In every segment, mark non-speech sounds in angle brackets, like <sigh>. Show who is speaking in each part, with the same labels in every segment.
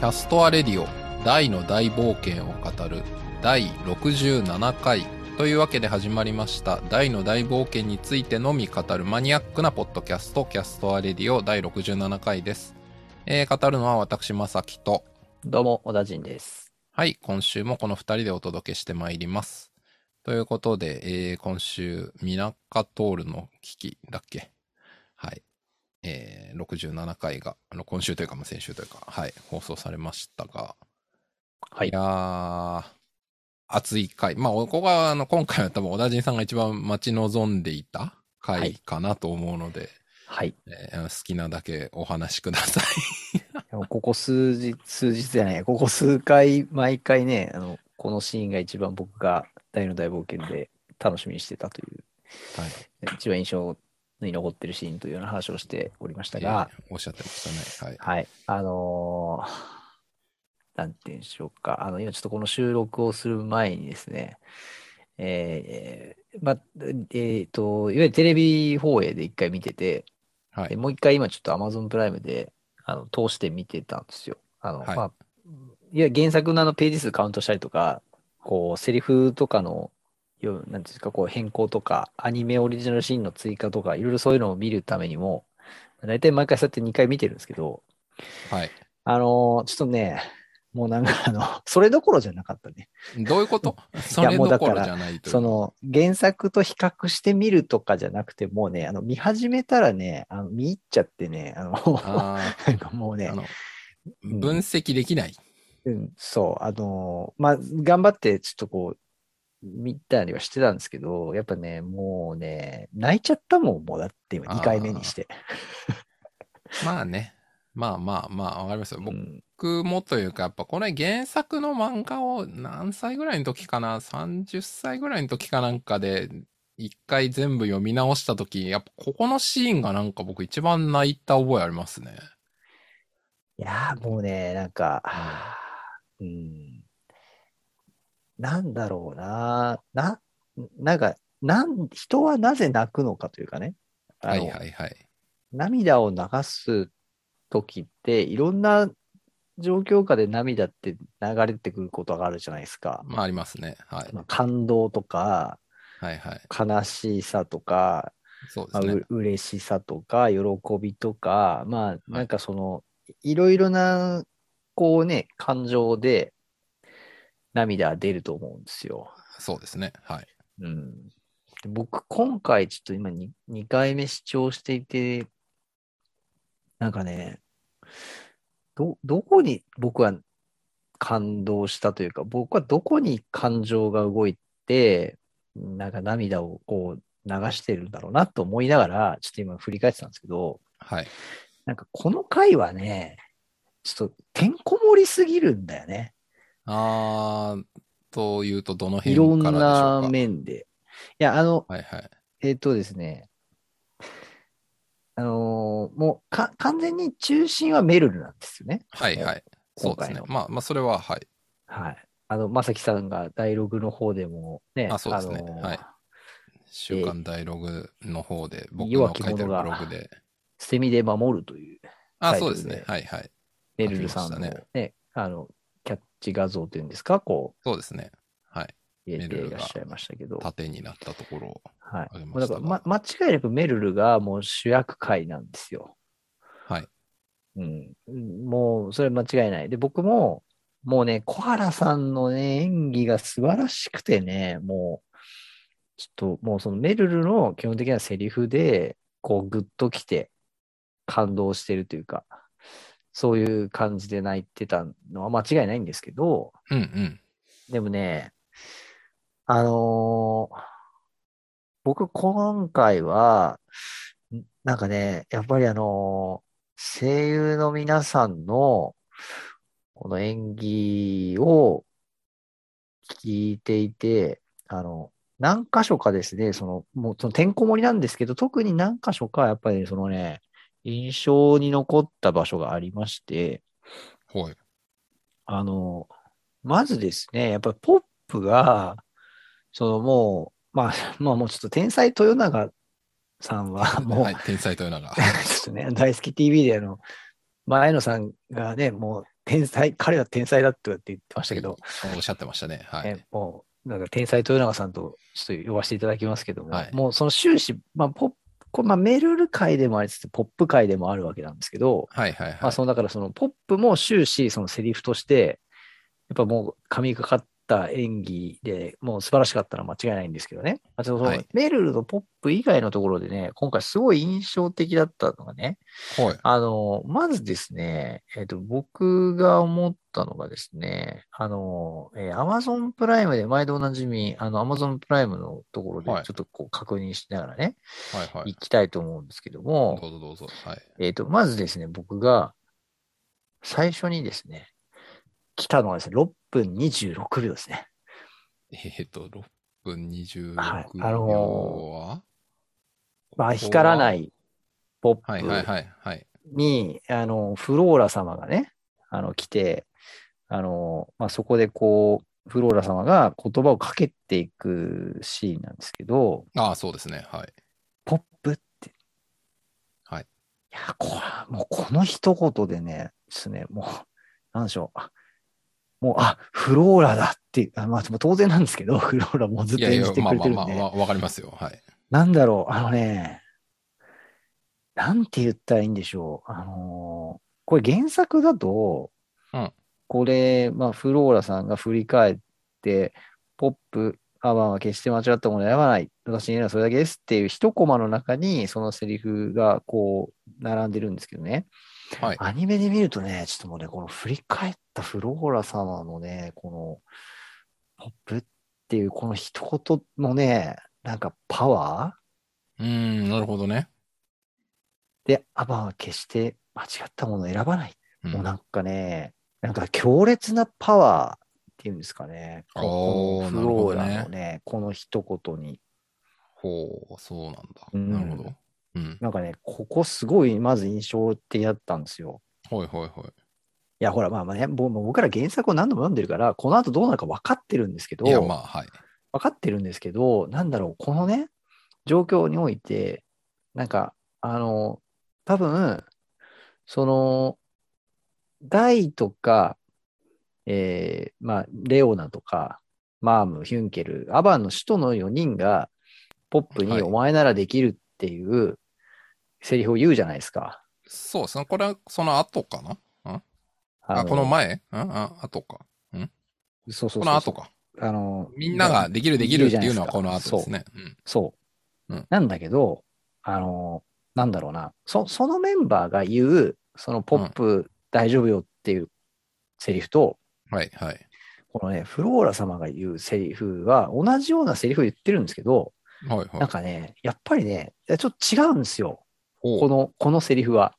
Speaker 1: ャストアレディオ大の大冒険を語る第67回というわけで始まりました大の大冒険についてのみ語るマニアックなポッドキャストキャストアレディオ第67回です、えー語るのは私まさきと
Speaker 2: どうも、小田人です。
Speaker 1: はい今週もこの2人でお届けしてまいりますということで、えー今週ミナカトールの危機だっけはいえー67回があの今週というかまあ先週というかはい放送されましたが
Speaker 2: はい
Speaker 1: いや。ー、熱い回。まあ、ここが、あの、今回は多分、小田人さんが一番待ち望んでいた回かなと思うので、
Speaker 2: はい。
Speaker 1: えー好きなだけお話しください。
Speaker 2: でもここ数日、数日じゃない、ここ数回、毎回ね、あの、このシーンが一番僕が大の大冒険で楽しみにしてたという、
Speaker 1: はい。
Speaker 2: 一番印象に残ってるシーンというような話をしておりましたが、
Speaker 1: えーおっしゃってましたね。はい。
Speaker 2: はい。あのー <laughs> なんて言うんでしょうか。あの、今ちょっとこの収録をする前にですね、えー、ま、えっと、いわゆるテレビ放映で一回見てて、
Speaker 1: は
Speaker 2: で
Speaker 1: い。
Speaker 2: もう一回今ちょっと Amazon プライムであの通して見てたんですよ。あの、
Speaker 1: はい
Speaker 2: まあ、いや、原作のあのページ数カウントしたりとか、こう、セリフとかの、よなんていうんですか、こう変更とか、アニメオリジナルシーンの追加とか、いろいろそういうのを見るためにも、大体毎回そうやって2回見てるんですけど、
Speaker 1: はい。
Speaker 2: あのーちょっとね、もうなんかあの、 <laughs> それどころじゃなかったね。
Speaker 1: どういうこと
Speaker 2: <laughs>
Speaker 1: それ
Speaker 2: もう
Speaker 1: ど
Speaker 2: だ
Speaker 1: こ
Speaker 2: から
Speaker 1: ろじゃないという。
Speaker 2: その原作と比較してみるとかじゃなくて、もうね、あの見始めたらね、あの見入っちゃってね、あの、
Speaker 1: あ
Speaker 2: <laughs> なんかもう
Speaker 1: ー
Speaker 2: ね
Speaker 1: あ、の、
Speaker 2: うん
Speaker 1: 分析できない。
Speaker 2: うん、そう、あのーまあ、頑張って、ちょっとこう、見たりはしてたんですけど、やっぱね、もうね、泣いちゃったもん、もうだって今、
Speaker 1: あー
Speaker 2: 2回目にして。
Speaker 1: まあね。まあまあまあ、わかりますよ。
Speaker 2: う
Speaker 1: 僕
Speaker 2: ん、
Speaker 1: 僕もというか、やっぱこれ原作の漫画を何歳ぐらいの時かな ?30 歳ぐらいの時かなんかで、一回全部読み直した時、やっぱここのシーンがなんか僕一番泣いた覚えありますね。
Speaker 2: いやー、もうね、なんか、うん、なんだろうな、な、なんか、なん、人はなぜ泣くのかというかね、あ
Speaker 1: は
Speaker 2: の
Speaker 1: いはいはい。
Speaker 2: 涙を流す時って、いろんな状況下で涙って流れてくることがあるじゃないですか。
Speaker 1: まあありますね。はい。
Speaker 2: まあ、感動とか、
Speaker 1: はいはい。
Speaker 2: 悲しさとか、
Speaker 1: そうで
Speaker 2: まあ、
Speaker 1: すね
Speaker 2: う。嬉しさとか、喜びとか、まあ、なんかその、い、ろいろな、こうね、感情で、涙が出ると思うんですよ。
Speaker 1: そうですね。はい。
Speaker 2: うん。で僕、今回、ちょっと今に2、回目視聴していて、なんかね、ど、どこに僕は感動したというか、僕はどこに感情が動いて、なんか涙をこう流してるんだろうなと思いながら、ちょっと今振り返ってたんですけど、
Speaker 1: はい。
Speaker 2: なんかこの回はね、ちょっとてんこ盛りすぎるんだよね。
Speaker 1: あー、というとどの
Speaker 2: い
Speaker 1: 辺
Speaker 2: ろん
Speaker 1: からでしょう
Speaker 2: な
Speaker 1: か。
Speaker 2: 面で。いや、あの、
Speaker 1: はいはい。
Speaker 2: えっとですね。あのーもうか、完全に中心はメルルなんですよね。
Speaker 1: はいはい。そう
Speaker 2: 今
Speaker 1: です
Speaker 2: 回
Speaker 1: ね
Speaker 2: の。
Speaker 1: まあまあそれは、はい。
Speaker 2: はい。あの、まさきさんがダイログの方でもね、
Speaker 1: あそうですね
Speaker 2: のー
Speaker 1: はい週刊ダイログの方で、僕
Speaker 2: 弱
Speaker 1: の
Speaker 2: き
Speaker 1: 書いてるブ
Speaker 2: 者
Speaker 1: ロ
Speaker 2: が
Speaker 1: グで。
Speaker 2: 捨て身で守るという、
Speaker 1: あ、
Speaker 2: タイト
Speaker 1: そう
Speaker 2: ル
Speaker 1: で
Speaker 2: です
Speaker 1: ね。はいはい。
Speaker 2: メルルさん
Speaker 1: あ
Speaker 2: の
Speaker 1: りま
Speaker 2: ね
Speaker 1: した
Speaker 2: あの、キャッチ画像というんですか、こ
Speaker 1: そうですね。はい。
Speaker 2: う、入れて
Speaker 1: メルル
Speaker 2: い
Speaker 1: が
Speaker 2: らっしゃいましたけど。
Speaker 1: 縦になったところを。
Speaker 2: はい。
Speaker 1: あげ
Speaker 2: もう
Speaker 1: ました
Speaker 2: だか
Speaker 1: が
Speaker 2: ら、ま、間違いなくメルルがもう主役回なんですよ。
Speaker 1: はい。
Speaker 2: うん。もう、それは間違いない。で、僕も、もうね、小原さんのね、演技が素晴らしくてね、もう、ちょっと、もうそのメルルの基本的なセリフで、こう、ぐっときて、感動してるというか、そういう感じで泣いてたのは間違いないんですけど、
Speaker 1: うんうん。
Speaker 2: でもね、あのー僕今回は、んなんかね、やっぱりあのー声優の皆さんの、この演技を聞いていて、あの、何箇所かですね、その、もうそのてんこ盛りなんですけど、特に何箇所か、やっぱりそのね、印象に残った場所がありまして、
Speaker 1: はい。
Speaker 2: あの、まずですね、やっぱりポップが、そのもう、まあ、 <laughs> まあもうちょっと天才豊永さんはもう、 <laughs>
Speaker 1: はい。天才というのが。
Speaker 2: ちょっとね、大好き TV であの、前野さんがね、もう天才、彼は天才だとかって言ってましたけど、
Speaker 1: おっしゃってましたね。はい。
Speaker 2: ね、もう、なんか天才豊永さんとちょっと呼ばせていただきますけども、
Speaker 1: はい
Speaker 2: もうその終始、まあ、ポップ、こうまあ、メルル界でもありつつ、ポップ界でもあるわけなんですけど、
Speaker 1: はいはいはい。
Speaker 2: まあ、そのだからそのポップも終始そのセリフとして、やっぱもう神がかった演技でもう素晴らしかったのは間違いないんですけどね。あとその
Speaker 1: はい
Speaker 2: メルルのポップ以外のところでね、今回すごい印象的だったのがね、
Speaker 1: はい。
Speaker 2: あの、まずですね、えっと、僕が思ったのがですね、あの、えー、Amazon プライムで毎度おなじみ、あの、Amazon プライムのところで
Speaker 1: はい
Speaker 2: ちょっとこう確認しながらね、
Speaker 1: はいはい
Speaker 2: 行。きたいと思うんですけども、
Speaker 1: どうぞどうぞ。はい。
Speaker 2: えっ、と、まずですね、僕が最初にですね、来たのはですね、6分26秒ですね。
Speaker 1: えっと、6分26秒
Speaker 2: はいあ
Speaker 1: は、
Speaker 2: まあ、光らないポップ
Speaker 1: はい、はいはいはい。
Speaker 2: に、あの、フローラ様がね、あの、来て、あの、まあ、そこでこう、フローラ様が言葉をかけていくシーンなんですけど、
Speaker 1: ああ、そうですね。はい。
Speaker 2: ポップって。
Speaker 1: はい
Speaker 2: いや、これはもうこの一言でね、ですね、もう、なんでしょう。あもう、あ、フローラだっていう、あまあ、でも当然なんですけど、フローラもうず
Speaker 1: い
Speaker 2: っと
Speaker 1: やい
Speaker 2: 演
Speaker 1: や
Speaker 2: じて、
Speaker 1: ま
Speaker 2: く
Speaker 1: あ
Speaker 2: れ
Speaker 1: ま
Speaker 2: て
Speaker 1: あ
Speaker 2: る
Speaker 1: ま
Speaker 2: ん
Speaker 1: あ、
Speaker 2: で、
Speaker 1: わわかりますよ。はい。
Speaker 2: なんだろう、あのね、なんて言ったらいいんでしょう。あのーこれ原作だと、
Speaker 1: うん
Speaker 2: これ、まあ、フローラさんが振り返って、ポップ、アバンは決して間違ったものを選ばない。私に言うのはそれだけですっていう一コマの中に、そのセリフがこう、並んでるんですけどね。
Speaker 1: はい。
Speaker 2: アニメで見るとね、ちょっともうね、この振り返ったフローラ様のね、この、ポップっていうこの一言のね、なんかパワー
Speaker 1: うーん、なるほどね。
Speaker 2: で、アバンは決して間違ったものを選ばない。
Speaker 1: うん
Speaker 2: もうなんかね、なんか強烈なパワーっていうんですかね。こ
Speaker 1: おー
Speaker 2: のフローラ
Speaker 1: なる
Speaker 2: の
Speaker 1: ほど
Speaker 2: ね、この一言に。
Speaker 1: ほう、そうなんだ。
Speaker 2: うん
Speaker 1: なるほど。うん。
Speaker 2: なんかね、ここすごいまず印象的だったんですよ。
Speaker 1: はいはいはい
Speaker 2: や、ほら、まあまあね、ぼもう僕ら原作を何度も読んでるから、この後どうなるか分かってるんですけど、
Speaker 1: い。いや、まあ、はい。
Speaker 2: 分かってるんですけど、なんだろう、このね、状況において、なんか、あの、多分、その、大とか、えーまあ、レオナとか、マーム、ヒュンケル、アバンの首都の4人が、ポップ
Speaker 1: は
Speaker 2: に
Speaker 1: い
Speaker 2: お前ならできるっていうセリフを言うじゃないですか。
Speaker 1: そうですね。これは、その後かな
Speaker 2: あ
Speaker 1: あ、この前んあ、後か。
Speaker 2: そうそうそう
Speaker 1: この後か。
Speaker 2: あの、
Speaker 1: みんなができるできるっていうのはこの
Speaker 2: 言うじゃ
Speaker 1: 後
Speaker 2: ないですか
Speaker 1: ですね。うん
Speaker 2: そう。
Speaker 1: うん
Speaker 2: なんだけど、あの、なんだろうな、そそのメンバーが言う、そのポップ大丈夫よっていうセリフと、
Speaker 1: はいはい。
Speaker 2: このね、フローラ様が言うセリフは、同じようなセリフを言ってるんですけど、
Speaker 1: はい
Speaker 2: な
Speaker 1: は
Speaker 2: ん
Speaker 1: い。
Speaker 2: かね、やっぱりね、いやちょっと違うんですよ。
Speaker 1: ほ
Speaker 2: こ
Speaker 1: う
Speaker 2: の、このセリフは。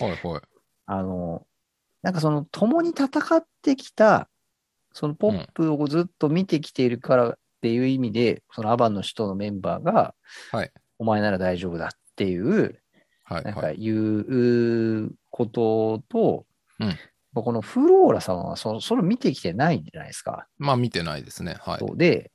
Speaker 1: はいはい。
Speaker 2: あの、なんかその、共に戦ってきた、そのポップをずっと見てきているからっていう意味で、そのアバンの首都のメンバーが、
Speaker 1: はい
Speaker 2: お前なら大丈夫だっていう
Speaker 1: はい
Speaker 2: なん
Speaker 1: は
Speaker 2: か
Speaker 1: い。
Speaker 2: 言うことと、
Speaker 1: うん
Speaker 2: まあこのフローラ様はそのそれを見てきてないんじゃないですか。
Speaker 1: まあ、見てないですね。はい。
Speaker 2: そうで、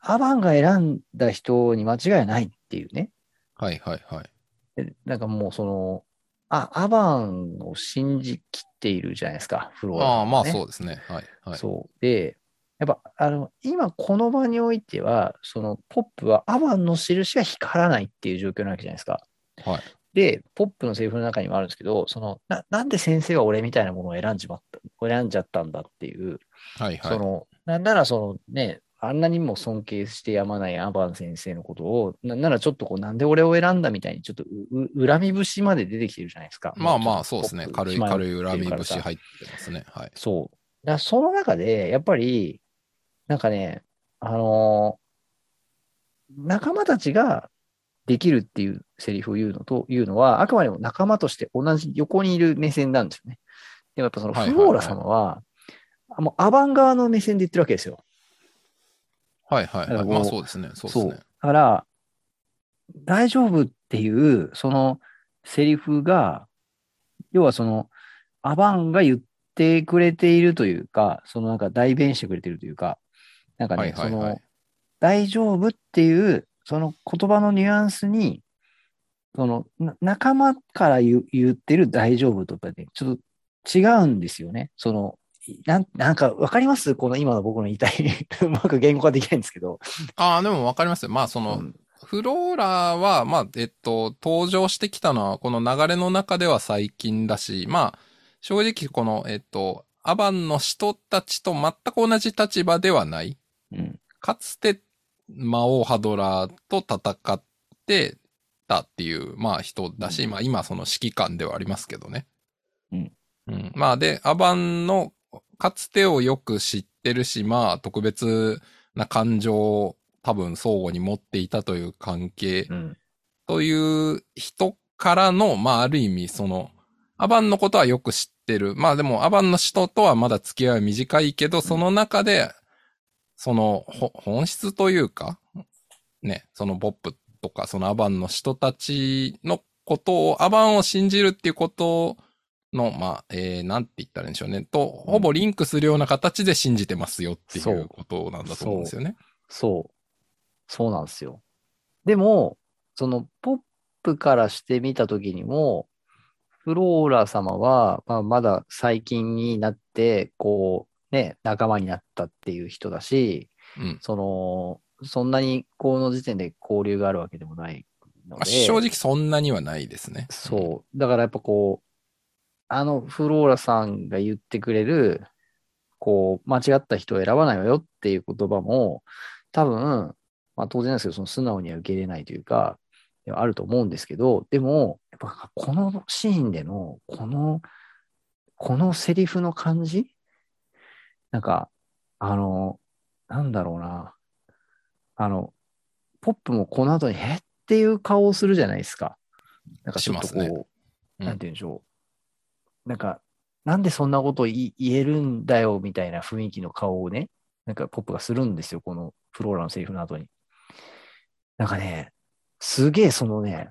Speaker 2: アバンが選んだ人に間違いないっていうね。
Speaker 1: はいはいはい。
Speaker 2: でなんかもうその、あ、アバンを信じきっているじゃないですか、フローラ
Speaker 1: ああ、まあ
Speaker 2: ね
Speaker 1: そうですね。はいはい。
Speaker 2: そう。で、やっぱ、あの、今この場においては、そのポップはアバンの印が光らないっていう状況なわけじゃないですか。
Speaker 1: はい。
Speaker 2: で、ポップのセリフの中にもあるんですけど、その、な、なんで先生は俺みたいなものを選んじまった、選んじゃったんだっていう、
Speaker 1: はいはい
Speaker 2: そ。の、なんならそのね、あんなにも尊敬してやまないアバン先生のことを、なんならちょっとこう、なんで俺を選んだみたいに、ちょっとう、う恨み節まで出てきてるじゃないですか。
Speaker 1: まあまあ、そうですね。
Speaker 2: ポップ
Speaker 1: 軽い、
Speaker 2: 島に
Speaker 1: 軽い恨み節
Speaker 2: 島に
Speaker 1: 入ってますね。はい。
Speaker 2: そう。だからその中で、やっぱり、なんかね、あのー仲間たちができるっていうセリフを言うのと、いうのは、あくまでも仲間として同じ横にいる目線なんですよね。でもやっぱその
Speaker 1: はいはい
Speaker 2: フ
Speaker 1: はい
Speaker 2: ローラ様は、あもうアバン側の目線で言ってるわけですよ。
Speaker 1: はいはいは
Speaker 2: だから
Speaker 1: い。
Speaker 2: こう
Speaker 1: まあそうですね。そうですね。
Speaker 2: だから、大丈夫っていう、そのセリフが、要はその、アバンが言ってくれているというか、そのなんか代弁してくれているというか、なんかね、
Speaker 1: はいはい
Speaker 2: そ
Speaker 1: は
Speaker 2: の
Speaker 1: い、。
Speaker 2: 大丈夫っていう、その言葉のニュアンスに、その、な仲間から言う言ってる大丈夫とかね、ちょっと違うんですよね。その、なんなんか、わかりますこの今の僕の言い <laughs> たい。うまく言語化できないんですけど。
Speaker 1: ああ、でもわかりますよ。まあ、その、
Speaker 2: うん
Speaker 1: フローラは、まあ、えっと、登場してきたのは、この流れの中では最近だし、まあ、正直この、えっと、アバンの人たちと全く同じ立場ではない。
Speaker 2: うん。
Speaker 1: かつて、魔王ハドラーと戦ってたっていう、まあ人だし、
Speaker 2: うん
Speaker 1: まあ今その指揮官ではありますけどね。
Speaker 2: うん。
Speaker 1: うん。まあで、アバンのかつてをよく知ってるし、まあ特別な感情を多分相互に持っていたという関係
Speaker 2: うん。
Speaker 1: という人からの、まあある意味その、アバンのことはよく知ってる。まあでもアバンの人とはまだ付き合いは短いけど、その中で、そのほ本質というか、ね、そのボップとかそのアバンの人たちのことを、アバンを信じるっていうことの、まあ、えー、なんて言ったらいいんでしょうね、と、ほぼリンクするような形で信じてますよってい
Speaker 2: そう
Speaker 1: うことなんだと思うんですよね。
Speaker 2: そう。そうなんですよ。でも、その、ポップからしてみたときにも、フローラ様は、まあ、まだ最近になって、こう、ね、仲間になったっていう人だし、
Speaker 1: うん。
Speaker 2: その、そんなに、この時点で交流があるわけでもないの
Speaker 1: まあ
Speaker 2: で、
Speaker 1: 正直そんなにはないですね。
Speaker 2: そう。だからやっぱこう、あのフローラさんが言ってくれる、こう、間違った人を選ばないわよっていう言葉も、多分、まあ当然ですけど、その素直には受け入れないというか、ではあると思うんですけど、でも、やっぱこのシーンでの、この、このセリフの感じなんか、あの、なんだろうな。あの、ポップもこの後に、へっていう顔をするじゃないですか。なんかちょっとこ
Speaker 1: し
Speaker 2: う、
Speaker 1: ますねうん
Speaker 2: なんて言うんでしょう。なんか、なんでそんなことを言言えるんだよみたいな雰囲気の顔をね、なんかポップがするんですよ、このフローラのセリフの後に。なんかね、すげえそのね、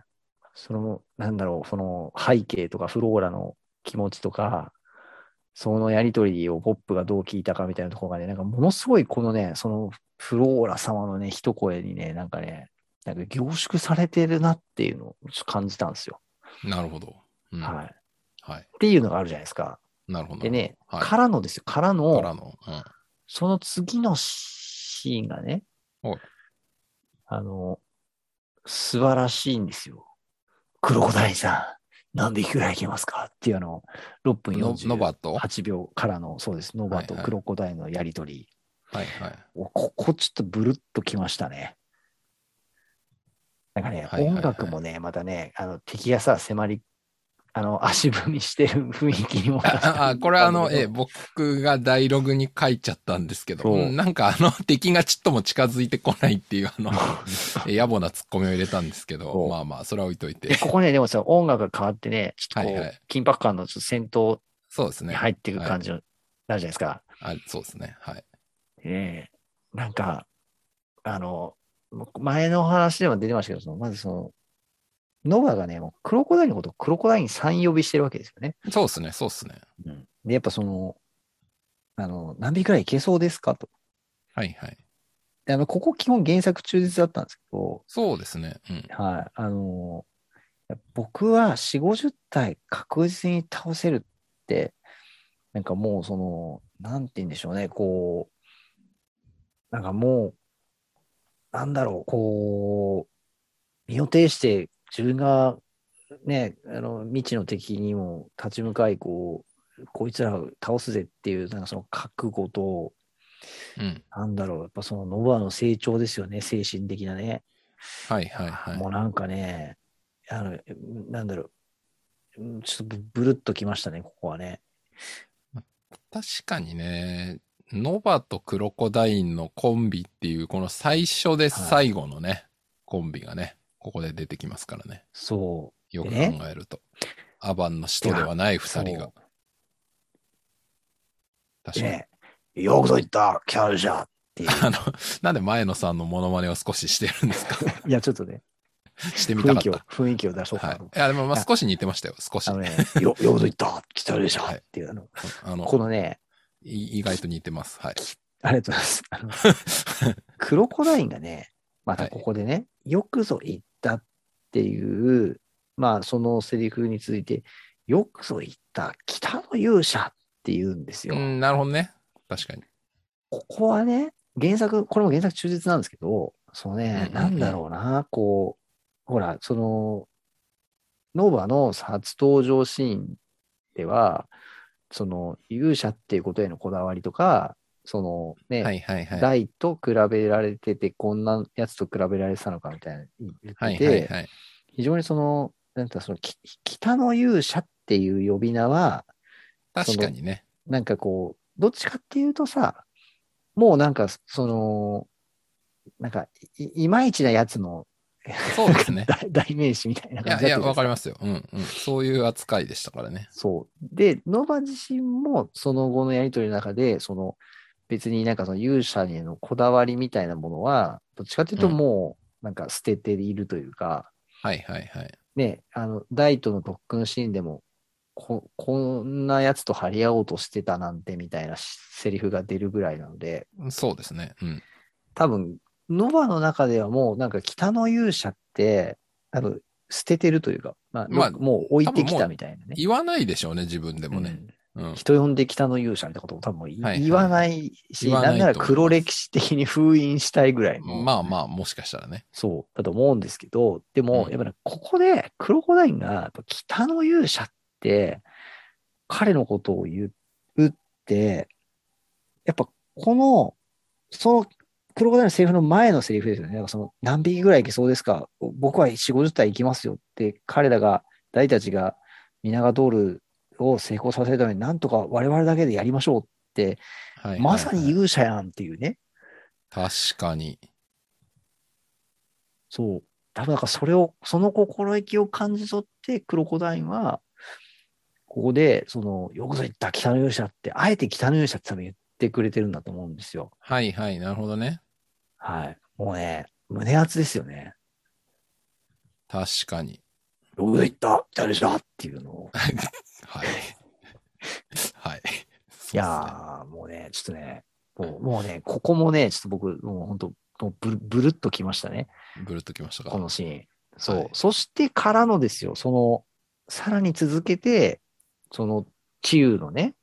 Speaker 2: その、なんだろう、その背景とかフローラの気持ちとか、そのやりとりをポップがどう聞いたかみたいなところがね、なんかものすごいこのね、そのフローラ様のね、一声にね、なんかね、なんか凝縮されてるなっていうのをちょっと感じたんですよ。
Speaker 1: なるほど。うん
Speaker 2: はい。っ
Speaker 1: はい。
Speaker 2: ていうのがあるじゃないですか。
Speaker 1: なるほど。
Speaker 2: でね、
Speaker 1: はい
Speaker 2: からのですよ、からの、
Speaker 1: からの。うん。
Speaker 2: その次のシーンがね
Speaker 1: はい、
Speaker 2: あの、素晴らしいんですよ。クロコダインさん、何匹くらいいけますかっていうあの、6分
Speaker 1: のノ
Speaker 2: 48
Speaker 1: バとは
Speaker 2: 秒からの、そうです、ノバと
Speaker 1: はいはい
Speaker 2: クロコダインのやりとり。
Speaker 1: いはい。
Speaker 2: おここちょっとブルッときましたね。なんかね、
Speaker 1: はいはいはい
Speaker 2: 音楽もね、またね、あの敵がさ、迫り、あの、足踏みしてる雰囲気にも。
Speaker 1: あ、あこれはあの、え、
Speaker 2: え
Speaker 1: 僕が大ログに書いちゃったんですけど、
Speaker 2: そう
Speaker 1: うんなんかあの、 <laughs> 敵がちっとも近づいてこないっていう、あの、
Speaker 2: <laughs>
Speaker 1: え野暮なツッコミを入れたんですけ
Speaker 2: そ
Speaker 1: ど、
Speaker 2: う
Speaker 1: まあまあ、それは置いといて。
Speaker 2: <laughs> ここね、でもさ、音楽が変わってね、ちょっとこう、
Speaker 1: はいはい
Speaker 2: 緊迫感のちょっと戦闘
Speaker 1: そうです
Speaker 2: に
Speaker 1: ね。
Speaker 2: 入っていく感じになるじゃないですか。
Speaker 1: あそうですね。はい。
Speaker 2: でねなんか、あの、前の話でも出てましたけど、そのまずその、ノバがね、もうクロコダインのことをクロコダイン3呼びしてるわけですよね。
Speaker 1: そうですね。そうですね。
Speaker 2: で、やっぱその、あの、何匹くらいいけそうですかと。
Speaker 1: はいはい。
Speaker 2: であの、ここ基本原作忠実だったんですけど、
Speaker 1: そうですね。うん。
Speaker 2: はい、あの、僕は4、50体確実に倒せるって、なんかもうその、なんて言うんでしょうね、こう、なんかもう、なんだろう、こう、身を挺して自分がね、あの未知の敵にも立ち向かい、こう、こいつらを倒すぜっていう、なんかその覚悟と、
Speaker 1: うん。
Speaker 2: なんだろう、やっぱそのノバの成長ですよね、精神的なね。
Speaker 1: はいはいはい
Speaker 2: も。うなんかね、あの、なんだろう、うんちょっとブブルッときましたね、ここはね。
Speaker 1: 確かにね、ノバとクロコダインのコンビっていう、この最初で最後のね、コンビがね、ここで出てきますからね。
Speaker 2: そ
Speaker 1: よく考
Speaker 2: でね。
Speaker 1: えると。アバンの使徒ではないう二人が
Speaker 2: そ。
Speaker 1: 確か
Speaker 2: う。
Speaker 1: に。
Speaker 2: ね、よくぞ言った、キャルジャーっていう。
Speaker 1: あの、なんで前野さんのモノマネを少ししてるんです
Speaker 2: <laughs>
Speaker 1: か
Speaker 2: いや、ちょっとね、
Speaker 1: してみたか
Speaker 2: 雰囲
Speaker 1: っ
Speaker 2: 気を、
Speaker 1: た。
Speaker 2: 雰囲気を出そうか
Speaker 1: は
Speaker 2: ないと思っ。。。
Speaker 1: いや、でもまあ少し似てましたよ。少して
Speaker 2: あのね、よ、 <laughs> よくぞ言った、キャルジャーっていう、あの、
Speaker 1: あの
Speaker 2: こ、のね、
Speaker 1: い意外と似てます。はい。
Speaker 2: ありがとうございます。あの
Speaker 1: <laughs>
Speaker 2: クロコダインがね、またここでね、よくぞ言ったっていう、まあそのセリフについて、よくぞ言っった北の勇者って言うんですよ。
Speaker 1: うん、なるほどね。確かに。
Speaker 2: ここはね、原作、これも原作忠実なんですけど、その
Speaker 1: う
Speaker 2: ね、
Speaker 1: んうんう
Speaker 2: なんんだろうな、こう、ほら、その、ノーバの初登場シーンでは、その、勇者っていうことへのこだわりとか、そのね、
Speaker 1: はいはいはい。
Speaker 2: 大と比べられてて、こんなやつと比べられてたのかみたいな言
Speaker 1: は
Speaker 2: っ
Speaker 1: い
Speaker 2: て
Speaker 1: は
Speaker 2: て、
Speaker 1: いはい。
Speaker 2: 非常にその、なんていうかその、き北の勇者っていう呼び名は、
Speaker 1: 確かにね。
Speaker 2: なんかこう、どっちかっていうとさ、もうなんか、その、なんかい、いいまいちなやつの <laughs>
Speaker 1: そうですね。
Speaker 2: 代代名詞みたいない感
Speaker 1: や、
Speaker 2: じ
Speaker 1: い
Speaker 2: だ
Speaker 1: や、
Speaker 2: った
Speaker 1: わ
Speaker 2: じ
Speaker 1: か
Speaker 2: ゃない
Speaker 1: り
Speaker 2: ですか
Speaker 1: ますよ。うん、うん。そういう扱いでしたからね。
Speaker 2: そう。で、ノバ自身も、その後のやりとりの中で、その、別になんかその勇者へのこだわりみたいなものは、どっちかっていうと
Speaker 1: うん
Speaker 2: もう、なんか捨てているというか、
Speaker 1: はいはいはい。
Speaker 2: ね、あの、大との特訓シーンでも、こ、こんなやつと張り合おうとしてたなんてみたいなしセリフが出るぐらいなので、
Speaker 1: そうですね。うん。
Speaker 2: 多分、ノバの中ではもうなんか北の勇者って、多分捨ててるというか、まあ、
Speaker 1: まあ
Speaker 2: もう置いてきたみたいなね。
Speaker 1: 言わないでしょうね、自分でもね。うん。
Speaker 2: うん人呼んで北の勇者みたいなことも多分もうい
Speaker 1: はいはい
Speaker 2: 言わないし、
Speaker 1: 言わない
Speaker 2: なんなら
Speaker 1: と思います
Speaker 2: 黒歴史的に封印したいぐらいの。
Speaker 1: まあまあ、もしかしたらね。
Speaker 2: そう、だと思うんですけど、でも、
Speaker 1: うん
Speaker 2: やっぱりここで、クロコダインが、やっぱ北の勇者って、彼のことを言うって、やっぱこの、その、クロコダインのセリフの前のセリフですよね。なんかその、何匹ぐらい行けそうですか僕は4、50体行きますよって、彼らが、大たちが、皆が通るを成功させるために、なんとか我々だけでやりましょうって、
Speaker 1: はいはいはい
Speaker 2: まさに勇者やんっていうね。
Speaker 1: 確かに。
Speaker 2: そう。多分なんかそれを、その心意気を感じ取って、クロコダインは、ここで、その、よくぞ言った北の勇者って、あえて北の勇者って多分言ってくれてるんだと思うんですよ。
Speaker 1: はいはい、なるほどね。
Speaker 2: はい。もうね、胸熱ですよね。
Speaker 1: 確かに。
Speaker 2: よくぞ言った北の勇者っていうのを。
Speaker 1: はい。 <laughs> はい。
Speaker 2: いやー、もうね、ちょっとね、もうもうね、ここもね、ちょっと僕、もう本当もうブルブルっときましたね。
Speaker 1: ブルっときました
Speaker 2: こ
Speaker 1: か。
Speaker 2: のシーン。そう。
Speaker 1: はい
Speaker 2: そしてからのですよ、その、さらに続けて、その、治癒のね、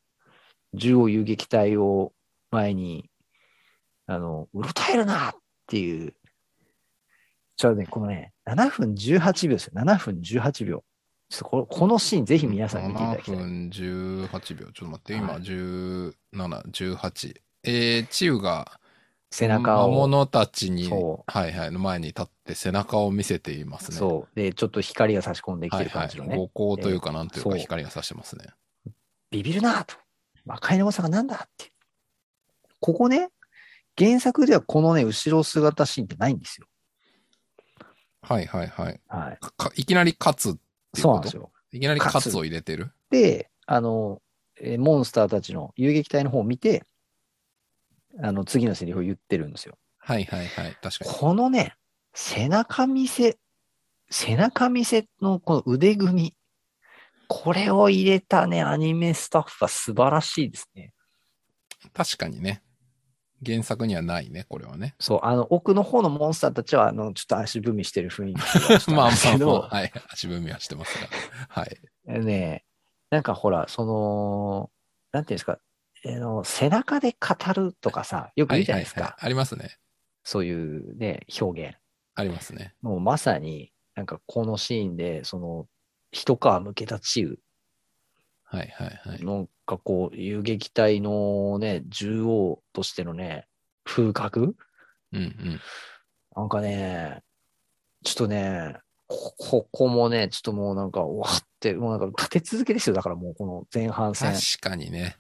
Speaker 2: 中央遊撃隊を前に、あの、うろたえるなっていう、ちょっとね、このね、7分18秒ですよ。7分18秒。ちょっとこのこのシーン、ぜひ皆さん見ていただきたい。
Speaker 1: 7分18秒。ちょっと待って、今、
Speaker 2: はい
Speaker 1: 17、18。えー、チウが
Speaker 2: 背中
Speaker 1: 魔
Speaker 2: を。
Speaker 1: 物たちに、
Speaker 2: そ
Speaker 1: はいはい、の前に立って背中を見せていますね。
Speaker 2: そう。で、ちょっと光が差し込んでき
Speaker 1: は
Speaker 2: て
Speaker 1: い
Speaker 2: る
Speaker 1: は
Speaker 2: 感
Speaker 1: い
Speaker 2: じのね。。
Speaker 1: 五光というか、なんという
Speaker 2: そ
Speaker 1: か
Speaker 2: う
Speaker 1: 光が差してますね。
Speaker 2: ビビるなと。魔界の多さがなんだって。ここね、原作ではこのね、後ろ姿シーンってないんですよ。
Speaker 1: はいはいはい。
Speaker 2: はい。
Speaker 1: かかいきなり勝つっていう
Speaker 2: そ
Speaker 1: こ
Speaker 2: うなん
Speaker 1: と
Speaker 2: ですよ。
Speaker 1: いきなり
Speaker 2: 勝つ
Speaker 1: 勝つを入れてる
Speaker 2: で、あの、えーモンスターたちの遊撃隊の方を見て、あの、次のセリフを言ってるんですよ。
Speaker 1: はいはいはい。確かに。
Speaker 2: このね、背中見せ、背中見せのこの腕組み。これを入れたね、アニメスタッフは素晴らしいですね。
Speaker 1: 確かにね。原作にはないね、これは
Speaker 2: <laughs>
Speaker 1: ね。
Speaker 2: そう、あの、奥の方のモンスターたちは、あの、ちょっと足踏みしてる雰囲気がしたん
Speaker 1: まあま
Speaker 2: ですけ
Speaker 1: あま
Speaker 2: ど
Speaker 1: あ、はい。足踏みはして
Speaker 2: <laughs>
Speaker 1: ますが。はい。
Speaker 2: ねえ、なんかほら、その、なんていうんですか、あの背中で語るとかさ、よく
Speaker 1: は
Speaker 2: 言
Speaker 1: いう
Speaker 2: じゃ
Speaker 1: は
Speaker 2: ない
Speaker 1: い
Speaker 2: ですか。
Speaker 1: はい。ありますね。
Speaker 2: そういうね、表現。
Speaker 1: ありますね。
Speaker 2: もうまさに、なんかこのシーンで、その、一皮むけた治癒
Speaker 1: はいはいはい。
Speaker 2: なんかこう、遊撃隊のね、獣王としてのね、風格
Speaker 1: うんうん。
Speaker 2: なんかね、ちょっとね、こここもね、ちょっともうなんか、うわって、もうなんか立て続けですよ。だからもうこの前半戦
Speaker 1: 確。かにね。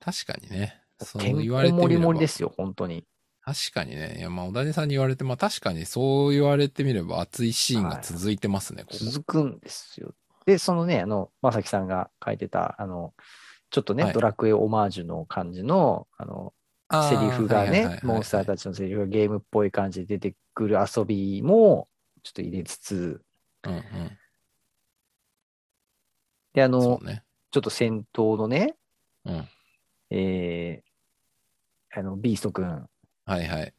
Speaker 1: 確かにね。そう
Speaker 2: てん
Speaker 1: 言われ
Speaker 2: こ
Speaker 1: てみ
Speaker 2: 盛り
Speaker 1: れば
Speaker 2: 盛りで。すよ、本当に。
Speaker 1: 確かにね。いや、まあ、小谷さんに言われて、まあ確かにそう言われてみれば熱いシーンが続いてますね、ここ。
Speaker 2: 続くんですよ。で、そのね、あの、まさきさんが書いてた、あの、ちょっとね、
Speaker 1: はい
Speaker 2: ドラクエオマージュの感じの、あの、
Speaker 1: あ
Speaker 2: セリフが
Speaker 1: はいはいはいは
Speaker 2: ね
Speaker 1: い、
Speaker 2: モンスターたちのセリフがゲームっぽい感じで出てくる遊びも、ちょっと入れつつ、
Speaker 1: うんうん。
Speaker 2: で、あの
Speaker 1: そ、うね。
Speaker 2: ちょっと戦闘のね、
Speaker 1: うん。
Speaker 2: えー、あの、ビーストくん、
Speaker 1: はいはい。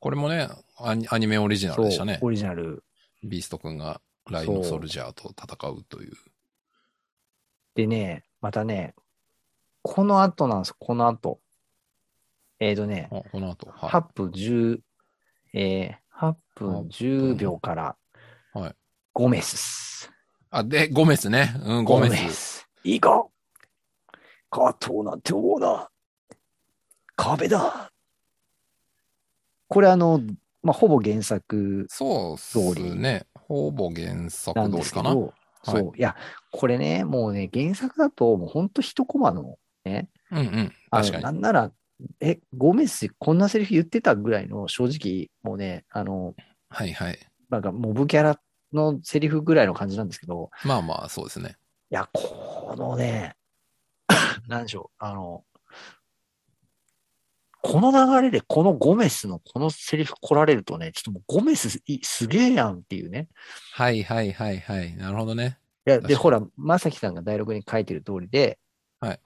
Speaker 1: これもね、アニアニメオリジナル
Speaker 2: そう
Speaker 1: でしたね、。
Speaker 2: オリジナル、
Speaker 1: ビーストくんがラインのソルジャーと戦うという。
Speaker 2: でね、またね、この後なんです、この後。えーとね、
Speaker 1: あこの後。は
Speaker 2: 8分10、えー、8分10秒から、
Speaker 1: はい。
Speaker 2: ゴメスっす。
Speaker 1: い。あ、で、ゴメスね。うん、ゴメス。
Speaker 2: ス。いいか加藤なんてオーナー。壁だ。これあの、まあ、ほぼ原作
Speaker 1: そうっすね。ほぼ原
Speaker 2: な
Speaker 1: 作
Speaker 2: ん
Speaker 1: 通
Speaker 2: で
Speaker 1: り
Speaker 2: すけ
Speaker 1: かな。
Speaker 2: ど、
Speaker 1: 通りかな
Speaker 2: そう、い、や、これね、もうね、原作だと、もうほんと一コマの、ね、
Speaker 1: うんうん。
Speaker 2: あ
Speaker 1: 確
Speaker 2: の
Speaker 1: かに
Speaker 2: な。んなら、え、ゴメス、こんなセリフ言ってたぐらいの、正直、もうね、あの、
Speaker 1: はいはい。
Speaker 2: なんか、モブキャラのセリフぐらいの感じなんですけど、
Speaker 1: まあまあ、そうですね。
Speaker 2: いや、このね、 <laughs> なんでしょう、あの、この流れでこのゴメスのこのセリフ来られるとね、ちょっともうゴメスいすげえやんっていうね。
Speaker 1: はいはいはいはい。なるほどね。
Speaker 2: いや、
Speaker 1: 確か
Speaker 2: で、
Speaker 1: に
Speaker 2: ほら、まさきさんが大録に書いてる通りで、
Speaker 1: はい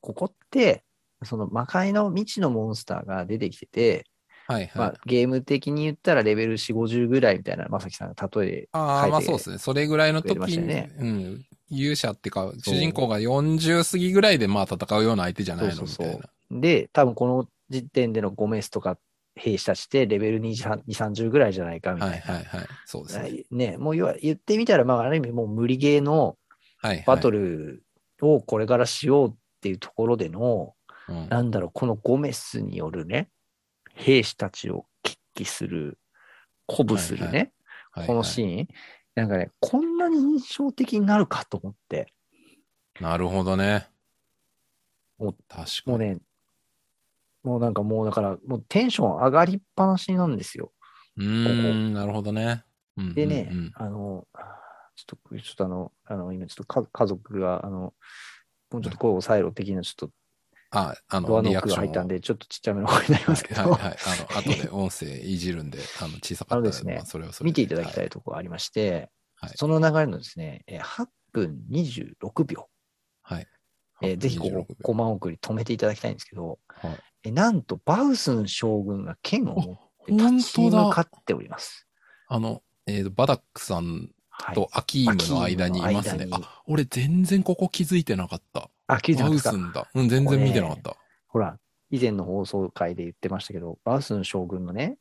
Speaker 2: ここって、その魔界の未知のモンスターが出てきてて、
Speaker 1: はいはい。
Speaker 2: まあ、ゲーム的に言ったらレベル4、50ぐらいみたいな、まさきさんが例え、
Speaker 1: ああ、ま
Speaker 2: 書い
Speaker 1: あ
Speaker 2: て
Speaker 1: そうですね。それぐらいの時
Speaker 2: くれまし
Speaker 1: に、
Speaker 2: たよね
Speaker 1: うん。勇者っていうか、主人公が40過ぎぐらいでまあ戦うような相手じゃない
Speaker 2: そ
Speaker 1: の
Speaker 2: う
Speaker 1: み
Speaker 2: そ
Speaker 1: た
Speaker 2: う
Speaker 1: い
Speaker 2: そう
Speaker 1: な。
Speaker 2: で、多分この時点でのゴメスとか兵士たちってレベル2、30ぐらいじゃないかみたい
Speaker 1: は
Speaker 2: な。
Speaker 1: いはいはい。そうですね。
Speaker 2: ね、もう要は言ってみたら、まあ、ある意味もう無理ゲーの
Speaker 1: はい、はい。
Speaker 2: バトルをこれからしようっていうところでの、
Speaker 1: うん
Speaker 2: なんだろう、このゴメスによるね、兵士たちを決起する、鼓舞するね、
Speaker 1: はいは
Speaker 2: このシーン、なんかね、こんなに印象的になるかと思って、
Speaker 1: なるほどね。
Speaker 2: もう
Speaker 1: 確か
Speaker 2: もう
Speaker 1: に。
Speaker 2: ね、もうなんかもうだから、もうテンション上がりっぱなしなんですよ。
Speaker 1: うーん、なるほどね。うんうんうん
Speaker 2: でね、あの、ちょっと、ちょっとあの、あの今ちょっと家家族が、あの、もうちょっと声を抑えろ的な、ちょっ
Speaker 1: あ、あ
Speaker 2: とド
Speaker 1: の、
Speaker 2: アノ
Speaker 1: リ
Speaker 2: ッ
Speaker 1: アク
Speaker 2: ク
Speaker 1: シ
Speaker 2: が
Speaker 1: ョン
Speaker 2: 入
Speaker 1: を。
Speaker 2: ったんで、ちょっとちっちゃめの声になりますけ
Speaker 1: はい
Speaker 2: ど
Speaker 1: はい、は
Speaker 2: <laughs>
Speaker 1: い。あの、後で音声いじるんで、あの、小さか
Speaker 2: あ
Speaker 1: っ
Speaker 2: の
Speaker 1: たら
Speaker 2: ですね
Speaker 1: まあそれはそれで
Speaker 2: 見ていただきた
Speaker 1: はい。
Speaker 2: いところがありまして
Speaker 1: はい、
Speaker 2: その流れのですね、えー8分26秒、
Speaker 1: はい。
Speaker 2: えーぜひこ
Speaker 1: 26
Speaker 2: こ
Speaker 1: 秒
Speaker 2: 5万送り止めていただきたいんですけど、
Speaker 1: はい
Speaker 2: えーなんとバウスン将軍が剣を持って
Speaker 1: 本
Speaker 2: 立ち
Speaker 1: 当
Speaker 2: 向
Speaker 1: だ
Speaker 2: かっております。
Speaker 1: あの、えーと、バダックさん
Speaker 2: はい。
Speaker 1: とアキームの間にいます
Speaker 2: アキー
Speaker 1: ね
Speaker 2: ム。の間に
Speaker 1: あ、俺全然ここ気づいてなかった。
Speaker 2: あ、気づいて
Speaker 1: バ
Speaker 2: ま
Speaker 1: ウ
Speaker 2: す
Speaker 1: ス
Speaker 2: か
Speaker 1: ンだ。うん、全然見てなかった。
Speaker 2: ほら、以前の放送回で言ってましたけど、バウスン将軍のね、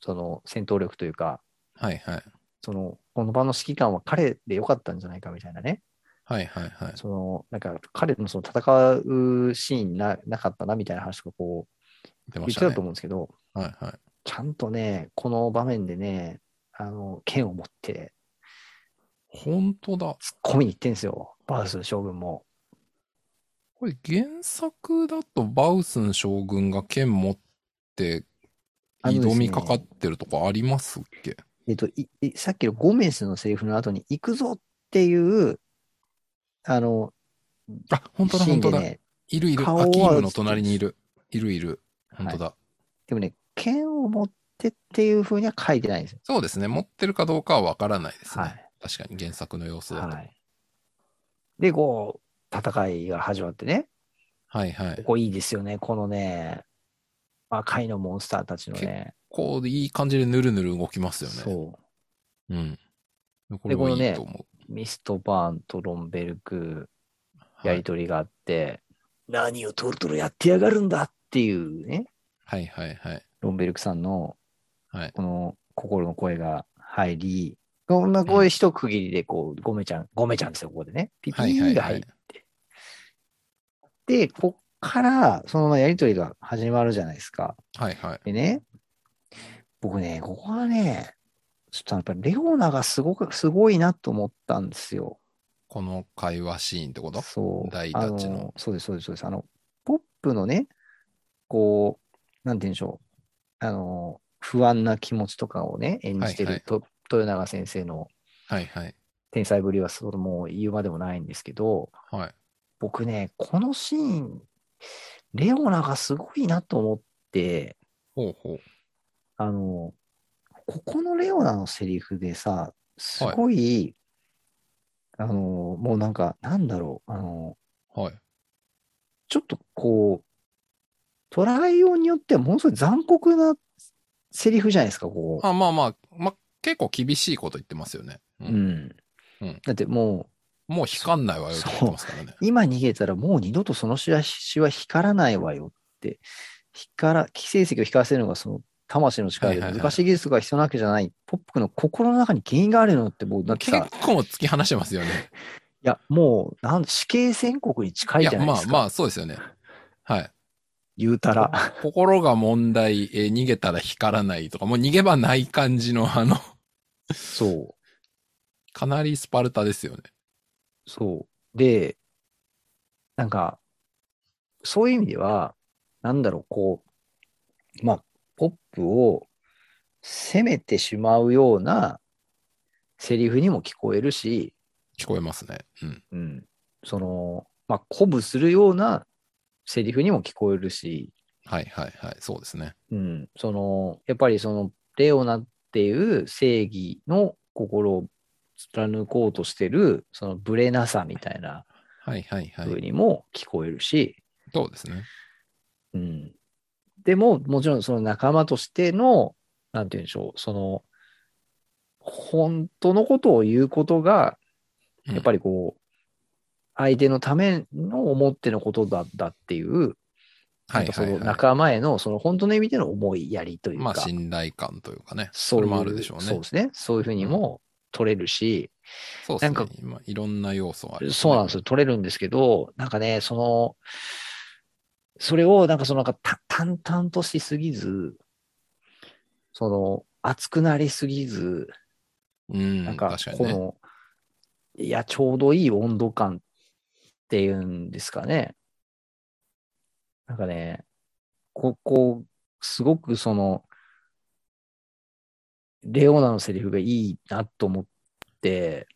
Speaker 2: その戦闘力というか、
Speaker 1: はいはい。
Speaker 2: その、この場の指揮官は彼でよかったんじゃないかみたいなね。
Speaker 1: はいはいはい。
Speaker 2: その、なんか、彼のその戦うシーンななかったなみたいな話とかこ
Speaker 1: 出
Speaker 2: う、
Speaker 1: ま
Speaker 2: 言っ
Speaker 1: してた
Speaker 2: た
Speaker 1: ね
Speaker 2: と。思うんですけど、
Speaker 1: はいはい。
Speaker 2: ちゃんとね、この場面でね、あの、剣を持って、
Speaker 1: 本当だ。
Speaker 2: 突っ込みに行ってんですよ。バウスン将軍も。
Speaker 1: これ原作だとバウスン将軍が剣持って
Speaker 2: あのですね
Speaker 1: 挑みかかってるとこありますっけ
Speaker 2: えっと、いいさっきのゴメスのセリフの後に、行くぞっていう、あの、
Speaker 1: あ、本当だ
Speaker 2: シー
Speaker 1: 本
Speaker 2: ンで
Speaker 1: 当だ。
Speaker 2: ね、
Speaker 1: いるいる。
Speaker 2: 顔は
Speaker 1: アキームの隣にいる。いるいる。本当だ。
Speaker 2: でもね、剣を持ってっていうふうには書いてないんですよ。
Speaker 1: そうですね。持ってるかどうかはわからないですね。
Speaker 2: はい
Speaker 1: 確かに原作の様子だと。
Speaker 2: はい。で、こう、戦いが始まってね、
Speaker 1: はいはい
Speaker 2: こ。こいいですよね、このね、赤いのモンスターたちのね、
Speaker 1: こう、いい感じでぬるぬる動きますよね。。
Speaker 2: そう
Speaker 1: ん。これもいいと思
Speaker 2: う、ミストバーンとロンベルク、
Speaker 1: う。は
Speaker 2: やり
Speaker 1: い
Speaker 2: とりがあって、何をトルトルやってやがるんだっていうね、
Speaker 1: はいはいはい。
Speaker 2: ロンベルクさんの、
Speaker 1: はい
Speaker 2: この心の声が入り、こんな声一区切りで、こう、ゴメちゃん、ゴメちゃんですよ、ここでね。ピピ
Speaker 1: はいは
Speaker 2: ー
Speaker 1: い
Speaker 2: が
Speaker 1: は
Speaker 2: 入っ
Speaker 1: い。
Speaker 2: で、こっから、そのやりとりが始まるじゃないですか。
Speaker 1: はいはい。
Speaker 2: でね、僕ね、ここはね、ちょっとやっぱりレオナがすごく、すごいなと思ったんですよ。
Speaker 1: この会話シーンってこと
Speaker 2: そう。
Speaker 1: 大たちの
Speaker 2: あそうです、そうです、そうです。あの、ポップのね、こう、なんて言うんでしょう。あの、不安な気持ちとかをね、演じて
Speaker 1: はいは
Speaker 2: る
Speaker 1: い
Speaker 2: と、豊永先生の
Speaker 1: はいはい。
Speaker 2: 天才ぶりは、そうもう言うまでもないんですけど、
Speaker 1: はい。
Speaker 2: 僕ね、このシーン、レオナがすごいなと思って、
Speaker 1: ほうほう。
Speaker 2: あの、ここのレオナのセリフでさ、すごい、あの、もうなんか、なんだろう、あの、
Speaker 1: はい。
Speaker 2: ちょっとこう、捉えようによってはものすごい残酷なセリフじゃないですか、ここ。
Speaker 1: あまあまあ、まあ、結構厳しいこと言ってますよね。う
Speaker 2: う。ん
Speaker 1: うん。
Speaker 2: だっても
Speaker 1: もう光んないわよって
Speaker 2: そう
Speaker 1: 言ってますからね。
Speaker 2: 今逃げたらもう二度とその試合は光らないわよって、光ら、既成績を光らせるのがその魂の力で
Speaker 1: はいはいはい
Speaker 2: 難しい技術が必要なわけじゃない、ポップ君の心の中に原因があるのって、もうなんか
Speaker 1: 結
Speaker 2: さ、
Speaker 1: 構突き放してますよね。
Speaker 2: いや、もう、なん死刑宣告に近
Speaker 1: い
Speaker 2: い
Speaker 1: や
Speaker 2: じゃ、ないで
Speaker 1: ますあ
Speaker 2: か。
Speaker 1: まあ、そうですよね。はい。
Speaker 2: 言うたら。
Speaker 1: 心が問題、えー逃げたら光らないとか、もう逃げ場ない感じの、あの、
Speaker 2: そう。
Speaker 1: かなりスパルタですよね。
Speaker 2: そう。で、なんか、そういう意味では、なんだろう、こう、まあ、ポップを責めてしまうようなセリフにも聞こえるし、
Speaker 1: 聞こえますね。うん。
Speaker 2: うん、その、まあ、鼓舞するようなセリフにも聞こえるし、
Speaker 1: はいはいはい。そうですね。
Speaker 2: うん、その、やっぱりその、レオナっていう正義の心を貫こうとしてる、そのブレなさみたいな
Speaker 1: はいはいは
Speaker 2: 風
Speaker 1: い。
Speaker 2: にも聞こえるし、
Speaker 1: そうですね。
Speaker 2: うん。でも、もちろんその仲間としての、なんて言うんでしょう、その、本当のことを言うことが、
Speaker 1: うん
Speaker 2: やっぱりこう、相手のための思ってのことだったっていう、
Speaker 1: は
Speaker 2: ないんか
Speaker 1: はい、
Speaker 2: その
Speaker 1: はい。
Speaker 2: 仲間への、その本当の意味での思いやりという
Speaker 1: まあ、
Speaker 2: か、
Speaker 1: 信頼感というかね。
Speaker 2: そう
Speaker 1: れ
Speaker 2: いう、
Speaker 1: もあるでしょうね
Speaker 2: そうですね。そういうふうにも取れるし、
Speaker 1: そうですね。
Speaker 2: なんか
Speaker 1: 今、いろんな要素ある、
Speaker 2: そうなんですよ。取れるんですけど、なんかね、その、それを、なんかその、なんかた淡々としすぎず、その、熱くなりすぎず、
Speaker 1: うん。
Speaker 2: なんか
Speaker 1: 確か、に
Speaker 2: こ
Speaker 1: ね。
Speaker 2: の、いや、ちょうどいい温度感っていうんですかね。なんかね、ここ、すごくその、レオナのセリフがいいなと思って、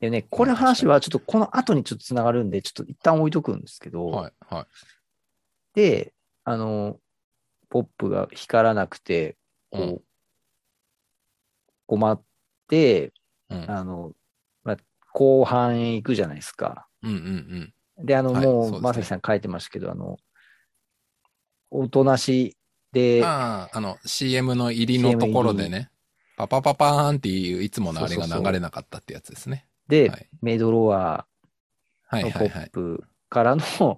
Speaker 2: でね、これの話はちょっとこの後にちょっとつながるんで、ちょっと一旦置いとくんですけど、
Speaker 1: はいはい。
Speaker 2: で、あの、ポップが光らなくて、こう、
Speaker 1: うん
Speaker 2: 困って、
Speaker 1: うん
Speaker 2: あの、まあ、後半へ行くじゃないですか。
Speaker 1: うんうん
Speaker 2: で、あの、
Speaker 1: はい
Speaker 2: も
Speaker 1: そうです
Speaker 2: う、
Speaker 1: ね
Speaker 2: まさきさん書いてましたけど、あの、おとなしで
Speaker 1: うん。、ああ、あの、CM の入りのところでね、パパパパーンっていう、いつものあれが
Speaker 2: そうそう
Speaker 1: 流
Speaker 2: そう
Speaker 1: れなかったってやつですね。
Speaker 2: で、
Speaker 1: はい
Speaker 2: メイドロワ
Speaker 1: は
Speaker 2: ー
Speaker 1: い
Speaker 2: の
Speaker 1: は
Speaker 2: ポ
Speaker 1: いはい
Speaker 2: ッ。プからの、魔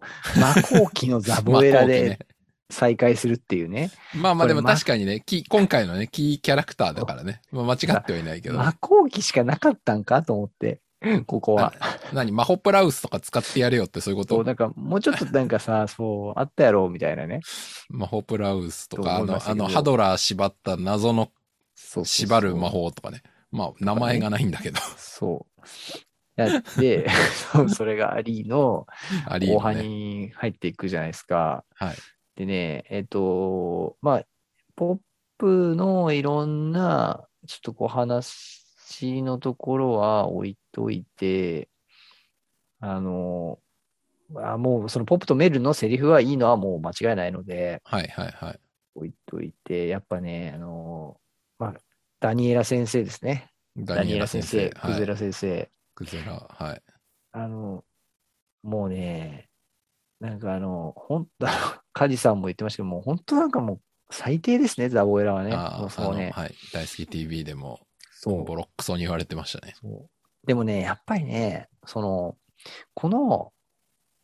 Speaker 2: 法機のザボエ
Speaker 1: ま
Speaker 2: ラ
Speaker 1: あ後期 <laughs> ね
Speaker 2: で再会するっていうね。
Speaker 1: まあまあ
Speaker 2: こ
Speaker 1: で
Speaker 2: れ
Speaker 1: も
Speaker 2: ま
Speaker 1: 確かにね、キー今回のね、キーキャラクターだからね、まあ、間違ってはいないけど、
Speaker 2: 魔法機しかなかったんかと思って、 <laughs> ここは。
Speaker 1: 何、マホプラウスとか使ってやれよってそういうこ
Speaker 2: そう、
Speaker 1: と
Speaker 2: なんか、もうちょっとなんか
Speaker 1: <laughs>
Speaker 2: さ、そう、あったやろ、みたいなね。
Speaker 1: マホプラウスと
Speaker 2: と
Speaker 1: か、あ
Speaker 2: 思いま
Speaker 1: の
Speaker 2: し、た
Speaker 1: あ
Speaker 2: けど
Speaker 1: の、ハドラー縛った謎の
Speaker 2: そうそうそう
Speaker 1: 縛る魔。法とかね。まあ、名前がないんだ
Speaker 2: <laughs>
Speaker 1: けど、
Speaker 2: そう。
Speaker 1: <laughs>
Speaker 2: やって、そうそれがアリーの
Speaker 1: あり
Speaker 2: 後半
Speaker 1: ね。
Speaker 2: に入っていくじゃないですか。
Speaker 1: はい。
Speaker 2: でね、えっと、まあ、ポップのいろんな、ちょっとこう話のところは置いといて、あの、あもうそのポップとメルのセリフはいいのはもう間違いないので、
Speaker 1: はいはいはい。
Speaker 2: 置いといて、やっぱね、あのーまあ、ダニエラ先生ですね。
Speaker 1: ダ
Speaker 2: ダ
Speaker 1: ニ
Speaker 2: ニ
Speaker 1: エ
Speaker 2: エ
Speaker 1: ラ
Speaker 2: ラ
Speaker 1: 先
Speaker 2: 先
Speaker 1: 生
Speaker 2: 生、。
Speaker 1: は
Speaker 2: クゼ
Speaker 1: い。
Speaker 2: ラ先生。
Speaker 1: クゼラ。はい。
Speaker 2: あの、もうね、なんかあの、ほん、あの <laughs> カジさんも言ってましたけど、もう本当なんかもう最低ですね、ザボエラはね。
Speaker 1: あ
Speaker 2: もう
Speaker 1: あ、あ
Speaker 2: そう
Speaker 1: の、
Speaker 2: ね。
Speaker 1: はい。大好き TV でも、
Speaker 2: そう
Speaker 1: ボロックソに言われてましたね。
Speaker 2: そう。でもね、やっぱりね、その、この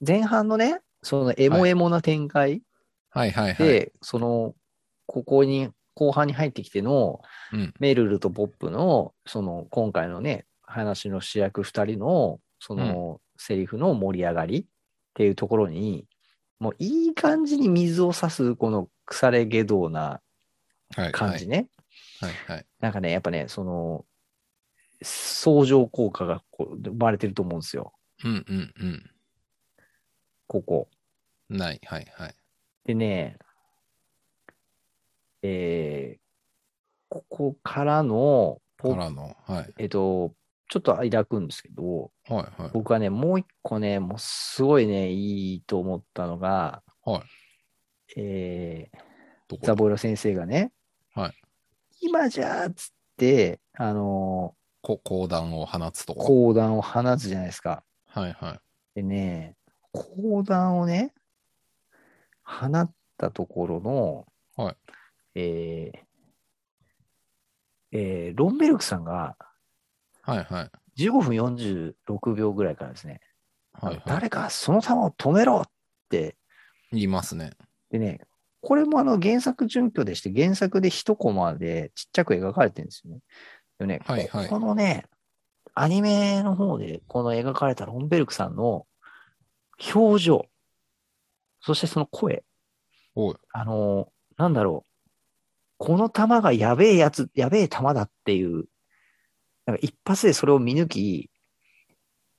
Speaker 2: 前半のね、そのエモエモな展開
Speaker 1: はいはいはい。
Speaker 2: で、その、ここに、後半に入ってきての、
Speaker 1: うん。
Speaker 2: メルルとポップの、その、今回のね、話の主役二人の、その、セリフの盛り上がりっていうところに、もういい感じに水を差す、この腐れ下道な
Speaker 1: はい。
Speaker 2: 感じね。
Speaker 1: はいはい。
Speaker 2: なんかね、やっぱね、その、相乗効果がこう生まれてると思うんですよ。
Speaker 1: うんうんう
Speaker 2: ここ。
Speaker 1: ん。ない。はいはい。
Speaker 2: でね、えー、ここからの、ポ
Speaker 1: か
Speaker 2: ッ
Speaker 1: らの、はい。
Speaker 2: えっと、ちょっと間空くんですけど、
Speaker 1: はいはい。
Speaker 2: 僕はね、もう一個ね、もうすごいね、いいと思ったのが、
Speaker 1: はい。
Speaker 2: えー
Speaker 1: どこ
Speaker 2: ザボイロ先生がね、
Speaker 1: はい
Speaker 2: 今じゃーっつって、あの
Speaker 1: こ講談を放つと
Speaker 2: ー、
Speaker 1: こ。
Speaker 2: 講談を放つじゃないですか。
Speaker 1: はいはい。
Speaker 2: でね、講談をね、放ったところの、
Speaker 1: はい
Speaker 2: えーえーロンベルクさんが
Speaker 1: はいはい。
Speaker 2: 15分46秒ぐらいからですね、
Speaker 1: はいはい。
Speaker 2: 誰かその球を止めろって、
Speaker 1: 言いますね。
Speaker 2: でね、これもあの原作準拠でして、原作で一コマでちっちゃく描かれてるんですよね。でね、
Speaker 1: はいはい
Speaker 2: ここのね、アニメの方でこの描かれたロンベルクさんの表情、そしてその声、
Speaker 1: おい。
Speaker 2: あのーなんだろう。この球がやべえやつ、やべえ球だっていう、なんか一発でそれを見抜き、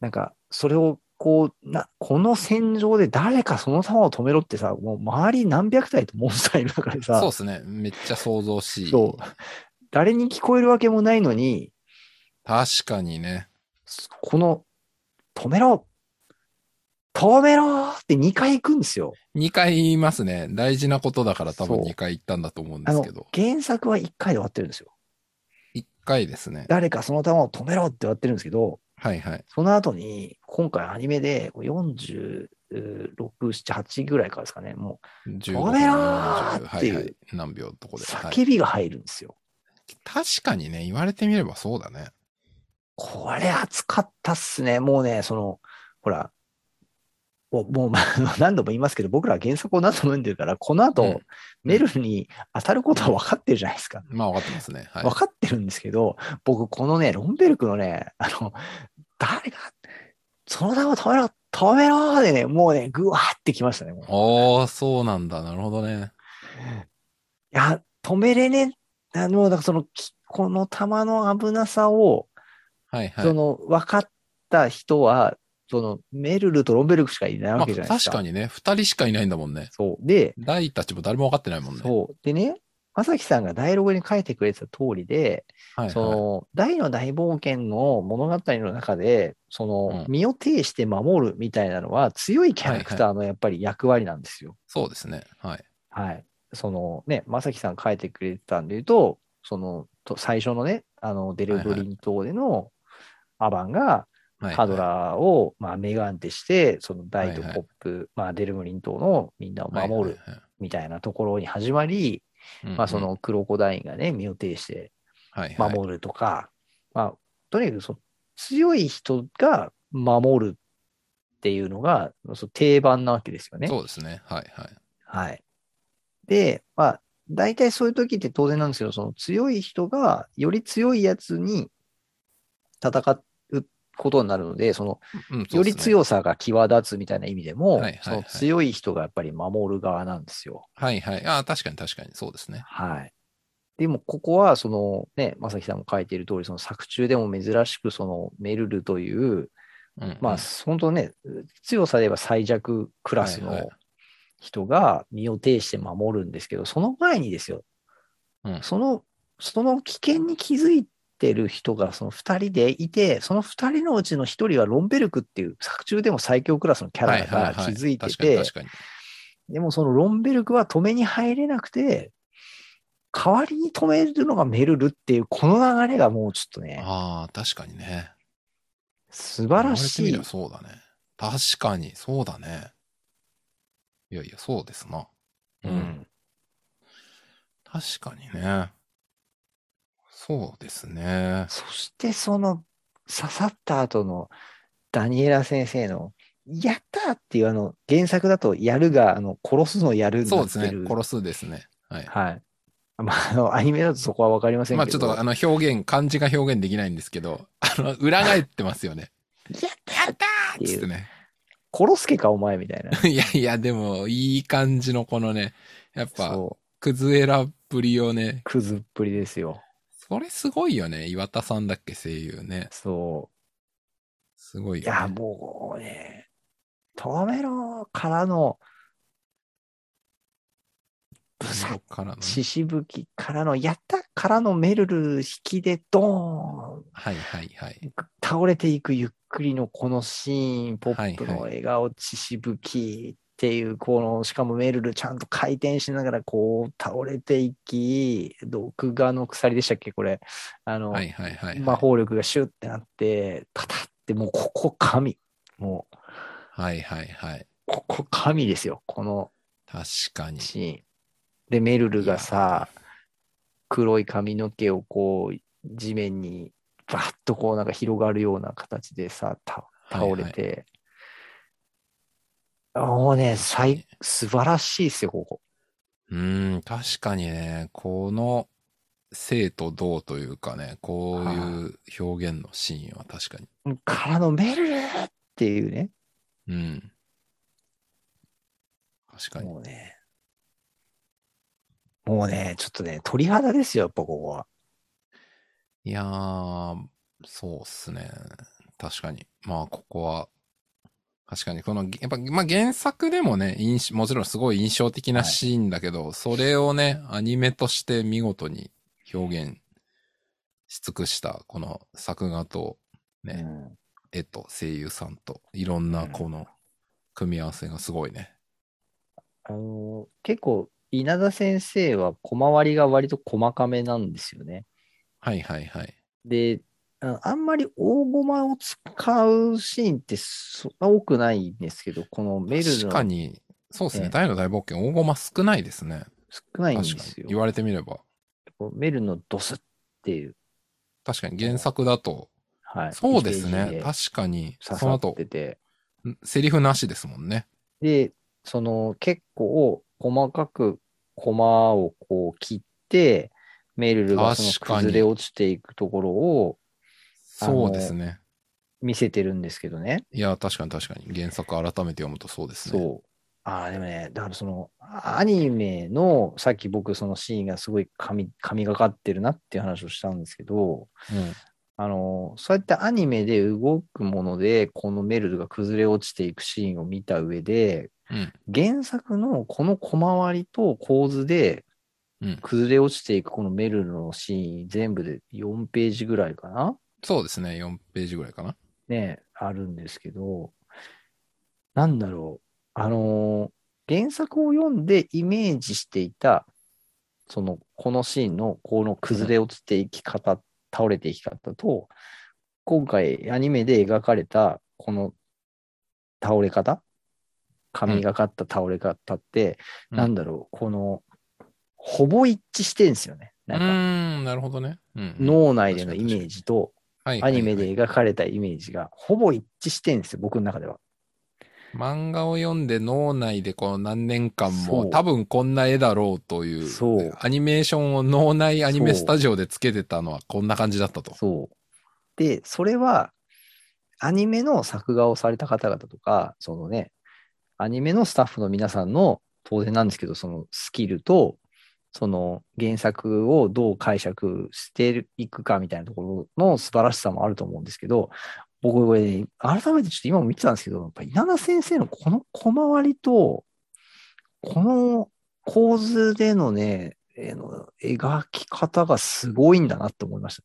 Speaker 2: なんか、それを、こう、な、この戦場で誰かその球を止めろってさ、もう周り何百体とモンスターいる中でさ、
Speaker 1: そうですね。めっちゃ想像しい。
Speaker 2: そう誰に聞こえるわけもないのに、
Speaker 1: 確かにね。
Speaker 2: この、止めろ止めろって2回行くんですよ。
Speaker 1: 2回言いますね。大事なことだから多分
Speaker 2: そう
Speaker 1: 2回言ったんだと思うんで
Speaker 2: あ
Speaker 1: す
Speaker 2: の
Speaker 1: けど、。
Speaker 2: 原作は1回で終わってるんですよ。
Speaker 1: 1回ですね。
Speaker 2: 誰かその球を止めろって終わってるんですけど、
Speaker 1: はいはい。
Speaker 2: その後に、今回アニメで46、7、8ぐらいからですかね、も
Speaker 1: 15
Speaker 2: 止めろー
Speaker 1: 40
Speaker 2: っていう
Speaker 1: はいはい。何秒のとこで。
Speaker 2: う
Speaker 1: はい、
Speaker 2: 叫びが入るんですよ。
Speaker 1: 確かにね、言われてみればそうだね。
Speaker 2: これ熱かったっすね。もうね、その、ほら、もうもうまあ <laughs> 何度も言いますけど、僕らは原作を何度も読んでるから、この後、
Speaker 1: うん
Speaker 2: メルに当たることは分かってるじゃないですか。
Speaker 1: まあ分かってますね。はい
Speaker 2: 分。かってるんですけど、僕、このね、ロンベルクのね、あの、誰が、その名を止めろ、止めろーでね、もうね、ぐわーってきましたね。もう
Speaker 1: おー、そうなんだ。なるほどね。
Speaker 2: いや、止めれねえ。あの、だからその、きこの球の危なさを、
Speaker 1: はいはい。
Speaker 2: その、分かった人は、その、メルルとロンベルクしかいない
Speaker 1: ま
Speaker 2: わ
Speaker 1: あ、
Speaker 2: けじゃないです
Speaker 1: 確か
Speaker 2: か。に。
Speaker 1: にね、2人しかいないんだもんね。
Speaker 2: そう。で、
Speaker 1: ダイたちも誰も分かってないもんね。
Speaker 2: そう。でね、まさきさんがダイログに書いてくれてた通りで、
Speaker 1: はいはい、
Speaker 2: その、大の大冒険の物語の中で、その、
Speaker 1: うん
Speaker 2: 身を挺して守るみたいなのは、強いキャラクターのやっぱり役割なんですよ。
Speaker 1: そうですね。はい。
Speaker 2: はい。そのね、まさきさん書いてくれてたんで言うと、その、と最初のね、あの、デルブリン島でのアバンが
Speaker 1: はい、
Speaker 2: ハドラーを、まあ、メガンテして、そのダイとポップ、まあ、デルブリン島のみんなを
Speaker 1: はい
Speaker 2: 守る
Speaker 1: はいはい
Speaker 2: みたいなところに始まり、
Speaker 1: うんうん
Speaker 2: まあ、そのクロコダインがね、身を挺して
Speaker 1: はいはい
Speaker 2: 守るとか、まあ、とにかくその強い人が守るっていうのが、その定番なわけですよね。
Speaker 1: そうですね。はいはい。
Speaker 2: はい。で、まあ、大体そういう時って当然なんですけど、その強い人がより強いやつに戦うことになるので、その
Speaker 1: うん、
Speaker 2: より
Speaker 1: い。
Speaker 2: 強さが際立つみたいな意味で
Speaker 1: は
Speaker 2: も、
Speaker 1: いはいはい
Speaker 2: その強い人がやっぱり守る側なんですよ。
Speaker 1: はいはい。ああ、確かに確かに。そうですね。
Speaker 2: はい。でも、ここは、そのね、まさきさんも書いている通り、その作中でも珍しく、そのメルルという、
Speaker 1: うん、
Speaker 2: まあ、本当ね、強さで言えば最弱クラス
Speaker 1: はいはい
Speaker 2: の人が身を挺して守るんですけど、その前にですよ、
Speaker 1: うん
Speaker 2: その、その危険に気づいてる人がその2人でいて、その2人のうちの1人はロンベルクっていう作中でも最強クラスのキャラだから気づいて
Speaker 1: はは
Speaker 2: て
Speaker 1: は、確かに確か
Speaker 2: でもそのロンベルクは止めに入れなくて、代わりに止めるのがメルルっていう、この流れがもうちょっと
Speaker 1: に。
Speaker 2: ね、
Speaker 1: ああ、確かにね。
Speaker 2: 素晴らし
Speaker 1: 言
Speaker 2: い
Speaker 1: われてみればそうだね。確かに、そうだね。いやいや、そうですな。うん。
Speaker 2: うん
Speaker 1: 確かにね。そうですね。
Speaker 2: そしてその刺さった後のダニエラ先生のやったーっていうあの原作だとやるがあの殺すのやるに
Speaker 1: そ
Speaker 2: な
Speaker 1: うで
Speaker 2: っ
Speaker 1: す
Speaker 2: て
Speaker 1: ね
Speaker 2: る。。
Speaker 1: 殺すですね。はい。
Speaker 2: はい。まあ、あの、アニメだとそこはわかりませんけど。
Speaker 1: まあちょっとあの表現、漢字が表現できないんですけど、あの、裏返ってますよね。
Speaker 2: やったー
Speaker 1: っつってね。
Speaker 2: 殺すけかお前みた <laughs> いな。
Speaker 1: <laughs> いやいや、でも、いい感じのこのね、やっぱ、
Speaker 2: そう。
Speaker 1: クズエラっぷりをね、
Speaker 2: クズっぷりですよ。
Speaker 1: それすごいよね。岩田さんだっけ、声優ね。
Speaker 2: そう。
Speaker 1: すごい
Speaker 2: い
Speaker 1: よ、ね。
Speaker 2: や、もうね、止めろからの、ブサッ、
Speaker 1: からのね、
Speaker 2: 血しぶきからの、やったからのメルル引きでドーン、
Speaker 1: はいはいはい。
Speaker 2: 倒れていくゆっくりのこのシーン、ポ
Speaker 1: はい
Speaker 2: ップの笑顔、血しぶきっていう、この、しかもメルルちゃんと回転しながらこう倒れていき、毒画の鎖でしたっけ、これ。あの、
Speaker 1: はいはいはい、はい。
Speaker 2: 魔法力がシュッてなって、パタって、もうここ神。もう、
Speaker 1: はいはいはい。
Speaker 2: ここ神ですよ、この
Speaker 1: 確かに。
Speaker 2: シーン。で、メルルがさ、黒い髪の毛をこう、地面にバッとこうなんか広がるような形でさ、た倒れて、もうね、最、素晴らしいですよ、ここ。
Speaker 1: うーん、確かにね、この生と動というかね、こういう表現のシーンは確かに。
Speaker 2: からのメルルっていうね。
Speaker 1: うん。確かに。
Speaker 2: もうね。もうね、ちょっとね、鳥肌ですよ、やっぱここは。
Speaker 1: いやー、そうっすね。確かに。まあ、ここは、確かに、この、やっぱ、まあ、原作でもね、印象もちろんすごい印象的なシーンだけど、それをね、アニメとして見事に表現し尽くした、この作画と、ね、
Speaker 2: うん
Speaker 1: 絵と声優さんといろんなこの組み合わせがすごいね。
Speaker 2: あの結構、稲田先生は小回りが割と細かめなんですよね。
Speaker 1: はいはいはい。
Speaker 2: で、ああんまり大駒を使うシーンってそんな多くないんですけど、このメルル
Speaker 1: 確か
Speaker 2: の
Speaker 1: に、そうです
Speaker 2: え
Speaker 1: ね。
Speaker 2: え
Speaker 1: 大の大冒険、大駒少ないですね。
Speaker 2: 少ないんで
Speaker 1: 確か
Speaker 2: す
Speaker 1: に。
Speaker 2: よ。
Speaker 1: 言われてみれば。
Speaker 2: こうメルのドスっていう。
Speaker 1: 確かに原作だと。
Speaker 2: はい、
Speaker 1: そうです
Speaker 2: イメージ
Speaker 1: ね。
Speaker 2: で
Speaker 1: 確かに。
Speaker 2: 刺
Speaker 1: その
Speaker 2: さ
Speaker 1: 後
Speaker 2: っ、てて。
Speaker 1: セリフなしですもんね。
Speaker 2: で、その結構細かくコマをこう切って、メルルがその
Speaker 1: 確かに
Speaker 2: 崩れ落ちていくところを
Speaker 1: そうですね。
Speaker 2: 見せてるんですけどね。
Speaker 1: いや、確かに確かに。原作改めて読むとそうですね。
Speaker 2: そう。ああ、でもね、だからそのアニメのさっき僕そのシーンがすごい神神がかってるなっていう話をしたんですけど、
Speaker 1: うん
Speaker 2: あの、そうやってアニメで動くもので、このメルルが崩れ落ちていくシーンを見た上で、
Speaker 1: うん
Speaker 2: 原作のこの小回りと構図で
Speaker 1: うん。
Speaker 2: 崩れ落ちていくこのメルルのシーン全部で4ページぐらいかな
Speaker 1: そうですね。4ページぐらいかな。
Speaker 2: ね、あるんですけど、なんだろう。あのー原作を読んでイメージしていた、その、このシーンの、この崩れ落ちていき方、倒れていき方と、今回アニメで描かれた、この倒れ方神がかった倒れ方って、
Speaker 1: うん
Speaker 2: なんだろう、この、ほぼ一致してんですよね。
Speaker 1: う
Speaker 2: なんか、
Speaker 1: ーん、なるほどね。うんうん、
Speaker 2: 脳内でのイメージと、
Speaker 1: はいはいは
Speaker 2: ア
Speaker 1: い
Speaker 2: ニメで描かれたイメージがほぼ一致してんですよ、僕の中では。
Speaker 1: 漫画を読んで脳内でこう何年間
Speaker 2: そ
Speaker 1: も
Speaker 2: う
Speaker 1: 多分こんな絵だろうという
Speaker 2: そう
Speaker 1: アニメーションを脳内アニメ
Speaker 2: そう
Speaker 1: スタジオでつけてたのはこんな感じだったと。
Speaker 2: そう。で、それは、アニメの作画をされた方々とか、そのね、アニメのスタッフの皆さんの、当然なんですけど、そのスキルと、その原作をどう解釈していくかみたいなところの素晴らしさもあると思うんですけど、僕、これね、改めてちょっと今も見てたんですけど、やっぱ稲田先生のこの小回りと、この構図でのね、えーの描き方がすごいんだなって思いました。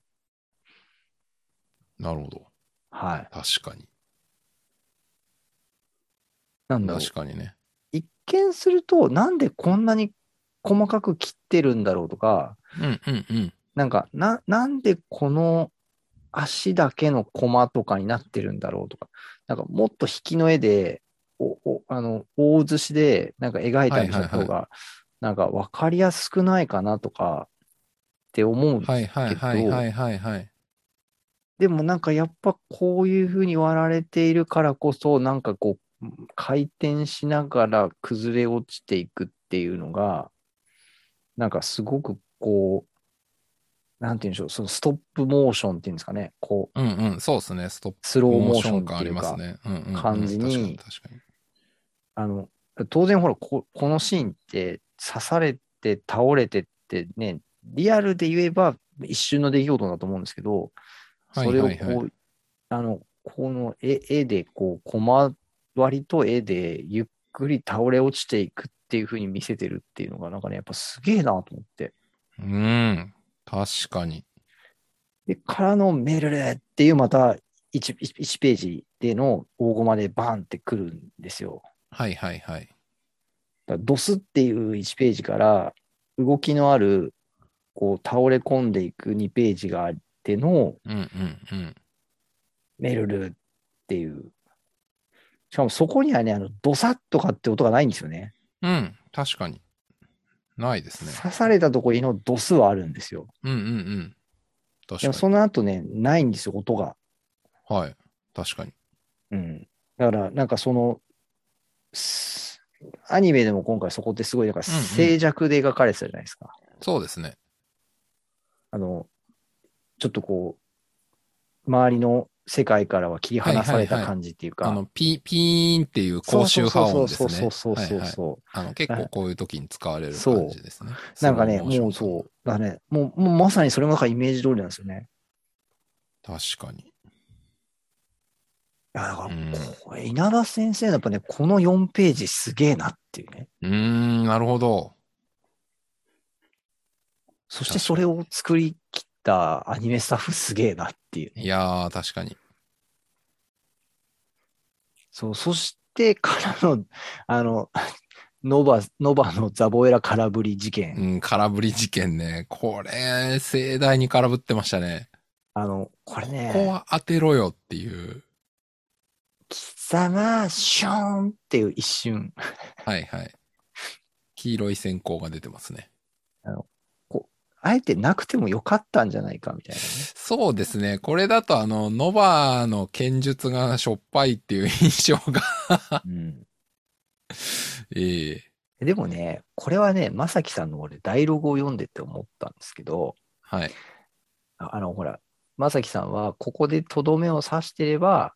Speaker 1: なるほど。
Speaker 2: はい。
Speaker 1: 確かに。
Speaker 2: なんだろう
Speaker 1: 確。かにね。
Speaker 2: 一見すると、なんでこんなに細かく切ってるんだろうとか、
Speaker 1: うんうんうん。
Speaker 2: なんか、な、なんでこの足だけのコマとかになってるんだろうとか、なんかもっと引きの絵で、お、お、あの、大写しで、なんか描いたりした
Speaker 1: は
Speaker 2: 方
Speaker 1: いは
Speaker 2: が、なんか分かりやすくないかなとか、って思うんですけど、
Speaker 1: はいはいはいはいはいはい。
Speaker 2: でもなんかやっぱこういうふうに割られているからこそ、なんかこう、回転しながら崩れ落ちていくっていうのが、なんかすごくこう、なんて言うんでしょう、そのストップモーションっていうんですかね、こう、
Speaker 1: うんうん。そうですね。ストッ
Speaker 2: スロ
Speaker 1: プ
Speaker 2: ーモ
Speaker 1: モ
Speaker 2: ー
Speaker 1: ー
Speaker 2: シ
Speaker 1: シ
Speaker 2: ョ
Speaker 1: ョ
Speaker 2: ンっ
Speaker 1: ン
Speaker 2: て
Speaker 1: 感あ
Speaker 2: い
Speaker 1: り
Speaker 2: う
Speaker 1: ます
Speaker 2: か、
Speaker 1: ね。うんうん、うん。
Speaker 2: 感じに
Speaker 1: 確かに確か
Speaker 2: あの、当然ほらこ、このシーンって刺されて倒れてってね、リアルで言えば一瞬の出来事だと思うんですけど、
Speaker 1: に。
Speaker 2: それをこ、
Speaker 1: はいはいはいう
Speaker 2: あの、この絵絵で、こう、コマ割りと絵で、ゆっくり倒れ落ちていくっていう風に見せてるっていうのが、なんかね、やっぱすげえなと思って。
Speaker 1: うん。確かに。
Speaker 2: で、からのメルルっていう、また1、一一ページでの大駒でバーンってくるんですよ。
Speaker 1: はいはいはい。
Speaker 2: だからドスっていう1ページから、動きのある、こう、倒れ込んでいく2ページがあっての、
Speaker 1: うんうんうん。
Speaker 2: メルルっていう。しかもそこにはね、あの、ドサッとかって音がないんですよね。
Speaker 1: うん。確かに。ないですね。
Speaker 2: 刺されたところのドスはあるんですよ。
Speaker 1: うんうんうん。確
Speaker 2: でも
Speaker 1: か
Speaker 2: その後ね、ないんですよ、音が。
Speaker 1: に。はい。確かに。
Speaker 2: うん。だから、なんかその、すアニメでも今回そこってすごい、だから
Speaker 1: うんうん
Speaker 2: 静寂で描かれてたじゃないですか。
Speaker 1: そうですね。
Speaker 2: あの、ちょっとこう、周りの世界からは切り離され
Speaker 1: はいはいは
Speaker 2: た
Speaker 1: い
Speaker 2: 感じっていうか。
Speaker 1: あの、ピー、ピーンっていう高周波音ですね。
Speaker 2: そうそうそうそうそう
Speaker 1: はいはい
Speaker 2: そう。
Speaker 1: あの、結構こういう時に使われる感じですね。
Speaker 2: なんかね、
Speaker 1: スローモーション
Speaker 2: もうそう。だからね、もう、もうまさにそれがイメージ通りなんですよね。
Speaker 1: 確かに。
Speaker 2: いや、だか
Speaker 1: うん
Speaker 2: ら、これ、稲田先生のやっぱね、この4ページすげえなっていうね。
Speaker 1: うーん、なるほど。
Speaker 2: そしてそれを作り切ったアニメスタッフすげえなっていうね。
Speaker 1: いやー、確かに。
Speaker 2: そう、そしてからの、 <laughs> あの、ノバ、ノバのザボエラ空振り事件。
Speaker 1: うん、空振り事件ね。これ、盛大に空振ってましたね。
Speaker 2: あの、これね、
Speaker 1: ここは当てろよっていう。
Speaker 2: 貴様、ショーンっていう一瞬。
Speaker 1: はいはい。黄色い閃光が出てますね。
Speaker 2: あえてなくてもよかったんじゃないかみたいなね。
Speaker 1: そうですね。これだとあの、ノバの剣術がしょっぱいっていう印象が。 <laughs> ええ
Speaker 2: でもね、これはね、まさきさんの俺、ダイログを読んでて思ったんですけど、
Speaker 1: はい。
Speaker 2: ああの、ほら、まさきさんは、ここでとどめを刺してれば、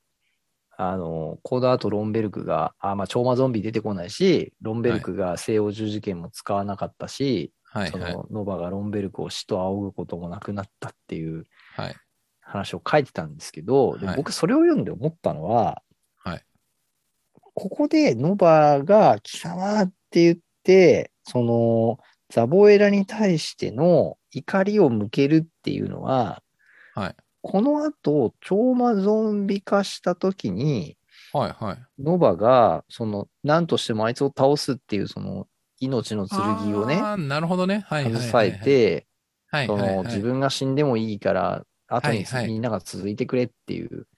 Speaker 2: あの、コーダーとロンベルクが、あ、まあ、超魔ゾンビ出てこないし、ロンベルクが西欧十字剣も使わなかったし、
Speaker 1: はい
Speaker 2: そ
Speaker 1: はい。
Speaker 2: の、ノバがロンベルクを死と仰ぐこともなくなったっていう
Speaker 1: はい。
Speaker 2: 話を書いてたんですけど、で
Speaker 1: はい
Speaker 2: 僕それを読んで思ったのは、
Speaker 1: はい
Speaker 2: ここでノバが貴様って言って、そのザボエラに対しての怒りを向けるっていうのは、
Speaker 1: はい
Speaker 2: この後、超魔ゾンビ化した時に、
Speaker 1: はいはい。
Speaker 2: ノバが、その、何としてもあいつを倒すっていう、その、命の剣をね、
Speaker 1: あーなるほどね。はいはいはい、はい。
Speaker 2: 携えて、
Speaker 1: はい
Speaker 2: そ
Speaker 1: はいはい、
Speaker 2: の自分が死んでもいいから、後に
Speaker 1: はいはい
Speaker 2: みんなが続いてくれっていう。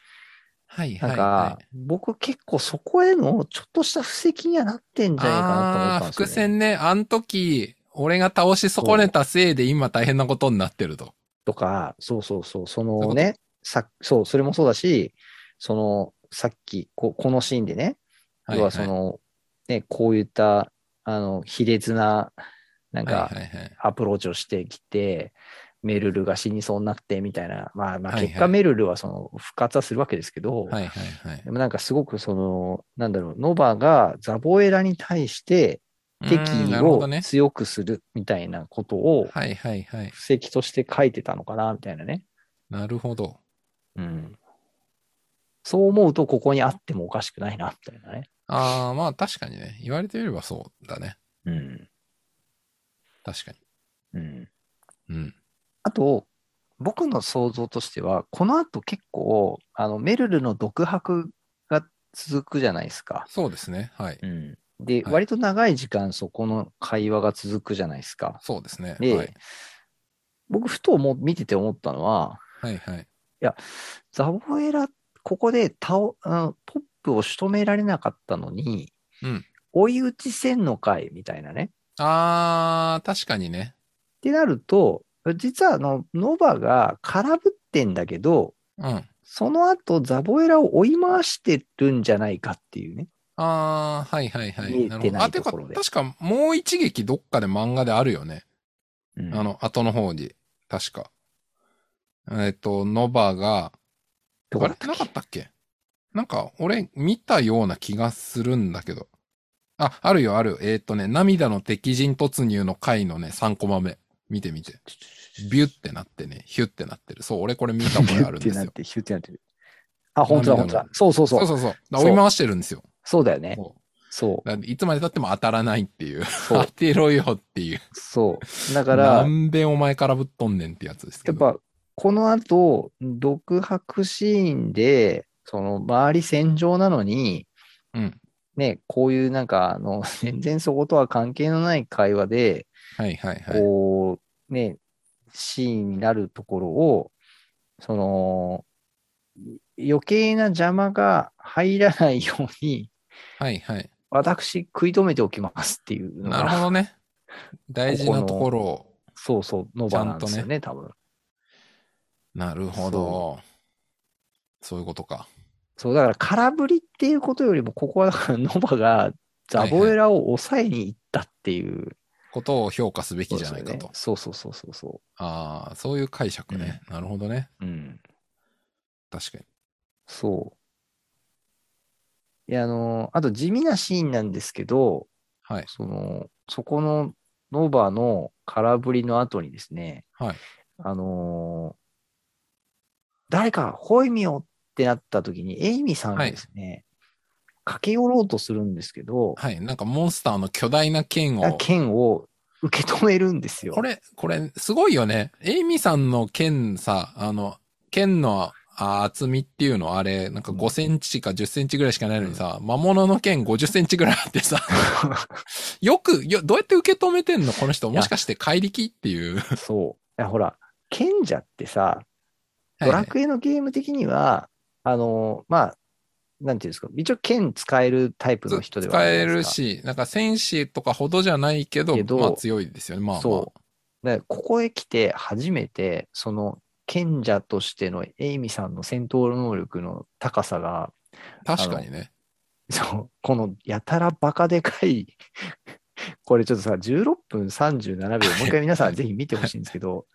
Speaker 1: はいはい
Speaker 2: な
Speaker 1: は
Speaker 2: ん
Speaker 1: い。
Speaker 2: か、僕結構そこへのちょっとした布石にはなってんじゃないかなと思っ
Speaker 1: あ
Speaker 2: た
Speaker 1: あー、
Speaker 2: んです
Speaker 1: 伏
Speaker 2: よ、ね。
Speaker 1: 線ね。あの時、俺が倒し損ねたせいで今大変なことになってると。
Speaker 2: とか、そうそうそう、そ
Speaker 1: そういう
Speaker 2: の
Speaker 1: こと
Speaker 2: ね、さそう、それもそうだし、その、さっきこ、このシーンでね、
Speaker 1: はいは
Speaker 2: 要はいその、ね、こういった、あの、卑劣な、なん
Speaker 1: は
Speaker 2: か、
Speaker 1: いはいはい。
Speaker 2: アプローチをしてきて、メルルが死にそうになってみたいな、まあまあ
Speaker 1: はいはい
Speaker 2: 結果メルルはその復活はするわけですけど、
Speaker 1: はいはいはい
Speaker 2: でもなんかすごくその、なんだろう、ノバがザボエラに対して敵
Speaker 1: うん
Speaker 2: 意
Speaker 1: なるほ
Speaker 2: を
Speaker 1: どね。
Speaker 2: 強くするみたいなことを
Speaker 1: はいはいはい。
Speaker 2: 布石として書いてたのかな、みたいなね。
Speaker 1: なるほど。
Speaker 2: うん。そう思うとここにあってもおかしくないな、みたいなね。
Speaker 1: ああ、まあ確かにね。言われてみればそうだね。
Speaker 2: うん。
Speaker 1: 確か
Speaker 2: うん。
Speaker 1: に。うん。
Speaker 2: あと、僕の想像としては、この後結構、あの、メルルの独白が続くじゃないですか。
Speaker 1: そうですね。はい。
Speaker 2: うん。で、
Speaker 1: はい
Speaker 2: 割と長い時間そこの会話が続くじゃないですか。
Speaker 1: そうですね。
Speaker 2: で
Speaker 1: はい。
Speaker 2: 僕、ふとも見てて思ったのは、
Speaker 1: はいはい。
Speaker 2: ザボエラ、ここで倒、あのポップを仕留められなかったのに、
Speaker 1: うん
Speaker 2: 追い打ちせんのかいみたいなね。
Speaker 1: ああ、確かにね。
Speaker 2: ってなると、実はあの、ノバが空振ってんだけど、
Speaker 1: うん。
Speaker 2: その後ザボエラを追い回してるんじゃないかっていうね。
Speaker 1: ああ、はいはいはい。
Speaker 2: 見えてない
Speaker 1: るほどあ、てか、
Speaker 2: ところで
Speaker 1: 確かもう一撃どっかで漫画であるよね。
Speaker 2: うん
Speaker 1: あの、後の方に。確か。えっと、ノバが、
Speaker 2: どこ
Speaker 1: あれ
Speaker 2: だったっ
Speaker 1: な
Speaker 2: け
Speaker 1: かったっけなんか、俺、見たような気がするんだけど。あ、あるよ、ある。えーっ、とね、涙の敵陣突入の回のね、3コマ目。見てみて。ビュってなってね、ヒュってなってる。そう、俺これ見たこ
Speaker 2: ヒ
Speaker 1: とあ
Speaker 2: ュ
Speaker 1: る
Speaker 2: っ
Speaker 1: ん
Speaker 2: <laughs> て
Speaker 1: です
Speaker 2: なっ
Speaker 1: よ。
Speaker 2: て、ヒュってなってる。あ、本当だ、本当だ。そうそう
Speaker 1: そ
Speaker 2: そうう。
Speaker 1: そうそう。だ
Speaker 2: そう
Speaker 1: 追い回してるんですよ。
Speaker 2: そうだよね。
Speaker 1: そ
Speaker 2: そう
Speaker 1: う。。だからいつまで経っても当たらないっていう。
Speaker 2: そう
Speaker 1: 当てろよっていう。
Speaker 2: そう。
Speaker 1: だ
Speaker 2: だから
Speaker 1: な、んでお前からぶっ飛んねんってやつですけ
Speaker 2: やっ
Speaker 1: ど。
Speaker 2: ぱ、この後、独白シーンで、その、周り戦場なのに、
Speaker 1: うん。
Speaker 2: ね、こういうなんか、あの、 <laughs> 全然そことは関係のない会話で、
Speaker 1: はいはいはい。
Speaker 2: こう、ね、シーンになるところを、その、余計な邪魔が入らないように、
Speaker 1: はいはい。
Speaker 2: 私食い止めておきますっていうの
Speaker 1: なる
Speaker 2: が、
Speaker 1: ほどね。大事なところを。
Speaker 2: そうそう、ノバなんですよね、多分。
Speaker 1: なるほど。そういうことか。
Speaker 2: そう、だから空振りっていうことよりも、ここはだからノバがザボエラを抑えに行ったっていう
Speaker 1: ことを評価すべきじゃないか。
Speaker 2: こととですよねそうそうそうそうそ
Speaker 1: ああ、そういう解釈ね。なるほどね。
Speaker 2: う。うん。
Speaker 1: 確かに。
Speaker 2: そう。いや、あの、あと地味なシーンなんですけど、
Speaker 1: はい。
Speaker 2: その、そこのノバの空振りの後にですね、
Speaker 1: はい。
Speaker 2: あのー誰か、ホイミをってなった時に、エイミさんがですね、駆け寄ろうとするんですけど、
Speaker 1: はい。なんかモンスターの巨大な剣を。
Speaker 2: 剣を受け止めるんですよ。
Speaker 1: これ、これ、すごいよね。エイミさんの剣さ、あの、剣のあ厚みっていうのあれ、なんか5センチか10センチぐらいしかないのにさ、魔物の剣50センチぐらいあってさ、よく、よ、どうやって受け止めてんのこの人、もしかして怪力っていう。
Speaker 2: <laughs> そう。いや、ほら、賢者ってさ、ド
Speaker 1: は
Speaker 2: ラ
Speaker 1: い
Speaker 2: クエのゲーム的には、あのーまあ、なんていうんですか、一応剣使えるタイプの人ではあ
Speaker 1: 使
Speaker 2: る
Speaker 1: え
Speaker 2: んで
Speaker 1: る
Speaker 2: すか。
Speaker 1: し、なんか戦士とかほどじゃないけど、
Speaker 2: けど
Speaker 1: まあ強いですよね。まあ、まあ、
Speaker 2: そう。で、ここへ来て初めて、その、賢者としてのエイミさんの戦闘能力の高さが、
Speaker 1: 確かにね。
Speaker 2: そう、このやたらバカでかい、これちょっとさ、16分37秒、もう一回皆さんぜひ見てほしいんですけど、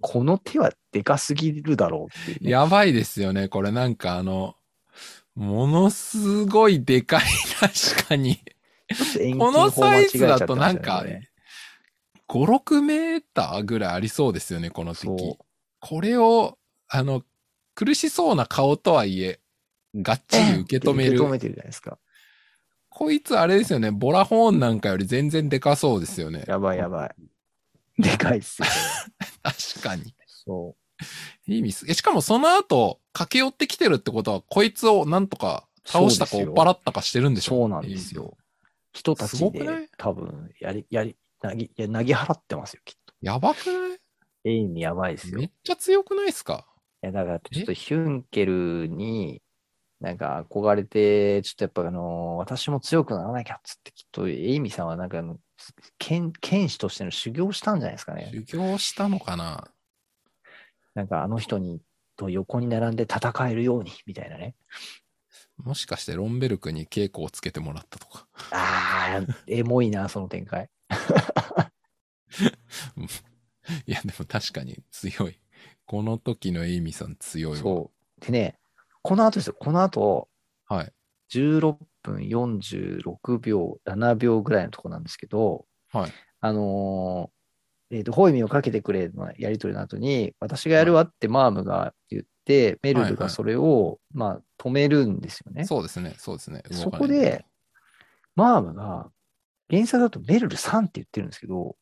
Speaker 2: この手はでかすぎるだろうっていうね、
Speaker 1: やばいですよね。これなんかあの、ものすごいでかい、確か
Speaker 2: <laughs>
Speaker 1: に。
Speaker 2: ちょっと遠近
Speaker 1: この
Speaker 2: 法間
Speaker 1: サイ
Speaker 2: 違え
Speaker 1: ズ
Speaker 2: ちゃっ
Speaker 1: だ
Speaker 2: て
Speaker 1: と
Speaker 2: ま
Speaker 1: な
Speaker 2: し
Speaker 1: ん
Speaker 2: た
Speaker 1: か
Speaker 2: ね、
Speaker 1: 5、6メーターぐらいありそうですよね、この
Speaker 2: そう
Speaker 1: 敵。これを、あの、苦しそうな顔とはいえ、がっちり受け止め
Speaker 2: <laughs> 受
Speaker 1: る
Speaker 2: け。止めてるじゃないですか。
Speaker 1: こいつあれですよね、ボラホーンなんかより全然でかそうですよね。
Speaker 2: やばいやばい。でかいっすよ、ね。
Speaker 1: 確かに。
Speaker 2: そ
Speaker 1: いいミス。えしかもその後、駆け寄ってきてるってことは、こいつをなんとか倒したか
Speaker 2: そう
Speaker 1: 追
Speaker 2: で
Speaker 1: っ
Speaker 2: すよ
Speaker 1: 払ったかしてるん
Speaker 2: う。
Speaker 1: でしょ
Speaker 2: そうなんですよ。。人た
Speaker 1: す
Speaker 2: ち
Speaker 1: ごくな
Speaker 2: で
Speaker 1: い
Speaker 2: 多分、やり、やり、なぎ、いや、なぎ払ってますよ、きっと。
Speaker 1: やばくない
Speaker 2: エイミやばいですよ。
Speaker 1: めっちゃ強くないですか
Speaker 2: いや、だから、ちょっとヒュンケルに、なんか憧れて、ちょっとやっぱあのー私も強くならなきゃっつって、きっと、エイミさんはなんかあの、剣、剣士としての修行をしたんじゃないですかね。
Speaker 1: 修行したのかな
Speaker 2: なんかあの人に、と横に並んで戦えるように、みたいなね。
Speaker 1: もしかしてロンベルクに稽古をつけてもらったとか。 <laughs>
Speaker 2: ああ、エモいな、その展開。
Speaker 1: いや、でも確かに強い。この時のエイミさん強いわ。
Speaker 2: そう。でね、この後ですよ、この後、
Speaker 1: はい。
Speaker 2: 16分46秒、7秒ぐらいのとこなんですけど、
Speaker 1: はい。
Speaker 2: あのーえっ、と、ホイミをかけてくれのやりとりの後に、私がやるわってマームが言って、メル
Speaker 1: はい
Speaker 2: ル
Speaker 1: はい
Speaker 2: がそれを、まあ、止めるんですよね。
Speaker 1: そうですね。そうですね。
Speaker 2: そ
Speaker 1: 動か
Speaker 2: こ
Speaker 1: ない
Speaker 2: で、マームが、原作だとメルルさんって言ってるんですけど、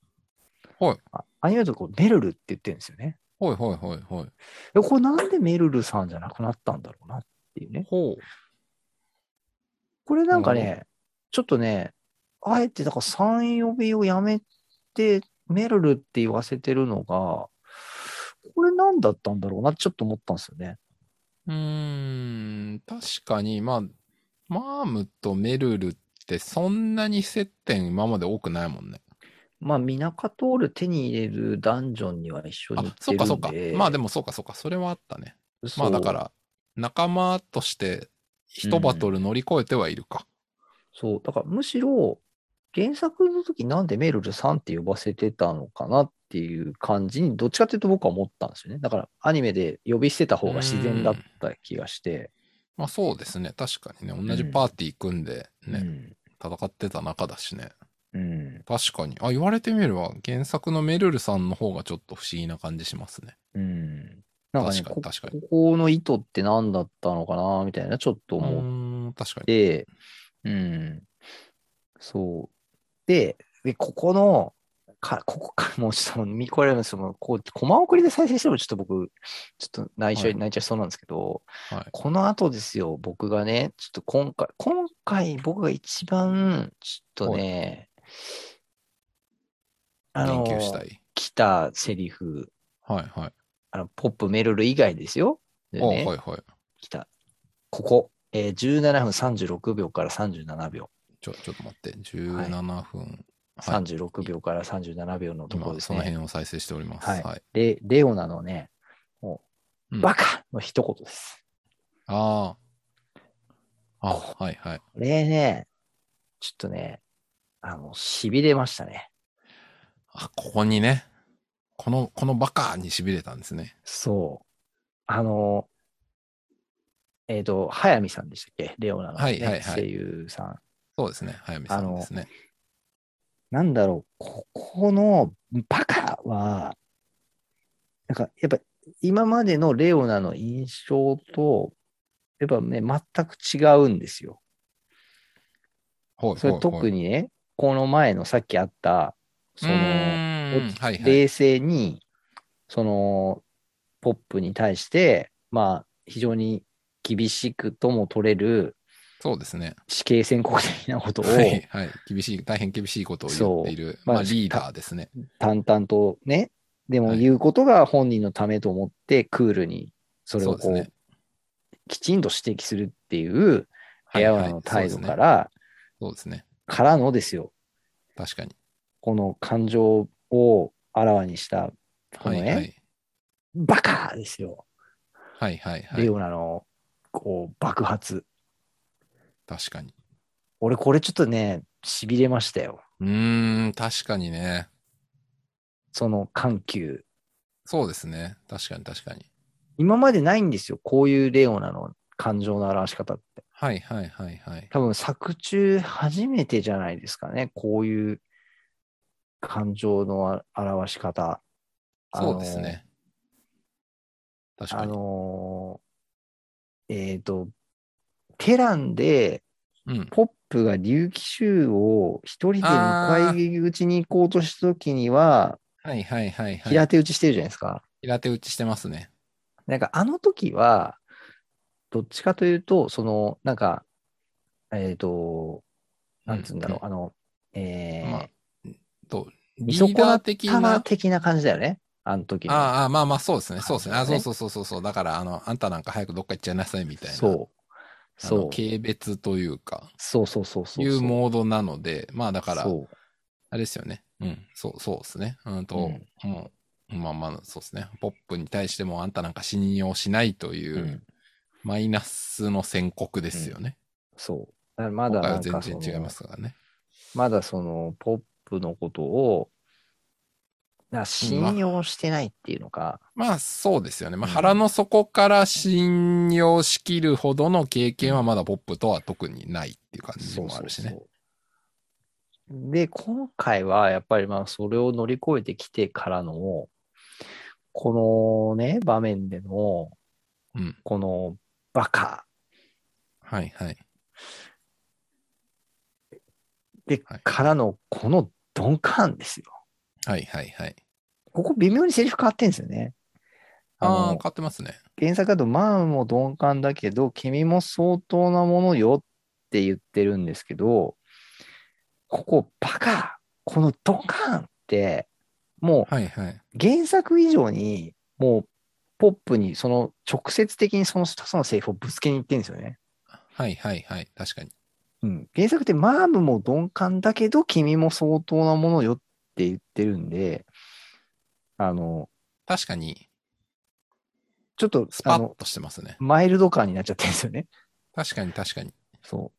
Speaker 1: はい
Speaker 2: あアニメだとこうメルルって言ってるんですよね。
Speaker 1: ほいほいほいほい。
Speaker 2: でこれなんでメルルさんじゃなくなったんだろうなっていうね。
Speaker 1: ほう。
Speaker 2: これなんか
Speaker 1: な
Speaker 2: ね、ちょっとね、あえてだから3呼びをやめて、メルルって言わせてるのが、これ何だったんだろうなってちょっと思ったんですよね。
Speaker 1: うーん、確かに、まあ、マームとメルルってそんなに接点今まで多くないもんね。
Speaker 2: まあ、ミナカトール手に入れるダンジョンには一緒
Speaker 1: あ
Speaker 2: に行っ、て
Speaker 1: そ
Speaker 2: る
Speaker 1: うん
Speaker 2: で。
Speaker 1: かそうか。まあでもそうかそうか。それはあったね。ま
Speaker 2: そ
Speaker 1: あ
Speaker 2: う
Speaker 1: だか。ら、仲間として一バトル乗り越えてはいるか。
Speaker 2: そう。だからむしろ、原作の時なんでメルルさんって呼ばせてたのかなっていう感じに、どっちかっていうと僕は思ったんですよね。だからアニメで呼び捨てた方が自然だった気がして。
Speaker 1: まあそうですね。確かにね。同じパーティー組んでね、
Speaker 2: うん
Speaker 1: 戦ってた仲だしね。
Speaker 2: うん。
Speaker 1: 確かに。あ、言われてみれば、原作のメルルさんの方がちょっと不思議な感じしますね。
Speaker 2: うん。なんかね、
Speaker 1: 確かに
Speaker 2: こ
Speaker 1: 確かに
Speaker 2: ここの意図って何だったのかな、みたいな、ちょっと
Speaker 1: う
Speaker 2: 思っ
Speaker 1: ーん、確かに。
Speaker 2: て、うん、そう。で、で、ここの、か、ここか、 <laughs> もうちょっと見これるんですよ。こう、コマ送りで再生してもちょっと僕、ちょっと内緒
Speaker 1: はい
Speaker 2: に泣いちゃいそうなんですけど、
Speaker 1: はい
Speaker 2: この後ですよ、僕がね、ちょっと今回、今回僕が一番、ちょっとね、あ
Speaker 1: 言
Speaker 2: の、
Speaker 1: 及したい。
Speaker 2: 来たセリフ、
Speaker 1: はいはい。
Speaker 2: あの、ポップメルル以外ですよ。で
Speaker 1: お
Speaker 2: ね、
Speaker 1: はいはい。
Speaker 2: 来た。ここ、えー、17分36秒から37秒、
Speaker 1: ちょ、ちょっと待って。17分。はい。
Speaker 2: 36秒から37秒のところ
Speaker 1: 今、
Speaker 2: です
Speaker 1: その
Speaker 2: ね。
Speaker 1: 辺を再生しております。
Speaker 2: は
Speaker 1: はいい。
Speaker 2: レレオナのね、も
Speaker 1: うん
Speaker 2: バカの一言です。
Speaker 1: ああ。あ、はいはい。
Speaker 2: これね、ちょっとね、あの、痺れましたね。
Speaker 1: あ、ここにね、この、このバカに痺れたんですね。
Speaker 2: そう。あの、えっ、と、早見さんでしたっけレオナの、ね
Speaker 1: はいはいはい
Speaker 2: 声優さん。
Speaker 1: そうですね。早見さんですね。
Speaker 2: なんだろう、ここのバカは、なんかやっぱ今までのレオナの印象と、やっぱね、全く違うんですよ。
Speaker 1: ほい
Speaker 2: それ特にね、この前のさっきあった、その、
Speaker 1: うーんはいはい。
Speaker 2: 冷静に、その、ポップに対して、まあ、非常に厳しくとも取れる
Speaker 1: そうですね。
Speaker 2: 死刑宣告的なことを
Speaker 1: はいはい。厳しい、大変厳しいことを言っている、
Speaker 2: そう
Speaker 1: ま
Speaker 2: ま
Speaker 1: あ
Speaker 2: あ
Speaker 1: リーダーですね。
Speaker 2: 淡々とね、でも
Speaker 1: はい
Speaker 2: 言うことが本人のためと思って、クールに、それ
Speaker 1: そ
Speaker 2: を
Speaker 1: うです
Speaker 2: こ
Speaker 1: ね
Speaker 2: う、。きちんと指摘するっていう、レオナの態度か
Speaker 1: はいはい。
Speaker 2: ら、
Speaker 1: そうですね。
Speaker 2: からのですよ、
Speaker 1: そうですね確かに。
Speaker 2: この感情をあらわにした、こ
Speaker 1: は
Speaker 2: の
Speaker 1: い
Speaker 2: ね、
Speaker 1: はい。
Speaker 2: バカですよ、
Speaker 1: はいはいは
Speaker 2: レ
Speaker 1: い。
Speaker 2: オナの、こう、爆発。
Speaker 1: 確かに。
Speaker 2: 俺、これちょっとね、痺れましたよ。
Speaker 1: うーん、確かにね。
Speaker 2: その緩急。
Speaker 1: そうですね。確かに確かに。
Speaker 2: 今までないんですよ。こういうレオナの感情の表し方って。
Speaker 1: はいはいはいはい。
Speaker 2: 多分作中初めてじゃないですかね。こういう感情のあ表し方。あの
Speaker 1: そうです。ね。確
Speaker 2: あ
Speaker 1: かに。
Speaker 2: のーえっ、と、テランで
Speaker 1: うん。
Speaker 2: ポップが竜騎衆を一人で
Speaker 1: あー
Speaker 2: 迎え撃ちに行こうとした時には、
Speaker 1: はいはいはいはい。
Speaker 2: 平手打ちしてるじゃないですか。
Speaker 1: 平手打ちしてますね。
Speaker 2: なんかあの時は、どっちかというと、その、なんか、えっ、と、なんつうんだろう、あの、えー
Speaker 1: まあと、リ
Speaker 2: 見損
Speaker 1: ー
Speaker 2: な
Speaker 1: ダー
Speaker 2: っ
Speaker 1: 的
Speaker 2: たな
Speaker 1: な。
Speaker 2: 的な感じだよね、あの時の。
Speaker 1: ああ、まあまあ、そうですね。そうですね。あ
Speaker 2: 感じだ
Speaker 1: そう
Speaker 2: ね
Speaker 1: そうそうそうそう。だから、あの、あんたなんか早くどっか行っちゃいなさいみたいな。
Speaker 2: そう。
Speaker 1: あの
Speaker 2: そう。
Speaker 1: 軽蔑というか、
Speaker 2: そうそうそうそう。
Speaker 1: いうモードなので、まあだから、
Speaker 2: そう
Speaker 1: あれですよね。うん、そう、そうですね。うんと、
Speaker 2: うん
Speaker 1: もう、まあまあ、そうですね。ポップに対しても、あんたなんか信用しないというう、
Speaker 2: ん
Speaker 1: マイナスの宣告ですよね。
Speaker 2: そう。だからまだ
Speaker 1: 今回
Speaker 2: な
Speaker 1: は
Speaker 2: んか
Speaker 1: 全
Speaker 2: そ
Speaker 1: 然違い
Speaker 2: の
Speaker 1: ますからね。
Speaker 2: まだその、ポップのことを、なんか信用してないっていうのか、
Speaker 1: まあそうですよね。まあ
Speaker 2: うん
Speaker 1: 腹の底から信用しきるほどの経験はまだポップとは特にないっていう感じもあるしね。
Speaker 2: そうそうで、今回はやっぱりまあそれを乗り越えてきてからの、このね、場面での、
Speaker 1: うん。
Speaker 2: このバカ。
Speaker 1: はいはい。
Speaker 2: で、
Speaker 1: はい
Speaker 2: からのこの鈍感ですよ。
Speaker 1: はいはいはい。
Speaker 2: ここ微妙にセリフ変わってんですよね。あ
Speaker 1: ああ
Speaker 2: の
Speaker 1: ー、買ってますね。
Speaker 2: 原作だと、まあも鈍感だけど、君も相当なものよって言ってるんですけど、ここ、バカこの鈍感って、もう、
Speaker 1: はいはい。
Speaker 2: 原作以上に、もう、ポップに、その、直接的にその2つのセリフをぶつけに行ってんですよね。
Speaker 1: はいはいはい。確かに。
Speaker 2: うん。原作って、マームも鈍感だけど、君も相当なものよって言ってるんで、あの、
Speaker 1: 確かに、
Speaker 2: ちょっと、
Speaker 1: スパ
Speaker 2: あ
Speaker 1: ッ
Speaker 2: の、
Speaker 1: としてますね。
Speaker 2: マイルド感になっちゃってるんですよね。 <laughs>
Speaker 1: 確かに確かに。
Speaker 2: そう。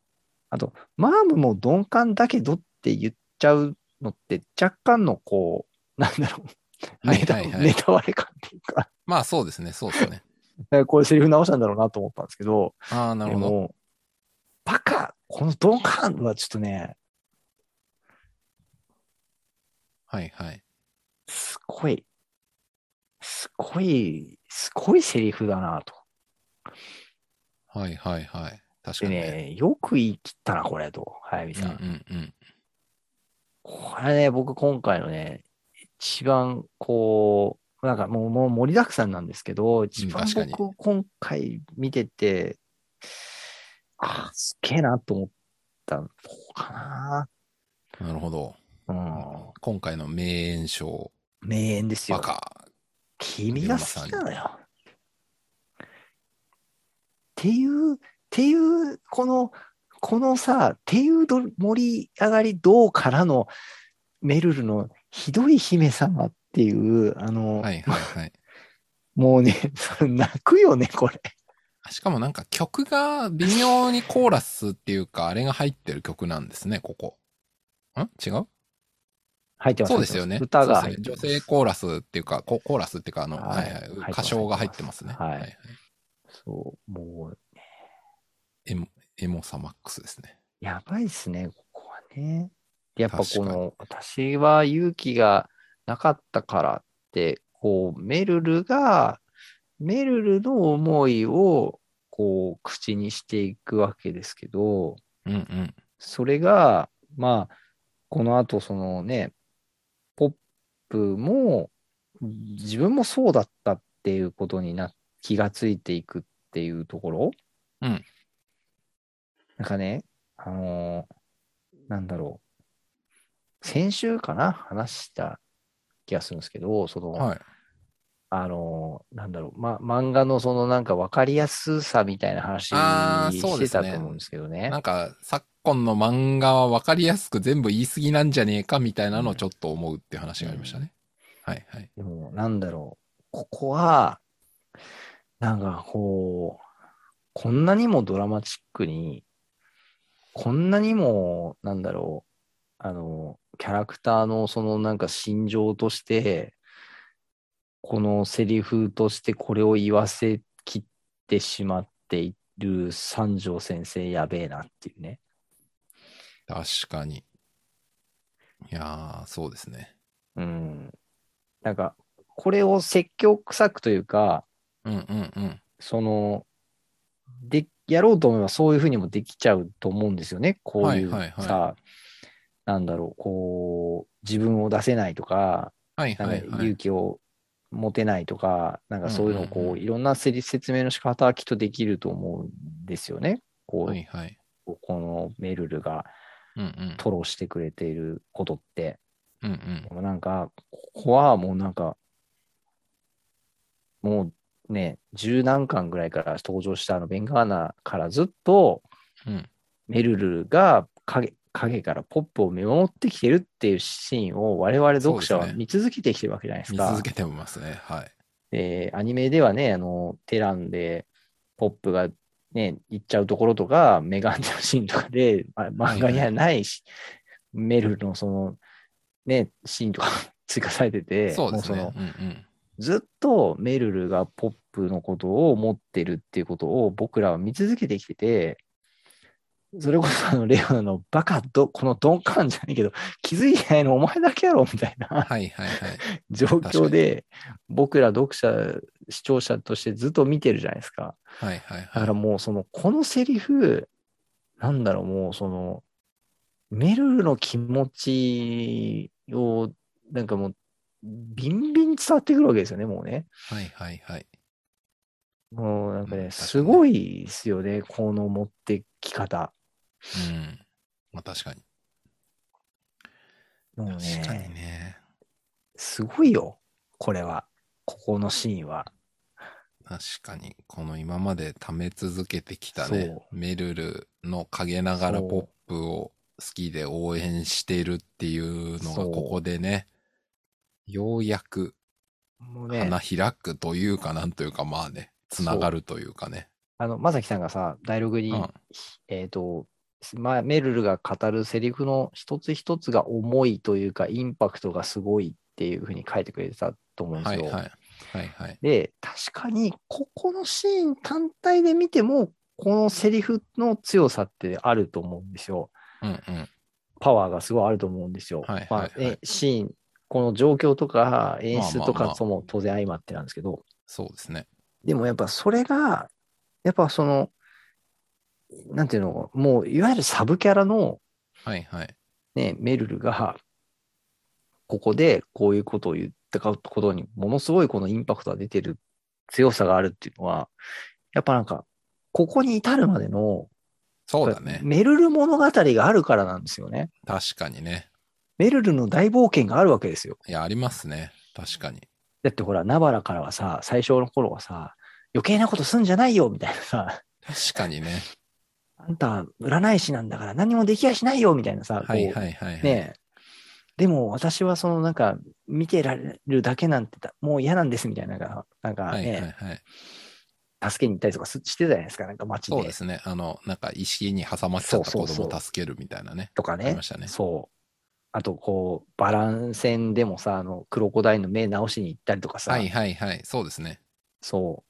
Speaker 2: あと、マームも鈍感だけどって言っちゃうのって、若干のこう、なんだろう、
Speaker 1: はい
Speaker 2: ネタ、
Speaker 1: はいはい
Speaker 2: ネタ割れ感っていうか、
Speaker 1: まあそうですね。そうですね。
Speaker 2: これセリフ直したんだろうなと思ったんですけど、
Speaker 1: ああ、なる
Speaker 2: で
Speaker 1: ほど。
Speaker 2: も、バカこの鈍感はちょっとね、
Speaker 1: はいはい。
Speaker 2: すごい、すごい、すごいセリフだなと。
Speaker 1: はいはいはい。確か
Speaker 2: で
Speaker 1: にね。
Speaker 2: ね、よく言い切ったな、これと、早見
Speaker 1: うんう
Speaker 2: さん。
Speaker 1: んうん。
Speaker 2: これね、僕今回のね、一番こう、なんかもうもう盛りだくさんなんですけど、一番
Speaker 1: 確かに
Speaker 2: 僕今回見てて、あー、すげえなと思ったのかな。
Speaker 1: なるほど。
Speaker 2: うん。
Speaker 1: 今回の名演唱、
Speaker 2: 名演ですよ。
Speaker 1: バカ。
Speaker 2: 君が好きなのよ。っていう、っていう、この、このさ、っていうど盛り上がりどうからのメルルのひどい姫様っていう、あの、
Speaker 1: はいはいはい。
Speaker 2: もうね、 <laughs> 泣くよね、これ。
Speaker 1: しかもなんか曲が微妙にコーラスっていうか、あれが入ってる曲なんですね、ここ。ん違う
Speaker 2: 入ってます。
Speaker 1: そうですよね。
Speaker 2: 入ってます歌が
Speaker 1: そう
Speaker 2: 入
Speaker 1: で
Speaker 2: っ
Speaker 1: す
Speaker 2: て
Speaker 1: ね
Speaker 2: ます
Speaker 1: 女性コーラスっていうか、ココーラスっていうか、あの、
Speaker 2: は
Speaker 1: はいいはい
Speaker 2: 入ってます
Speaker 1: 歌唱が入ってますね。
Speaker 2: はい
Speaker 1: い。
Speaker 2: そう、もう、
Speaker 1: エモ、エモさマックスですね。
Speaker 2: やばいっすね、ここはね。やっぱこ
Speaker 1: 確かに
Speaker 2: の、私は勇気がなかったからって、こう、めるるが、めるるの思いを、こう、口にしていくわけですけど、
Speaker 1: うんうん。
Speaker 2: それが、まあ、この後、そのね、ポップも、自分もそうだったっていうことにな、気がついていくっていうところ
Speaker 1: うん。
Speaker 2: なんかね、あのーなんだろう。先週かな話した気がするんですけど、その、
Speaker 1: はい。
Speaker 2: あのーなんだろう、ま、漫画のそのなんか分かりやすさみたいな話
Speaker 1: あーそう
Speaker 2: し
Speaker 1: で
Speaker 2: て
Speaker 1: す
Speaker 2: た
Speaker 1: ね
Speaker 2: と思うんですけどね。
Speaker 1: なんか、昨今の漫画は分かりやすく全部言い過ぎなんじゃねえかみたいなのをちょっと思うっていう話がありましたね。はいはい。
Speaker 2: でも、なんだろう。ここは、なんかこう、こんなにもドラマチックに、こんなにも、なんだろう、あの、キャラクターのそのなんか心情として、このセリフとしてこれを言わせきってしまっている三条先生やべえなっていうね。
Speaker 1: 確かに。いやー、そうですね。
Speaker 2: うん。なんか、これを説教臭くというか、
Speaker 1: うんうんうん。
Speaker 2: その、で、やろうと思えばそういうふうにもできちゃうと思うんですよね。こういうさ、
Speaker 1: はいはいはい
Speaker 2: なんだろう、こう、自分を出せないとか、
Speaker 1: はい
Speaker 2: なん
Speaker 1: は
Speaker 2: か
Speaker 1: いは
Speaker 2: 勇
Speaker 1: い。
Speaker 2: 気を持てないとか、なんかそういうのをこう、
Speaker 1: うんうんうん
Speaker 2: いろんなせり説明の仕方はきっとできると思うんですよね。こう、
Speaker 1: はいはい。
Speaker 2: このメルルが
Speaker 1: うんうん。
Speaker 2: 吐露してくれていることって。
Speaker 1: うんうん
Speaker 2: で。もなんか、ここはもうなんか、もうね、十何巻ぐらいから登場したあのベンガーナからずっと
Speaker 1: うん
Speaker 2: メルルが影影からポップを見守ってきてるっていうシーンを我々読者
Speaker 1: そう
Speaker 2: は
Speaker 1: ですね
Speaker 2: 見続けてきてるわけじゃないです
Speaker 1: 見
Speaker 2: か。
Speaker 1: 続けてますね。はい。
Speaker 2: でアニメではね、あの、テランでポップがね、行っちゃうところとか、メガンのシーンとかで、ま漫画にはないし、メルルのその、ね、シーンとか <laughs> 追加されてて、
Speaker 1: そうです
Speaker 2: も
Speaker 1: ね
Speaker 2: う。
Speaker 1: うんうん。
Speaker 2: そのずっとメルルがポップのことを思ってるっていうことを僕らは見続けてきてて、それこそあの、レオナのバカど、この鈍感じゃないけど、気づいてないのお前だけやろみたいな。
Speaker 1: はいはいは
Speaker 2: <laughs>
Speaker 1: い。
Speaker 2: 状況で、僕ら読者、視聴者としてずっと見てるじゃないですか。
Speaker 1: はいはい
Speaker 2: だ
Speaker 1: は
Speaker 2: か
Speaker 1: い
Speaker 2: ら。もうその、このセリフ、なんだろう、もうその、メルルの気持ちを、なんかもう、ビンビン伝わってくるわけですよね、もうね。
Speaker 1: はいはいはい。
Speaker 2: もうなんか
Speaker 1: う
Speaker 2: ね、
Speaker 1: ん
Speaker 2: すごいですよね、この持ってき方。
Speaker 1: うん。まあ確かに。
Speaker 2: もう
Speaker 1: 確かに
Speaker 2: ね、
Speaker 1: ね。
Speaker 2: すごいよ、これは。ここのシーンは。
Speaker 1: 確かに。この今まで貯め続けてきたね
Speaker 2: そ、
Speaker 1: メルルの陰ながら
Speaker 2: そう
Speaker 1: ポップを好きで応援してるっていうのが
Speaker 2: そう
Speaker 1: ここでね、ようやく
Speaker 2: もうね、
Speaker 1: 花開くというかなんというかまあね、つながるというかね。
Speaker 2: あの、まさきさんがさ、ダイアログに、
Speaker 1: うん
Speaker 2: えっ、と、まあ、メルルが語るセリフの一つ一つが重いというか、インパクトがすごいっていうふうに書いてくれてたと思うんで
Speaker 1: は
Speaker 2: す
Speaker 1: い
Speaker 2: よ。
Speaker 1: はい。はいはい。
Speaker 2: で、確かに、ここのシーン単体で見ても、このセリフの強さってあると思うんですよ。
Speaker 1: うんうん。
Speaker 2: パワーがすごいあると思うんですよ。
Speaker 1: はいはい
Speaker 2: まあ
Speaker 1: はい
Speaker 2: えシーン、この状況とか演出と
Speaker 1: まあまあま
Speaker 2: か
Speaker 1: あ
Speaker 2: とも当然相まってなんですけど、
Speaker 1: そうですね。
Speaker 2: でもやっぱそれが、やっぱその、なんていうの、もういわゆるサブキャラの、
Speaker 1: はいはい。
Speaker 2: ね、メルルが、ここでこういうことを言ったことに、ものすごいこのインパクトが出てる強さがあるっていうのは、やっぱなんか、ここに至るまでの、
Speaker 1: そうだね。
Speaker 2: メルル物語があるからなんですよね。
Speaker 1: 確かにね。
Speaker 2: メルルの大冒険があるわけですよ。
Speaker 1: いや、ありますね。確かに。
Speaker 2: だってほら、ナバラからはさ、最初の頃はさ、余計なことすんじゃないよみたいなさ、
Speaker 1: 確かにね。
Speaker 2: <laughs> あんた、占い師なんだから何もできやしないよみたいなさ、こう
Speaker 1: はいはいはいはい。
Speaker 2: ねえでも私はそのなんか見てられるだけなんてだもう嫌なんですみたいなのが、なんか
Speaker 1: はい
Speaker 2: ね、
Speaker 1: はいはい。
Speaker 2: 助けに行ったりとかすしてたじゃないですか、なんか街
Speaker 1: そう
Speaker 2: で
Speaker 1: ですね。あの、なんか石に挟まっちゃった
Speaker 2: そ
Speaker 1: 子
Speaker 2: うそうそう
Speaker 1: 供を助けるみたいなね。
Speaker 2: とか
Speaker 1: あり
Speaker 2: ね
Speaker 1: ま。したね。
Speaker 2: そう。あとこう、バラン戦でもさ、あの、クロコダイルの目直しに行ったりとかさ、
Speaker 1: はいはいはい。そうですね。
Speaker 2: そ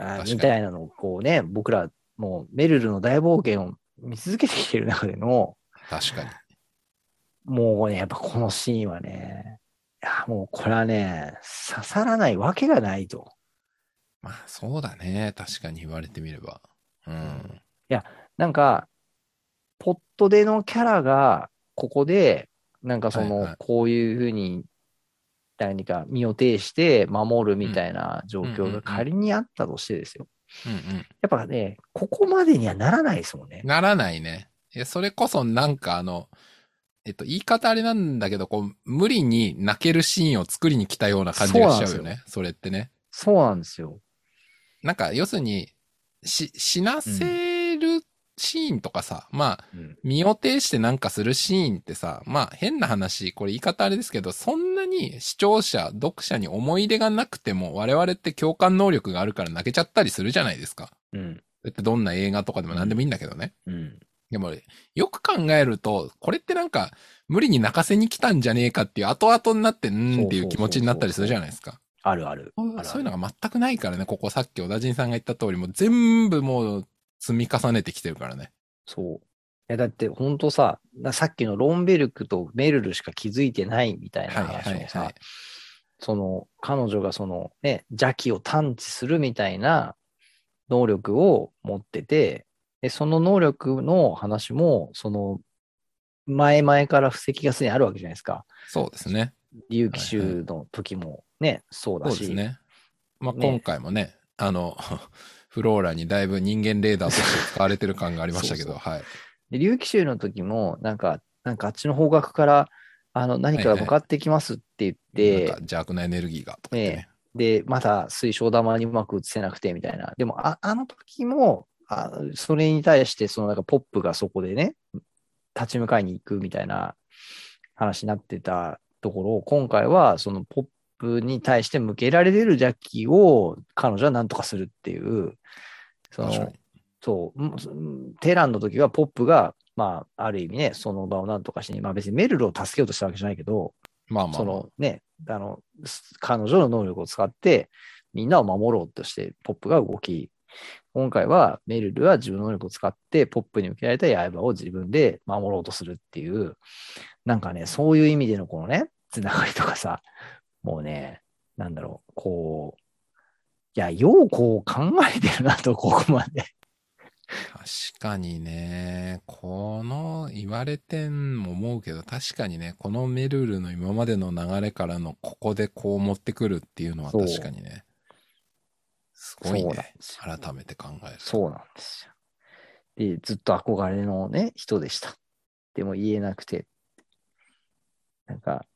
Speaker 2: う。
Speaker 1: 確
Speaker 2: あ
Speaker 1: かに
Speaker 2: みたいなのをこうね、僕らもうメルルの大冒険を見続けてきてる中での、
Speaker 1: 確かに。
Speaker 2: もうね、やっぱこのシーンはね、いやもうこれはね、刺さらないわけがないと。
Speaker 1: まあそうだね。確かに言われてみれば。うん。
Speaker 2: なんか、ポットでのキャラが、ここで、なんかそ
Speaker 1: はいは
Speaker 2: の
Speaker 1: い、
Speaker 2: こういうふうに、何か身を挺して守るみたいな状
Speaker 1: うんう
Speaker 2: 況
Speaker 1: んうん
Speaker 2: が仮にあったとしてですよ。
Speaker 1: うんうん。
Speaker 2: やっぱね、ここまでにはならないですもんね。
Speaker 1: ならないね。え、それこそなんかあの、えっと、言い方あれなんだけど、こう、無理に泣けるシーンを作りに来たような感じがしちゃう
Speaker 2: そ
Speaker 1: よ
Speaker 2: うなんで
Speaker 1: ね。それってね。
Speaker 2: そうなんですよ。
Speaker 1: なんか、要するに、し、死なせるシーンとかさ、まあ、
Speaker 2: うん
Speaker 1: 身を挺してなんかするシーンってさ、まあ、変な話、これ言い方あれですけど、そんなに視聴者、読者に思い入れがなくても、我々って共感能力があるから泣けちゃったりするじゃないですか。
Speaker 2: うん。
Speaker 1: だってどんな映画とかでも何でもいいんだけどね。
Speaker 2: うん。
Speaker 1: でも、よく考えると、これってなんか、無理に泣かせに来たんじゃねえかっていう、後々になって、うーんっていう気持ちになったりするじゃないですか。
Speaker 2: あるある。
Speaker 1: そう
Speaker 2: あるある
Speaker 1: そういうのが全くないからね、ここさっき小田人さんが言った通り、もう全部もう積み重ねてきてるからね。
Speaker 2: そう。いや、だって本当さ、なさっきのロンベルクとメルルしか気づいてないみたいな
Speaker 1: はいはい
Speaker 2: 話を
Speaker 1: は
Speaker 2: さ
Speaker 1: い、。
Speaker 2: その彼女がそのね、邪気を探知するみたいな能力を持ってて、で、その能力の話も、その、前々から布石がすでにあるわけじゃないですか。
Speaker 1: そうですね。
Speaker 2: 竜騎衆の時もね、そうだ
Speaker 1: そうで
Speaker 2: し。
Speaker 1: すね。まあ、
Speaker 2: ね
Speaker 1: 今回もね、あの、 <laughs> フローラにだいぶ人間レーダーとして使われてる感がありましたけど、
Speaker 2: そ
Speaker 1: はい。
Speaker 2: で、竜騎衆の時も、なんか、なんかあっちの方角から、あの、何かが向かってきますって言っ
Speaker 1: な
Speaker 2: て、
Speaker 1: んか邪悪なエネルギーが、とか言ってね。
Speaker 2: で、まだ水晶玉にうまく映せなくてみたいな。でも、ああの時もあ、それに対して、そのなんかポップがそこでね、立ち向かいに行くみたいな話になってたところを、今回はそのポップに対して向けられてるジャッキーを彼女はなんとかするっていう、そ
Speaker 1: 確か
Speaker 2: の
Speaker 1: に、。
Speaker 2: そううんうん、テランの時はポップが、まあ、ある意味ね、その場をなんとかしに、まあ別にメルルを助けようとしたわけじゃないけど、
Speaker 1: まあまあ
Speaker 2: そ
Speaker 1: まあ、
Speaker 2: のね、あの、す彼女の能力を使って、みんなを守ろうとして、ポップが動き、今回はメルルは自分の能力を使って、ポップに受けられた刃を自分で守ろうとするっていう、なんかね、そういう意味でのこのね、つながりとかさ、もうね、なんだろう、こう、いや、ようこう考えてるなと、ここまで。
Speaker 1: 確かにね、この言われても思うけど、確かにね、このメルルの今までの流れからのここでこう持ってくるっていうのは
Speaker 2: そう
Speaker 1: 確かにね、すごい
Speaker 2: そうなんで
Speaker 1: ね
Speaker 2: す。よ
Speaker 1: 改めて考えると。
Speaker 2: そうなんですよ。で、ずっと憧れのね、人でした。でも言えなくて。なんか、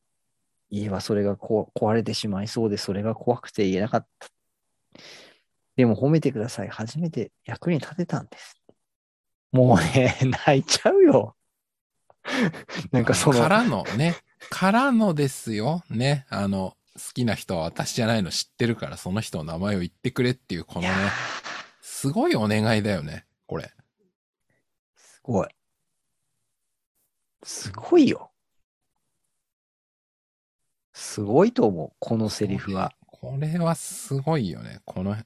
Speaker 2: 家はそれがこ壊れてしまいそうで、それが怖くて言えなかった。でも褒めてください。初めて役に立てたんです。もうね、 <laughs> 泣いちゃうよ。なんかその、
Speaker 1: からのね、からのですよ。ね、あの、好きな人は私じゃないの知ってるから、その人の名前を言ってくれっていう、この
Speaker 2: い
Speaker 1: ね
Speaker 2: や、ー
Speaker 1: すごいお願いだよね、これ。
Speaker 2: すごい。すごいよ。すごいと思う、このセリフは。
Speaker 1: これはすごいよね。この、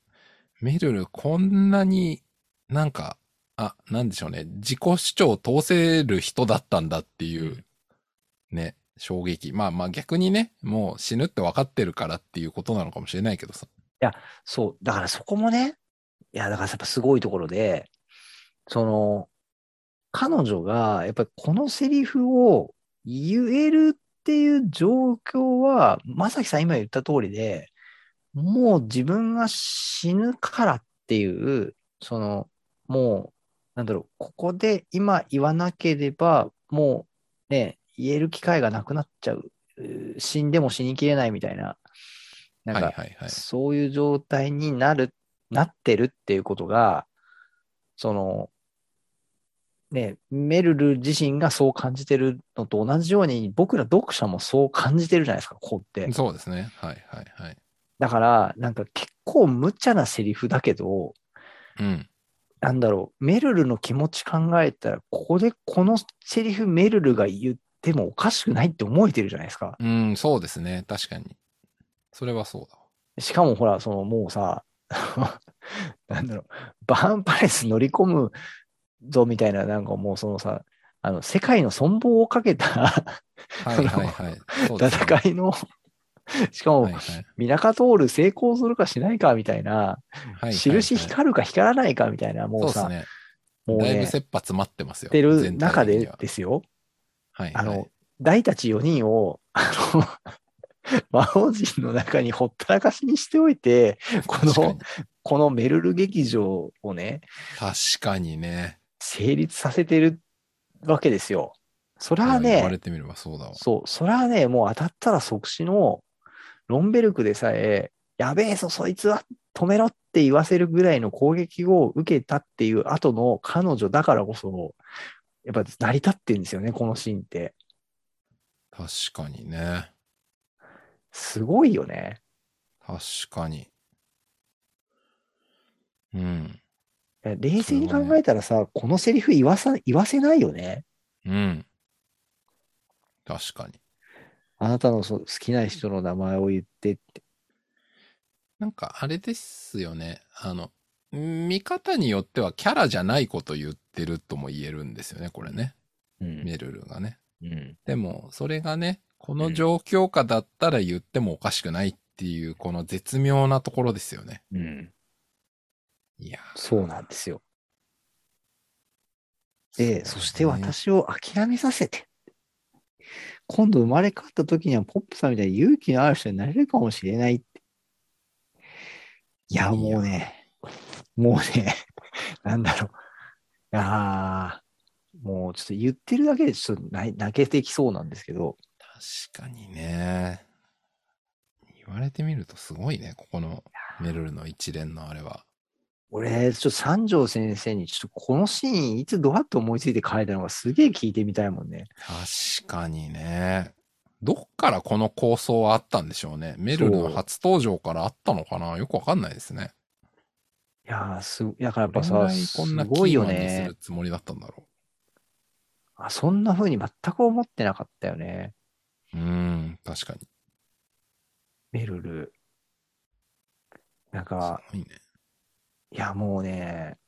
Speaker 1: メルルこんなになんか、あ、なんでしょうね。自己主張を通せる人だったんだっていう、ね、衝撃。まあまあ逆にね、もう死ぬって分かってるからっていうことなのかもしれないけどさ。
Speaker 2: そう、だからそこもね、いや、だからやっぱすごいところで、その、彼女が、やっぱりこのセリフを言えるっていう状況は、まさきさん今言った通りで、もう自分が死ぬからっていう、その、もう、なんだろう、ここで今言わなければ、もうね、言える機会がなくなっちゃう。うー死んでも死にきれないみたいな、なん
Speaker 1: はい
Speaker 2: か
Speaker 1: はいはい。
Speaker 2: そういう状態になる、なってるっていうことが、その、ね、メルル自身がそう感じてるのと同じように、僕ら読者もそう感じてるじゃないですか、ここって。
Speaker 1: そうですね。はいはいはい。
Speaker 2: だから、なんか結構無茶なセリフだけど、
Speaker 1: うん。
Speaker 2: なんだろう、メルルの気持ち考えたら、ここでこのセリフメルルが言ってもおかしくないって思えてるじゃないですか。
Speaker 1: うん、そうですね。確かに。それはそうだわ。
Speaker 2: しかもほら、そのもうさ、 <laughs> なんだろう、バーンパレス乗り込むぞみたいな、なんかもうそのさ、あの、世界の存亡をかけた <laughs>
Speaker 1: はいはいはい。 <laughs> そうですね
Speaker 2: 戦いの、しかも
Speaker 1: はい、はい
Speaker 2: ミナカトール成功するかしないかみたいな、
Speaker 1: はい。
Speaker 2: 印
Speaker 1: はい
Speaker 2: 光るか光らないかみたいな、も
Speaker 1: そううです
Speaker 2: さ、
Speaker 1: ね。
Speaker 2: もう
Speaker 1: だいぶ
Speaker 2: ね、
Speaker 1: 切羽詰まってますよ。
Speaker 2: てる
Speaker 1: 全体
Speaker 2: 中
Speaker 1: 的に
Speaker 2: で
Speaker 1: は
Speaker 2: ですよ、
Speaker 1: はい、
Speaker 2: あ
Speaker 1: はい。
Speaker 2: の、大たち4人を、あの、魔王陣の中にほったらかしにしておいて、こ
Speaker 1: 確か
Speaker 2: の
Speaker 1: に、。
Speaker 2: このメルル劇場をね、
Speaker 1: 確かにね。
Speaker 2: 成立させてるわけですよ。それ
Speaker 1: い
Speaker 2: は
Speaker 1: や言わ
Speaker 2: ね、
Speaker 1: れてみればそうだわ。
Speaker 2: そう、それはね、もう当たったら即死のロンベルクでさえ、やべえぞ、そいつは止めろって言わせるぐらいの攻撃を受けたっていう後の彼女だからこそ、やっぱ成り立ってるんですよね、このシーンって。
Speaker 1: 確かにね。
Speaker 2: すごいよね。
Speaker 1: 確かに。うん。
Speaker 2: いや冷静に考えたらさ、このセリフ言わさ、言わせないよね。
Speaker 1: うん。確かに。
Speaker 2: あなたのそう好きな人の名前を言ってって。
Speaker 1: なんかあれですよね。あの、見方によってはキャラじゃないこと言ってるとも言えるんですよね、これね。
Speaker 2: うん。
Speaker 1: メルルがね。
Speaker 2: うん。
Speaker 1: でも、それがね、この状況下だったら言ってもおかしくないっていう、この絶妙なところですよね。
Speaker 2: うん。
Speaker 1: いやー
Speaker 2: そうなんですよ。で、そして
Speaker 1: うね
Speaker 2: 私を諦めさせて。今度生まれ変わった時にはポップさんみたいに勇気のある人になれるかもしれないって。いや、もうね、もうね、 <laughs> なんだろう。ああ、もうちょっと言ってるだけでちょっと泣泣けてきそうなんですけど、
Speaker 1: 確かにね。言われてみるとすごいね、ここのメルルの一連のあれは。
Speaker 2: 俺、ちょっと三条先生にちょっとこのシーンいつどうやって思いついて書いたのかすげえ聞いてみたいもんね。
Speaker 1: 確かにね。どっからこの構想はあったんでしょうね。メルルの初登場からあったのかなよくわかんないですね。
Speaker 2: いやー、すご、だからやっ
Speaker 1: ど
Speaker 2: ぱ
Speaker 1: れぐ
Speaker 2: さ、
Speaker 1: らいこ
Speaker 2: す
Speaker 1: んなキ
Speaker 2: ごい
Speaker 1: ー
Speaker 2: よ
Speaker 1: マンにす
Speaker 2: ね
Speaker 1: る。つもりだったんだろ
Speaker 2: あ、そんな風に全く思ってなかったよね。
Speaker 1: う。うーん、確かに。す
Speaker 2: メルル。なんか、
Speaker 1: ごいね。
Speaker 2: いや、もうね、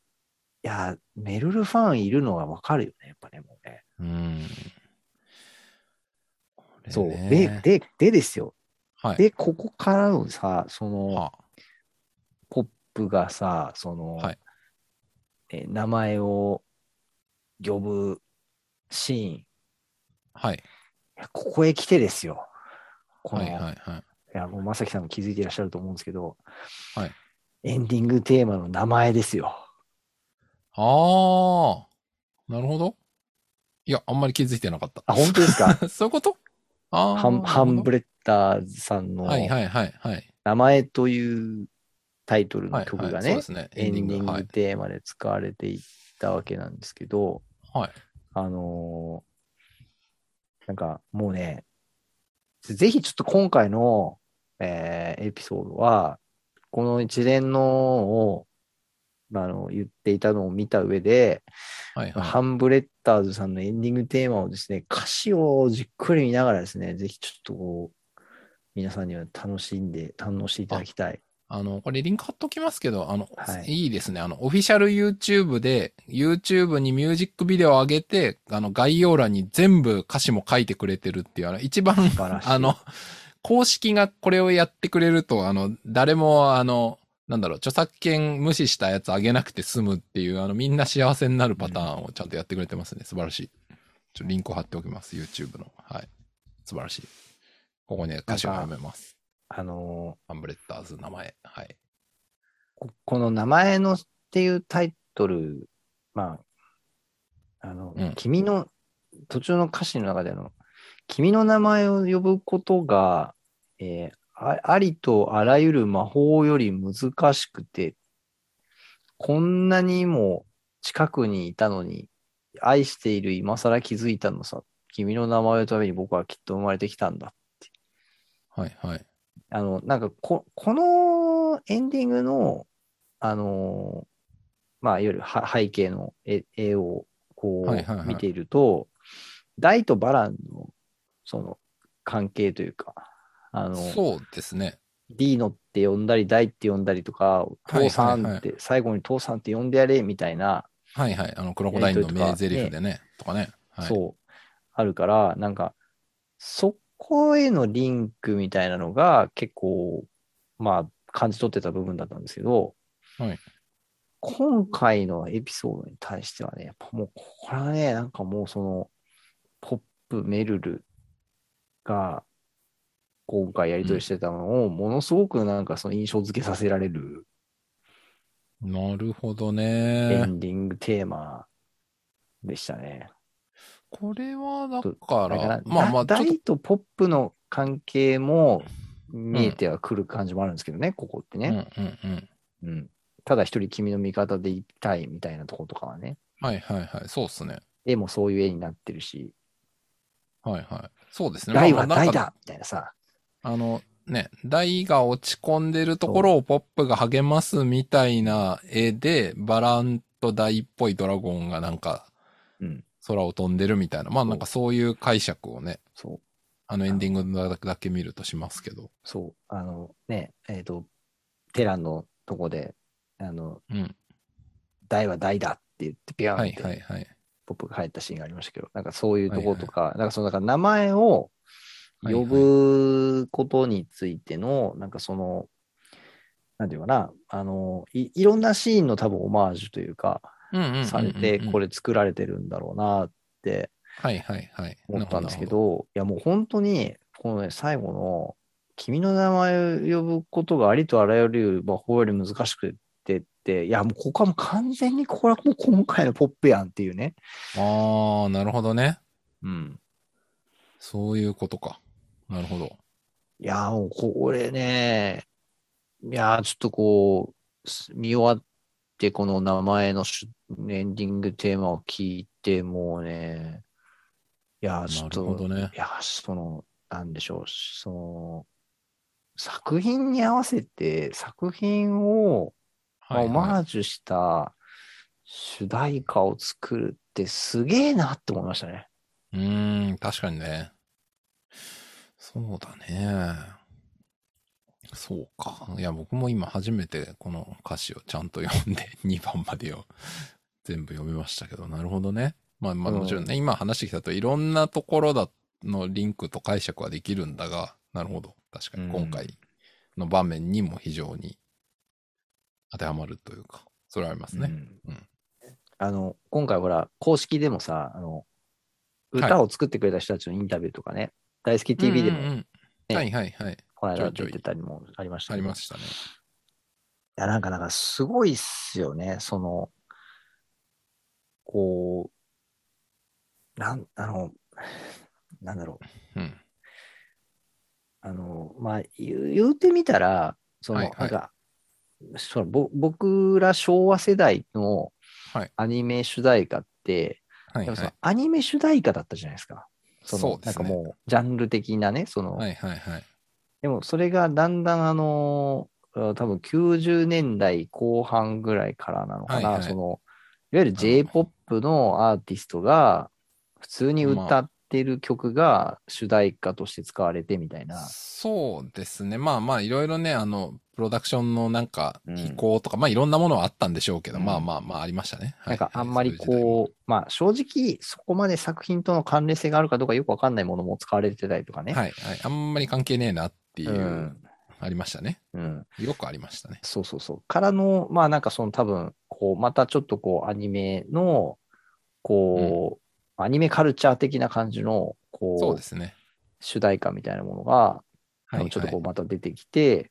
Speaker 2: いや、メルルファンいるのがわかるよね、やっぱね、もうね。
Speaker 1: うん。これ
Speaker 2: そう。
Speaker 1: ね
Speaker 2: で、、で、でですよ。
Speaker 1: はい。
Speaker 2: で、ここからのさ、その、
Speaker 1: は
Speaker 2: ポップがさ、その、
Speaker 1: はい
Speaker 2: え名前を呼ぶシーン。い
Speaker 1: あはい。
Speaker 2: やここへ来てですよ。この、
Speaker 1: はい、はい、はい。
Speaker 2: いや、もうまさきさんも気づいていらっしゃると思うんですけど、
Speaker 1: はい
Speaker 2: エンディングテーマの名前ですよ。
Speaker 1: あー、なるほど。いや、あんまり気づいてなかった。
Speaker 2: あ、本当です
Speaker 1: <laughs>
Speaker 2: か
Speaker 1: そういうことあー
Speaker 2: ハンハンブ
Speaker 1: レ
Speaker 2: レッダーズさんの
Speaker 1: はい、はい、はい、はい。
Speaker 2: 名前というタイトル
Speaker 1: は
Speaker 2: の
Speaker 1: い、
Speaker 2: 曲
Speaker 1: は
Speaker 2: が
Speaker 1: いそう
Speaker 2: ね
Speaker 1: で、すね。
Speaker 2: エンディン
Speaker 1: は
Speaker 2: グ
Speaker 1: い。
Speaker 2: テーマで使われていったわけなんですけど、
Speaker 1: はい。
Speaker 2: あのーなんかもうね、ぜひちょっと今回の、えーエピソードは、この一連のを、あの、言っていたのを見た上で、
Speaker 1: はい、はい。
Speaker 2: ハンブレッダーズさんのエンディングテーマをですね、歌詞をじっくり見ながらですね、ぜひちょっとこう、皆さんには楽しんで、堪能していただきたい。
Speaker 1: あの、これリンク貼っときますけど、あの、
Speaker 2: はい
Speaker 1: い、いですね。あの、オフィシャル YouTube で、YouTube にミュージックビデオを上げて、あの、概要欄に全部歌詞も書いてくれてるっていう、あの、一番
Speaker 2: 素晴らしい。
Speaker 1: あの、、公式がこれをやってくれると、あの、誰も、あの、なんだろう、著作権無視したやつあげなくて済むっていう、あの、みんな幸せになるパターンをちゃんとやってくれてますね。素晴らしい。ちょっとリンクを貼っておきます。YouTube の。はい。素晴らしい。ここね、歌詞を読めます。
Speaker 2: あの
Speaker 1: アンブレッダーズ名前。はい。
Speaker 2: こ、この名前のっていうタイトル、まあ、あの、
Speaker 1: うん
Speaker 2: 君の、途中の歌詞の中での、君の名前を呼ぶことが、えーあありとあらゆる魔法より難しくて、こんなにも近くにいたのに、愛している今更気づいたのさ。君の名前のために僕はきっと生まれてきたんだ。
Speaker 1: はいはい。
Speaker 2: あの、なんかこ、このエンディングの、あの、まあ、いわゆるは背景の絵絵をこ
Speaker 1: はいはいは
Speaker 2: う
Speaker 1: い
Speaker 2: 見ていると、大とバランのその関係というか、あの、
Speaker 1: そうですね。
Speaker 2: ディーノって呼んだり、大って呼んだりとか、
Speaker 1: いはい
Speaker 2: 父さんって、最後に父さんって呼んでやれみたいな、
Speaker 1: はいはい。あの、クロコダインの名台詞でね、とかね。はい、
Speaker 2: そう、あるから、なんか、そこへのリンクみたいなのが結構、まあ、感じ取ってた部分だったんですけど、
Speaker 1: はい
Speaker 2: 今回のエピソードに対してはね、やっぱもう、これはね、なんかもうその、ポップ、メルルが、今回やりとりしてたのを、ものすごくなんかその印象付けさせられる
Speaker 1: なるほど
Speaker 2: エ
Speaker 1: ね。
Speaker 2: ンディングテーマでしたね。
Speaker 1: これはだ
Speaker 2: と
Speaker 1: か
Speaker 2: だから
Speaker 1: ら、、まあまあ、
Speaker 2: だ
Speaker 1: ちょっと
Speaker 2: 大とポップの関係も見えてはくる感じもあるんですけどね、ここってね、
Speaker 1: うんうんうん。
Speaker 2: うんただ一人君の味方でいたいみたいなとことかはね、
Speaker 1: はいはいはい。そうっすね。
Speaker 2: 絵もそういう絵になってるし、
Speaker 1: はいはい。そうですね。
Speaker 2: 大
Speaker 1: まあ
Speaker 2: は
Speaker 1: まあ
Speaker 2: 大
Speaker 1: なんか
Speaker 2: だみたいなさ、
Speaker 1: あの、ね、大が落ち込んでるところをポップが励ますみたいな絵で、バランと大っぽいドラゴンがなんか
Speaker 2: うん、
Speaker 1: 空を飛んでるみたいな。まあなんかそういう解釈をね、
Speaker 2: そう、
Speaker 1: あのエンディングのだけ見るとしますけど。
Speaker 2: そう、あのね、えっ、と、テランのとこで、あの、
Speaker 1: うん。
Speaker 2: 大は大だって言って、ピャ
Speaker 1: は
Speaker 2: ン
Speaker 1: い
Speaker 2: っ
Speaker 1: は
Speaker 2: て
Speaker 1: いはい。
Speaker 2: ポップが入ったシーンがありましたけど、なんかそういうとことか、なんかそのなんか名前を、
Speaker 1: はいはい
Speaker 2: 呼ぶことについての、なんかその、なんていうかな、あの、いいろんなシーンの多分オマージュというか、
Speaker 1: うんうんうんうんうん
Speaker 2: されて、これ作られてるんだろうなって
Speaker 1: はいはいはい。
Speaker 2: 思ったんですけ
Speaker 1: なる
Speaker 2: ど、いやもう本当に、このね、最後の、君の名前を呼ぶことがありとあらゆる魔法より難しくてって、いやもうここはもう完全にこれはもう今回のポップやんっていうね。
Speaker 1: ほど。ああ、なるほどね。
Speaker 2: うん。
Speaker 1: そういうことか。なるほど。
Speaker 2: いやー、もうこれね、いやー、ちょっとこう、す見終わって、この名前のしエンディングテーマを聞いて、もうね、いやー、ちょっと、
Speaker 1: なるほどね
Speaker 2: いやー、その、なんでしょう、その、作品に合わせて、作品を、まあ
Speaker 1: はいはい
Speaker 2: オマージュした主題歌を作るってすげえなって思いましたね。
Speaker 1: うーん、確かにね。そうだね。そうか。いや、僕も今初めてこの歌詞をちゃんと読んで、2番 <laughs> までを全部読みましたけど、なるほどね。まあまあ
Speaker 2: うん
Speaker 1: もちろんね、今話してきたといろんなところだのリンクと解釈はできるんだが、なるほど。確かに今回の場面にも非常に当てはまるというか、それはありますね。
Speaker 2: うん
Speaker 1: うん
Speaker 2: あの、今回ほら、公式でもさ、あの、
Speaker 1: はい
Speaker 2: 歌を作ってくれた人たちのインタビューとかね、大好き TV で
Speaker 1: うん
Speaker 2: も、
Speaker 1: うんうんはいはいはい。
Speaker 2: この間
Speaker 1: ちょいちょ
Speaker 2: 出
Speaker 1: い
Speaker 2: てたりもありました
Speaker 1: あ
Speaker 2: け
Speaker 1: り
Speaker 2: ど、
Speaker 1: ま
Speaker 2: い
Speaker 1: したね。
Speaker 2: や、なんか、なんか、すごいっすよね、その、こう、なん、あの、なんだろう、
Speaker 1: うん。
Speaker 2: あの、まあ、言う言うてみたら、その、
Speaker 1: はいはい
Speaker 2: なんか、そのぼ僕ら昭和世代の
Speaker 1: はい
Speaker 2: アニメ主題歌って、
Speaker 1: はい
Speaker 2: で
Speaker 1: は
Speaker 2: もその
Speaker 1: い。
Speaker 2: アニメ主題歌だったじゃないですか。その
Speaker 1: そうで
Speaker 2: なん
Speaker 1: す
Speaker 2: か
Speaker 1: ね。
Speaker 2: もう、ジャンル的なね、その、
Speaker 1: はいはいはい。
Speaker 2: でもそれがだんだんあのー、多分90年代後半ぐらいからなのかな、
Speaker 1: はいはい
Speaker 2: その、いわゆる J-POP のアーティストが、普通に歌ってる曲が主題歌として使われてみたいな。
Speaker 1: そうですね。まあまあ、いろいろね、あの、プロダクションのなんか
Speaker 2: うん
Speaker 1: 意向とか、まあいろんなものはあったんでしょうけど、
Speaker 2: うん
Speaker 1: まあまあまあありましたね。
Speaker 2: なんか
Speaker 1: はい
Speaker 2: あ
Speaker 1: はい
Speaker 2: んまり
Speaker 1: そういう時代も
Speaker 2: こう、まあ正直そこまで作品との関連性があるかどうかよくわかんないものも使われてたりとかね。
Speaker 1: はいはい。あんまり関係ねえなっていうう、
Speaker 2: ん。
Speaker 1: ありましたね。
Speaker 2: うん。
Speaker 1: よくありましたね。
Speaker 2: そうそうそう。からの、まあなんかその多分、こう、またちょっとこう、アニメの、こう、アニメカルチャー的な感じの、こう、
Speaker 1: そうですね。
Speaker 2: 主題歌みたいなものが、
Speaker 1: はい、はい。
Speaker 2: ちょっとこう、また出てきて、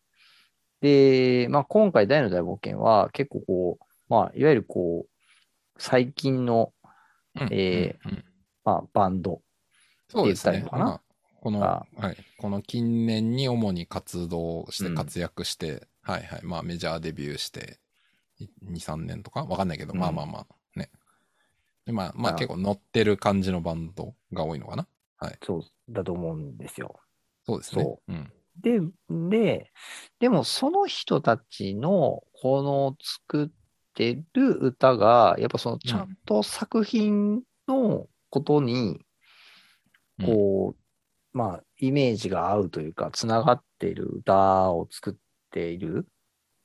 Speaker 2: で、まあ今回、大の大冒険は、結構こう、まあ、いわゆるこう、最近の、
Speaker 1: うん、
Speaker 2: え
Speaker 1: うんうん
Speaker 2: まあ、バンド、
Speaker 1: そうです
Speaker 2: って言
Speaker 1: ね
Speaker 2: っ。たらいいのかな
Speaker 1: まあこの、
Speaker 2: あ
Speaker 1: はい。この近年に主に活動し
Speaker 2: う
Speaker 1: て、
Speaker 2: ん
Speaker 1: 活躍して、はいはい。まあメジャーデビューして、2、3年とかわかんないけど、まあまあまあ、ね。でまあ、まあ
Speaker 2: あ
Speaker 1: 結構乗ってる感じのバンドが多いのかな
Speaker 2: そうだと思うんですよ。
Speaker 1: そうですね。。
Speaker 2: そう
Speaker 1: ん。
Speaker 2: で、で、でもその人たちのこの作ってる歌が、やっぱそのちゃんと作品のことに、
Speaker 1: うん
Speaker 2: こう、まあ、イメージが合うというか、つながっている歌を作っている。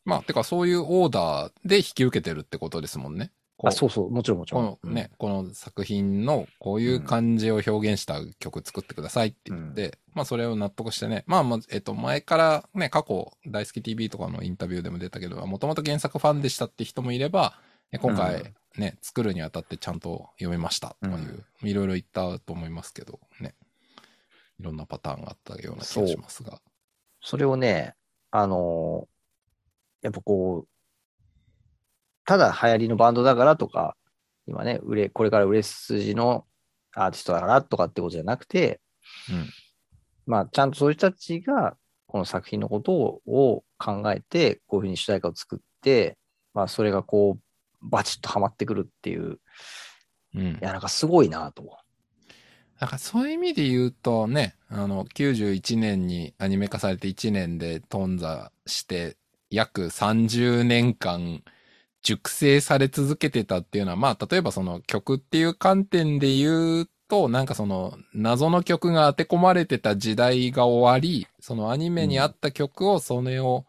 Speaker 1: まあ、てかそういうオーダーで引き受けてるってことですもんね。こ
Speaker 2: あ、そうそう、もちろんもちろん。
Speaker 1: このね、この作品のこういう感じを表現した曲作ってくださいって言って、まあそれを納得してね、まあまあ、えっと前からね、過去大好き TV とかのインタビューでも出たけど、もともと原作ファンでしたって人もいれば、ね今
Speaker 2: う
Speaker 1: 回ね、作るにあたってちゃんと読めましたとかいう、いろいろ言ったと思いますけどね、いろんなパターンがあったような気がしますが。
Speaker 2: それをね、あのーやっぱこう、ただ流行りのバンドだからとか、今ね、売れ、これから売れ筋のアーティストだからとかってことじゃなくて、
Speaker 1: うん
Speaker 2: まあ、ちゃんとそういう人たちが、この作品のことをを考えて、こういうふうに主題歌を作って、まあ、それがこう、バチッとハマってくるっていう、
Speaker 1: うん
Speaker 2: いや、なんかすごいなと。
Speaker 1: なんかそういう意味で言うとね、あの、91年にアニメ化されて1年で頓挫して、約30年間熟成され続けてたっていうのは、まあ、例えばその曲っていう観点で言うと、なんかその謎の曲が当て込まれてた時代が終わり、そのアニメに合った曲を、それを、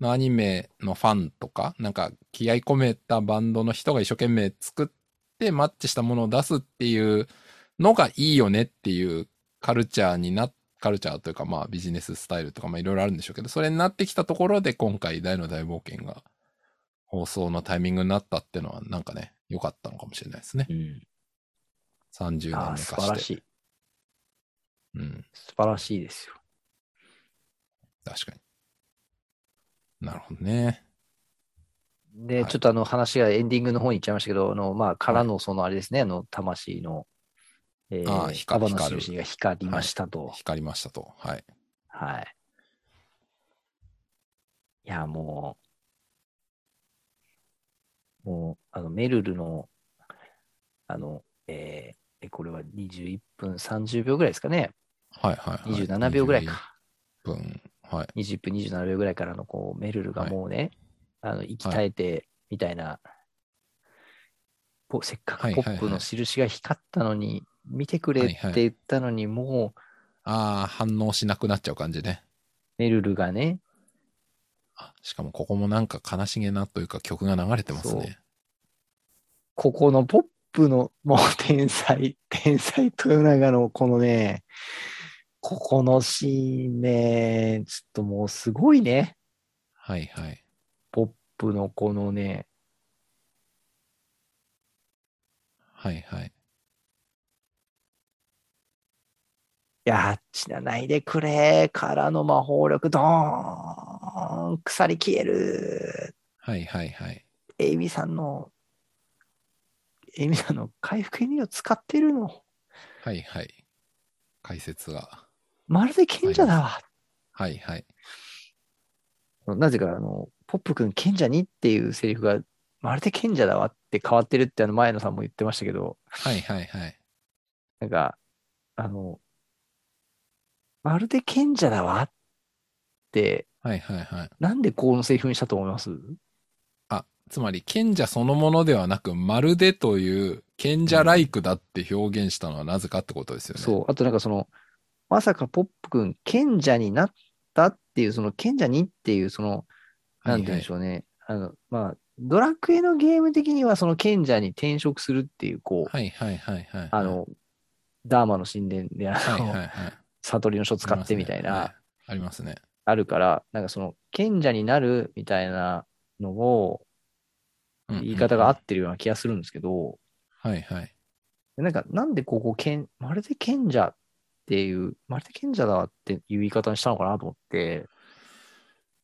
Speaker 1: のアニメのファンとか、なんか気合い込めたバンドの人が一生懸命作ってマッチしたものを出すっていうのがいいよねっていうカルチャーにな、カルチャーというかまあビジネススタイルとかまあいろいろあるんでしょうけど、それになってきたところで今回大の大冒険が放送のタイミングになったっていうのはなんかね、良かったのかもしれないですね。30年目
Speaker 2: あ
Speaker 1: 化
Speaker 2: あ、
Speaker 1: して。
Speaker 2: 素晴らしい。
Speaker 1: うん、
Speaker 2: 素晴らしいですよ。
Speaker 1: 確かに。なるほどね。
Speaker 2: で、
Speaker 1: はい
Speaker 2: ちょっとあの話がエンディングの方に行っちゃいましたけど、あの、まあ、からのそのあれですね、あの、魂の、えー、
Speaker 1: ああ
Speaker 2: カ
Speaker 1: 光
Speaker 2: バの
Speaker 1: 光る
Speaker 2: 印が光りましたと。
Speaker 1: 光りましたと。はい。
Speaker 2: はい。い、や、もう、もう、あの、メルルの、あの、えーえこれは21分30秒ぐらいですかね。
Speaker 1: はいはい、はい。
Speaker 2: 27秒ぐらいか。
Speaker 1: 21分。はい。
Speaker 2: 20分27秒ぐらいからのこうメルルがもうね、あの息絶えてみたいな、ポせっか
Speaker 1: は
Speaker 2: く
Speaker 1: い
Speaker 2: ポ
Speaker 1: はいはい
Speaker 2: ップの印が光ったのに、見てくれって言ったのに、もう
Speaker 1: ああ、反応しなくなっちゃう感じね。
Speaker 2: メルルがね、
Speaker 1: あしかもここもなんか悲しげなというか曲が流れてますね。
Speaker 2: ここのポップのもう天才、 <laughs> 天才豊永のこのね、ここのシーンね、ちょっともうすごいね。
Speaker 1: はいはい。
Speaker 2: ポップのこのね、
Speaker 1: はいはい。
Speaker 2: いや、死なないでくれからの魔法力、ドーン鎖消える
Speaker 1: はいはいはい。
Speaker 2: エイミさんの、エイミさんの回復エネルギーを使ってるの。
Speaker 1: はいはい。解説が。
Speaker 2: まるで賢者だわ。
Speaker 1: はいはい。
Speaker 2: なぜか、あの、ポップ君賢者にっていうセリフが、まるで賢者だわって変わってるって、あの、前野さんも言ってましたけど、
Speaker 1: はいはいはい。
Speaker 2: なんか、あの、まるで賢者だわって、
Speaker 1: はいはいはい。
Speaker 2: なんでこのセリフにしたと思います
Speaker 1: あ、つまり賢者そのものではなく、まるでという賢者ライクだって表現したのはなぜかってことですよね。
Speaker 2: そう。あとなんかその、まさかポップ君、賢者になったっていう、その賢者にっていう、その、
Speaker 1: は
Speaker 2: なん
Speaker 1: い
Speaker 2: て言うんでし
Speaker 1: ょ
Speaker 2: ょうね。あの、まあ、ドラクエのゲーム的にはその賢者に転職するっていう、こう、
Speaker 1: はいはいはいはい。
Speaker 2: あ、の、ダーマの神殿 <laughs> で、あ
Speaker 1: はい
Speaker 2: の、
Speaker 1: はいはい。
Speaker 2: 悟りの書使ってみたいな、
Speaker 1: ありますね。
Speaker 2: あるから、なんかその、賢者になるみたいなのを、
Speaker 1: はいはい
Speaker 2: 言い方が合ってるような気がするんですけど、
Speaker 1: はいはい。
Speaker 2: なんか、なんでここ、賢まるで賢者っていう、まるで賢者だわっていう言い方にしたのかなと思って、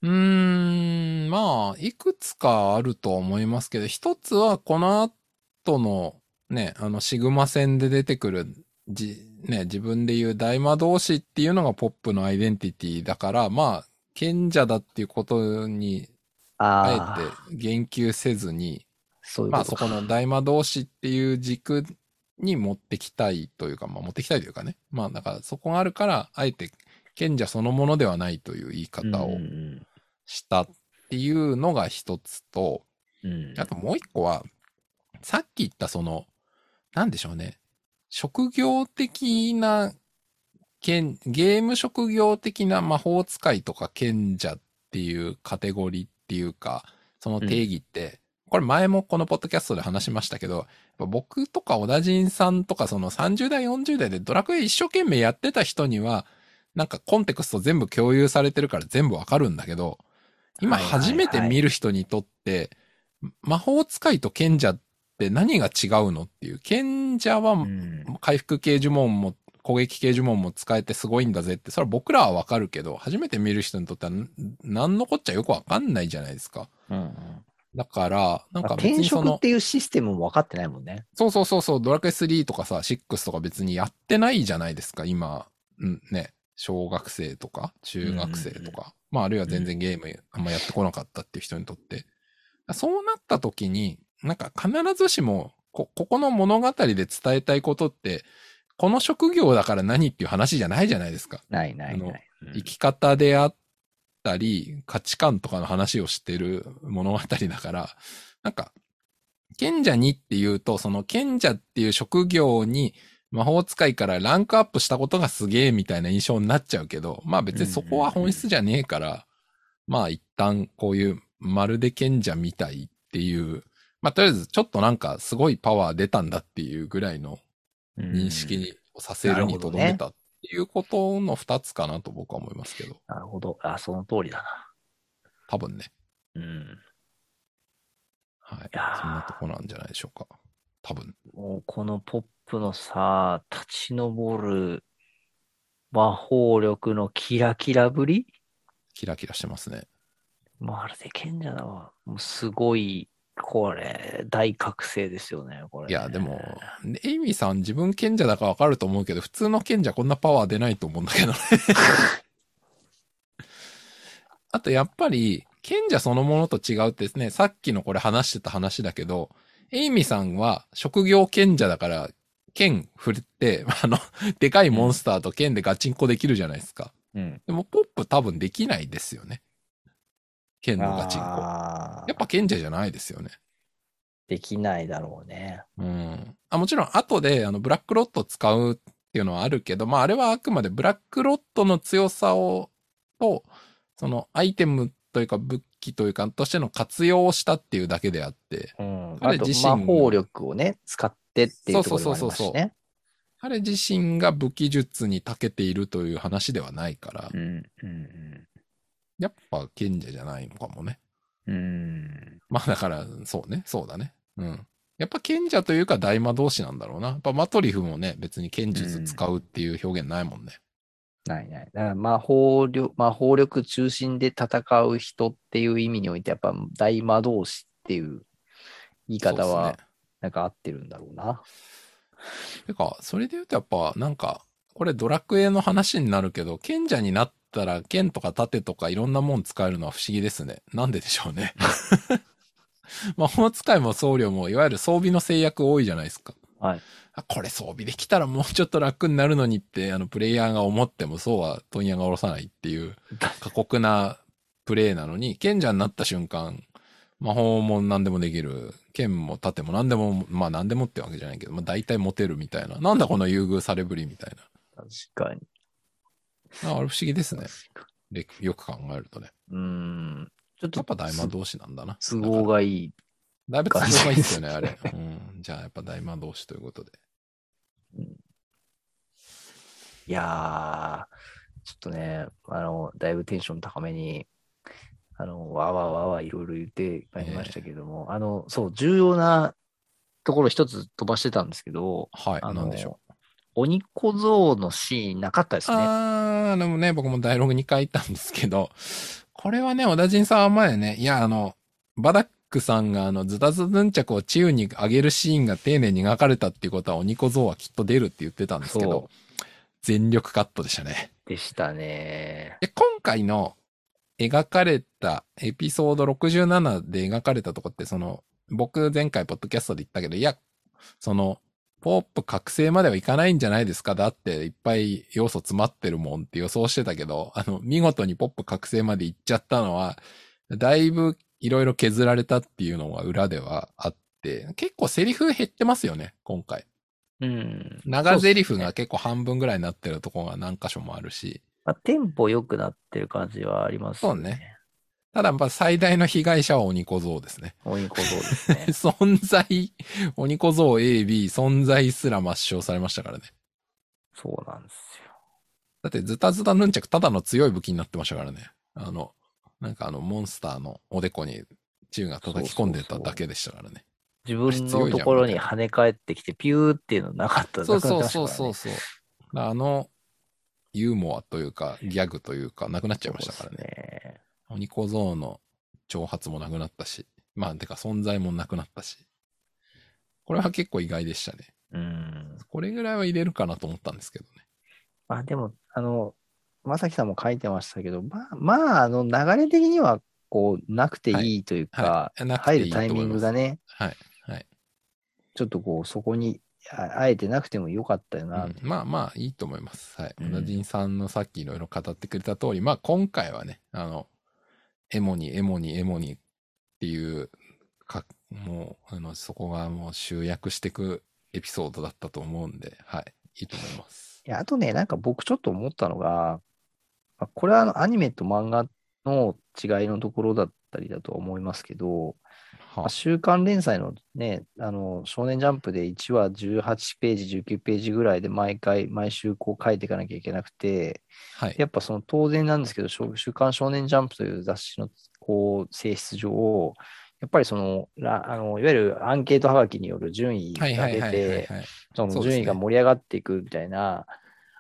Speaker 1: うーん、まあ、いくつかあると思いますけど、一つはこの後のね、あの、シグマ戦で出てくる、じ、ね、自分で言う大魔導士っていうのがポップのアイデンティティだから、まあ、賢者だっていうことに、
Speaker 2: あ
Speaker 1: あえて言及せずに、
Speaker 2: そういう
Speaker 1: ま
Speaker 2: こ
Speaker 1: あ
Speaker 2: と
Speaker 1: そ
Speaker 2: か。
Speaker 1: この大魔同士っていう軸に持ってきたいというか、まあ持ってきたいというかね。まあだからそこがあるから、あえて賢者そのものではないという言い方
Speaker 2: う
Speaker 1: を
Speaker 2: んうん
Speaker 1: したっていうのが一つと、
Speaker 2: うん。
Speaker 1: あともう一個は、さっき言ったその、なんでしょうね。職業的な、剣ゲーム職業的な魔法使いとか賢者っていうカテゴリーっていうか、その定義って、これ前もこのポッドキャストで話しましたけど、やっぱ僕とか小田陣さんとかその30代40代でドラクエ一生懸命やってた人には、なんかコンテクスト全部共有されてるから全部わかるんだけど、今
Speaker 2: はいはいはい
Speaker 1: 初めて見る人にとって、魔法使いと賢者って何が違うのっていう。賢者は
Speaker 2: うん
Speaker 1: 回復系呪文も攻撃系呪文も使えてすごいんだぜって、それは僕らはわかるけど、初めて見る人にとってはん何のこっちゃよくわかんないじゃないですか。
Speaker 2: うんうん
Speaker 1: だから、なんか別
Speaker 2: 転
Speaker 1: にそ
Speaker 2: 職っ
Speaker 1: の、
Speaker 2: ていうシステムも分かってないもんね。
Speaker 1: そうそうそうそう、ドラクエ3とかさ、6とか別にやってないじゃないですか、今、うん、ね、小学生とか、中学生
Speaker 2: うんうん
Speaker 1: と
Speaker 2: う
Speaker 1: か、まああるいは全然ゲームあんまやってこなかったっていう人にとって、そうなった時に、なんか必ずしも、こ、ここの物語で伝えたいことって、この職業だから何っていう話じゃないじゃないですか。
Speaker 2: ないない
Speaker 1: あの
Speaker 2: ない。うん
Speaker 1: 生き方であったり、価値観とかの話をしてる物語だから、なんか、賢者にっていうと、その賢者っていう職業に魔法使いからランクアップしたことがすげえみたいな印象になっちゃうけど、まあ別にそこは本質じゃねえから、まあ一旦こういうまるで賢者みたいっていう、まあとりあえずちょっとなんかすごいパワー出たんだっていうぐらいの認識にをさせるにとどめたっていうことの二つかなと僕は思いますけど、
Speaker 2: なるほど。あ、その通りだ
Speaker 1: 多分ね。
Speaker 2: な。うん。
Speaker 1: はい。
Speaker 2: やー
Speaker 1: そんなとこなんじゃないでしょうか。多分。
Speaker 2: もうこのポップのさ、立ち上る魔法力のキラキラぶり
Speaker 1: キラキラしてますね。
Speaker 2: まるで賢者だわ。もうすごい、これ、大覚醒ですよね、これ。
Speaker 1: いや、でも、エイミーさん自分賢者だからわかると思うけど、普通の賢者こんなパワー出ないと思うんだけどね。 <laughs> あとやっぱり、賢者そのものと違うってですね、さっきのこれ話してた話だけど、エイミーさんは職業賢者だから、剣振って、 <laughs> あの、でかいモンスターと剣でガチンコできるじゃないですか。
Speaker 2: うん。
Speaker 1: でも、ポップ多分できないですよね。剣のガチンコ。や
Speaker 2: あー
Speaker 1: っぱ賢者じゃないですよね。
Speaker 2: できないだろうね。
Speaker 1: うん。あ、もちろん後で、あの、ブラックロット使うっていうのはあるけど、まあ、あれはあくまでブラックロットの強さを、と、その、アイテムというか、武器というか、としての活用をしたっていうだけであって、
Speaker 2: うん。あ
Speaker 1: 彼
Speaker 2: と、
Speaker 1: 自身
Speaker 2: 魔法力をね、使ってっていうところもありますしね。
Speaker 1: 彼自身が武器術に長けているという話ではないから、
Speaker 2: うん。うん
Speaker 1: やっぱ賢者じゃないのかもね。
Speaker 2: うん。うん。
Speaker 1: まあだから、そうね、そうだね。うん。やっぱ賢者というか大魔同士なんだろうな。やっぱマトリフもね、別に剣術使うっていう表現ないもんね。
Speaker 2: ないない。だから魔法力、魔法力中心で戦う人っていう意味において、やっぱ大魔導士っていう言い方
Speaker 1: そうっ
Speaker 2: は
Speaker 1: す、
Speaker 2: なんか合ってるんだろうな。
Speaker 1: ね。てか、それで言うとやっぱなんか、これドラクエの話になるけど、賢者になったら剣とか盾とかいろんなもん使えるのは不思議ですね。なんででしょう
Speaker 2: <laughs>
Speaker 1: ね。魔法使いも僧侶もいわゆる装備の制約多いじゃないですか。
Speaker 2: はい。
Speaker 1: あこれ装備できたらもうちょっと楽になるのにって、あの、プレイヤーが思ってもそうは問屋が下ろさないっていう過酷なプレイなのに、賢者になった瞬間、魔法も何でもできる、剣も盾も何でも、まあ何でもってわけじゃないけど、まあ大体持てるみたいな。なんだこの優遇されぶりみたい
Speaker 2: 確かに。
Speaker 1: な。ああれ不思議ですね
Speaker 2: 確。か
Speaker 1: でよく考えるとね。
Speaker 2: にうん。ちょっ
Speaker 1: やっぱ
Speaker 2: と、
Speaker 1: 大魔同士なんだな。
Speaker 2: 都合がいい。
Speaker 1: だいぶ都合がいいですよね、あれ。うん。じゃあやっぱ大魔同士ということで。
Speaker 2: いやー、ちょっとね、あの、だいぶテンション高めに、あの、わーわーわーわーいろいろ言ってまいりましたけども、あの、そう、重要なところ一つ飛ばしてたんですけど、
Speaker 1: はい。
Speaker 2: あ
Speaker 1: な
Speaker 2: の
Speaker 1: んでしょう。
Speaker 2: 鬼小僧のシーンなかったですね。
Speaker 1: あー、でもね、僕もダイアログに書いたんですけど、これはね、小田陣さんは前ね、いや、あの、バダックさんがあの、ズタズヌンチャクを治癒に上げるシーンが丁寧に描かれたっていうことは、鬼小僧はきっと出るって言ってたんですけど
Speaker 2: そ、
Speaker 1: 全力カットでしたね。
Speaker 2: うでしたね。
Speaker 1: で、今回の描かれたエピソード67で描かれたとこって、その、僕前回ポッドキャストで言ったけど、いや、その、ポップ覚醒まではいかないんじゃないですかだっていっぱい要素詰まってるもんって予想してたけど、あの、見事にポップ覚醒まで行っちゃったのは、だいぶいろいろ削られたっていうのは裏ではあって、結構セリフ減ってますよね、今回。
Speaker 2: うん。
Speaker 1: 長セリフ
Speaker 2: そうっすね
Speaker 1: が結構半分ぐらいになってるところが何箇所もあるし、
Speaker 2: まあ、テンポ良くなってる感じはあります
Speaker 1: そうね。ただやっぱ最大の被害者は鬼小僧ですね。。
Speaker 2: 鬼小僧ですね
Speaker 1: <laughs> 存在、鬼小僧 A、B、存在すら抹消されましたからね。
Speaker 2: そうなんですよ。
Speaker 1: だってズタズタヌンチャクただの強い武器になってましたからね。あの、なんかあのモンスターのおでこに銃が叩き込んでただけでしたからね。
Speaker 2: 自
Speaker 1: あいつ
Speaker 2: 分
Speaker 1: 強い
Speaker 2: の
Speaker 1: じゃん
Speaker 2: ところに跳ね返ってきて、ピューっていうのなかった。
Speaker 1: そう
Speaker 2: なくな
Speaker 1: そう
Speaker 2: ってました
Speaker 1: そう
Speaker 2: から
Speaker 1: そう
Speaker 2: ね
Speaker 1: そう。あの、ユーモアというか、ギャグというか、なくなっちゃいましたからね。
Speaker 2: そうですね。
Speaker 1: 鬼小僧の挑発もなくなったし、まあ、てか存在もなくなったし。これは結構意外でしたね。
Speaker 2: うん。
Speaker 1: これぐらいは入れるかなと思ったんですけどね。
Speaker 2: まあでも、あの、まさきさんも書いてましたけど、まあ、まあ、あの、流れ的には、こう、なくていいという
Speaker 1: は、
Speaker 2: か
Speaker 1: い。なくて
Speaker 2: 入
Speaker 1: い
Speaker 2: る
Speaker 1: いと
Speaker 2: タ
Speaker 1: 思い
Speaker 2: イ
Speaker 1: ます
Speaker 2: ミングがね、
Speaker 1: はい。はい。
Speaker 2: ちょっとこう、そこに、ああえてなくてもよかったよな、
Speaker 1: うんまあまあいいと思います。はい。
Speaker 2: うん
Speaker 1: 小田人さんのさっきいろいろ語ってくれた通り、まあ今回はね、あの、エモにエモにエモにっていう、か、もう、あの、そこがもう集約していくエピソードだったと思うんで、はい。いいと思います。
Speaker 2: いや、あとね、なんか僕ちょっと思ったのが、まあこれはあのアニメと漫画の違いのところだったりだとは思いますけど、ま
Speaker 1: は
Speaker 2: あ週刊連載のね、あの、少年ジャンプで1話18ページ、19ページぐらいで毎回、毎週こう書いていかなきゃいけなくて、
Speaker 1: はい。
Speaker 2: やっぱその当然なんですけど、しょ週刊少年ジャンプという雑誌のこう性質上、やっぱりその、らあのいわゆるアンケートはがきによる順位
Speaker 1: はい
Speaker 2: が
Speaker 1: はい
Speaker 2: 出
Speaker 1: はいはいはい
Speaker 2: て、そ
Speaker 1: そ
Speaker 2: の
Speaker 1: うですね
Speaker 2: 順位が盛り上がっていくみたいな、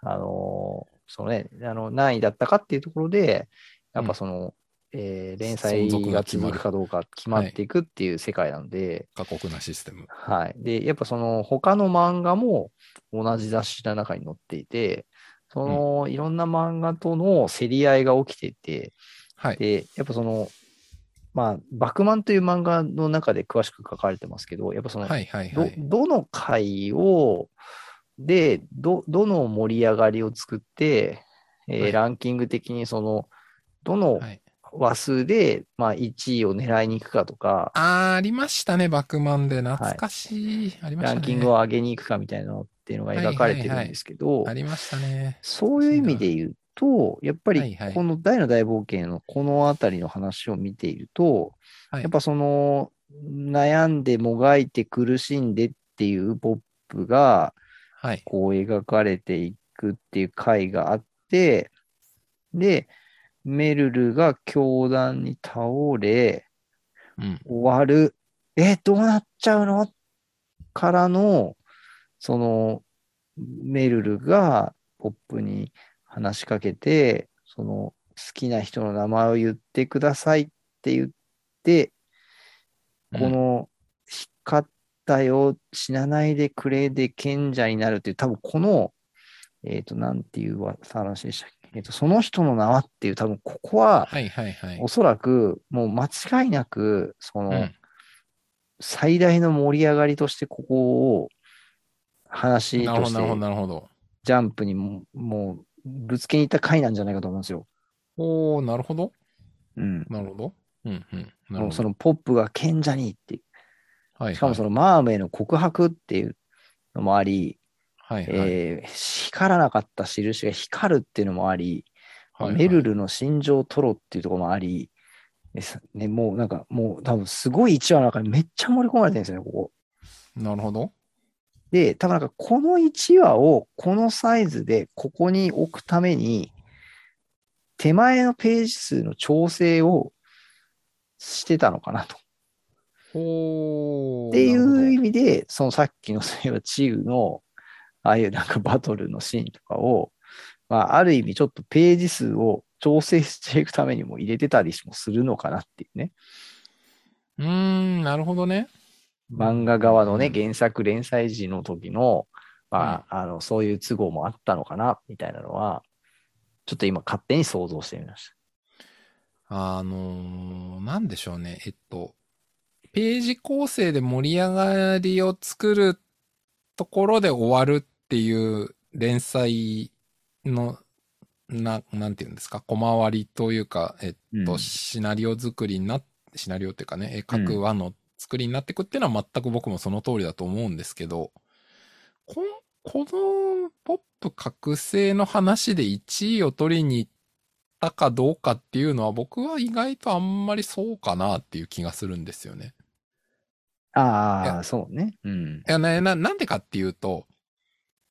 Speaker 2: あの、そのね、あの何位だったかっていうところで、やっぱその、えー連載
Speaker 1: 存続が
Speaker 2: が
Speaker 1: 決まる
Speaker 2: 続くかどうか決まっていくっていう世界なので、
Speaker 1: 過酷なシステム。
Speaker 2: はい。で、やっぱその他の漫画も同じ雑誌の中に載っていて、そのいろんな漫画との競り合いが起きていて、
Speaker 1: はい。
Speaker 2: で、やっぱその、まあ、バクマンという漫画の中で詳しく書かれてますけど、やっぱその、
Speaker 1: はいはいは
Speaker 2: ど
Speaker 1: い。
Speaker 2: どの回を、で、ど、どの盛り上がりを作って、えー
Speaker 1: はい
Speaker 2: ランキング的にその、どの
Speaker 1: はい、
Speaker 2: 話数で、まあ、1位を狙いに行くかとか、
Speaker 1: あーありましたね、バクマンで。懐かしい。ありまし
Speaker 2: ラ
Speaker 1: たね。
Speaker 2: ンキングを上げに行くかみたいなのっていうのが描かれてるんですけど
Speaker 1: あ、りましたね。
Speaker 2: そういう意味で言うと、やっぱ
Speaker 1: はい
Speaker 2: り
Speaker 1: はい
Speaker 2: この大の大冒険のこのあたりの話を見ていると、
Speaker 1: はい
Speaker 2: やっぱその悩んでもがいて苦しんでっていうポップが
Speaker 1: はい。
Speaker 2: こう描かれていくっていう回があって、で、メルルが教団に倒れ、
Speaker 1: うん。
Speaker 2: 終わる、え、どうなっちゃうのからの、その、メルルがポップに話しかけて、その、好きな人の名前を言ってくださいって言って、この、光ったよ、死なないでくれで賢者になるっていう、多分この、えっ、と、なんていうわ話でしたっけ、えっと、その人の名はっていう、多分ここは、
Speaker 1: はいはいはい。
Speaker 2: おそらく、もう間違いなく、その、
Speaker 1: うん
Speaker 2: 最大の盛り上がりとしてここを話
Speaker 1: なる
Speaker 2: と
Speaker 1: ほ
Speaker 2: し
Speaker 1: ど、なるほど、なる
Speaker 2: て
Speaker 1: ほど。
Speaker 2: ジャンプにももうぶつけに行った回なんじゃないかと思うんですよ。
Speaker 1: おー、なるほど。
Speaker 2: うん。
Speaker 1: なるほど。うんうん。なる
Speaker 2: も
Speaker 1: ほ
Speaker 2: うそ
Speaker 1: ど。
Speaker 2: のポップが賢者にって、
Speaker 1: はい
Speaker 2: しかもそ
Speaker 1: の、
Speaker 2: のマーメイの告白っていうのもあり、
Speaker 1: はいはい。
Speaker 2: えー光らなかった印が光るっていうのもあり、
Speaker 1: はいはい
Speaker 2: メルルの心情を取ろうっていうところもあり、ですね、もうなんかもう多分すごい1話の中にめっちゃ盛り込まれてるんですよね、ここ。
Speaker 1: なるほど。
Speaker 2: で、多分なんかこの1話をこのサイズでここに置くために、手前のページ数の調整をしてたのかなと。
Speaker 1: おー。
Speaker 2: ってい
Speaker 1: な
Speaker 2: う
Speaker 1: る
Speaker 2: 意
Speaker 1: ほ
Speaker 2: 味で、そのさっきの例えばチームの、ああいうなんかバトルのシーンとかを、まあ、ある意味ちょっとページ数を調整していくためにも入れてたりもするのかなっていうね。
Speaker 1: どうーん、なるほどね。
Speaker 2: 漫画側のね、
Speaker 1: うん
Speaker 2: 原作連載時の時の、まあ、あの、そういう都合もあったのかな、みたいなのは、ちょっと今勝手に想像してみまし
Speaker 1: あのー、なんでしょうね。えっと、ページ構成で盛り上がりを作るところで終わるっていう連載の、な、なんていうんですか、小回りというか、えっ
Speaker 2: うん
Speaker 1: と、シナリオ作りにな、シナリオっていうかね、絵描く輪の作りになってくっていうのは全く僕もその通りだと思うんですけど、こんこのポップ覚醒の話で1位を取りに行ったかどうかっていうのは僕は意外とあんまりそうかなっていう気がするんですよね。い
Speaker 2: あ
Speaker 1: や
Speaker 2: あ、そうね。うん。
Speaker 1: いやなななんでかっていうと、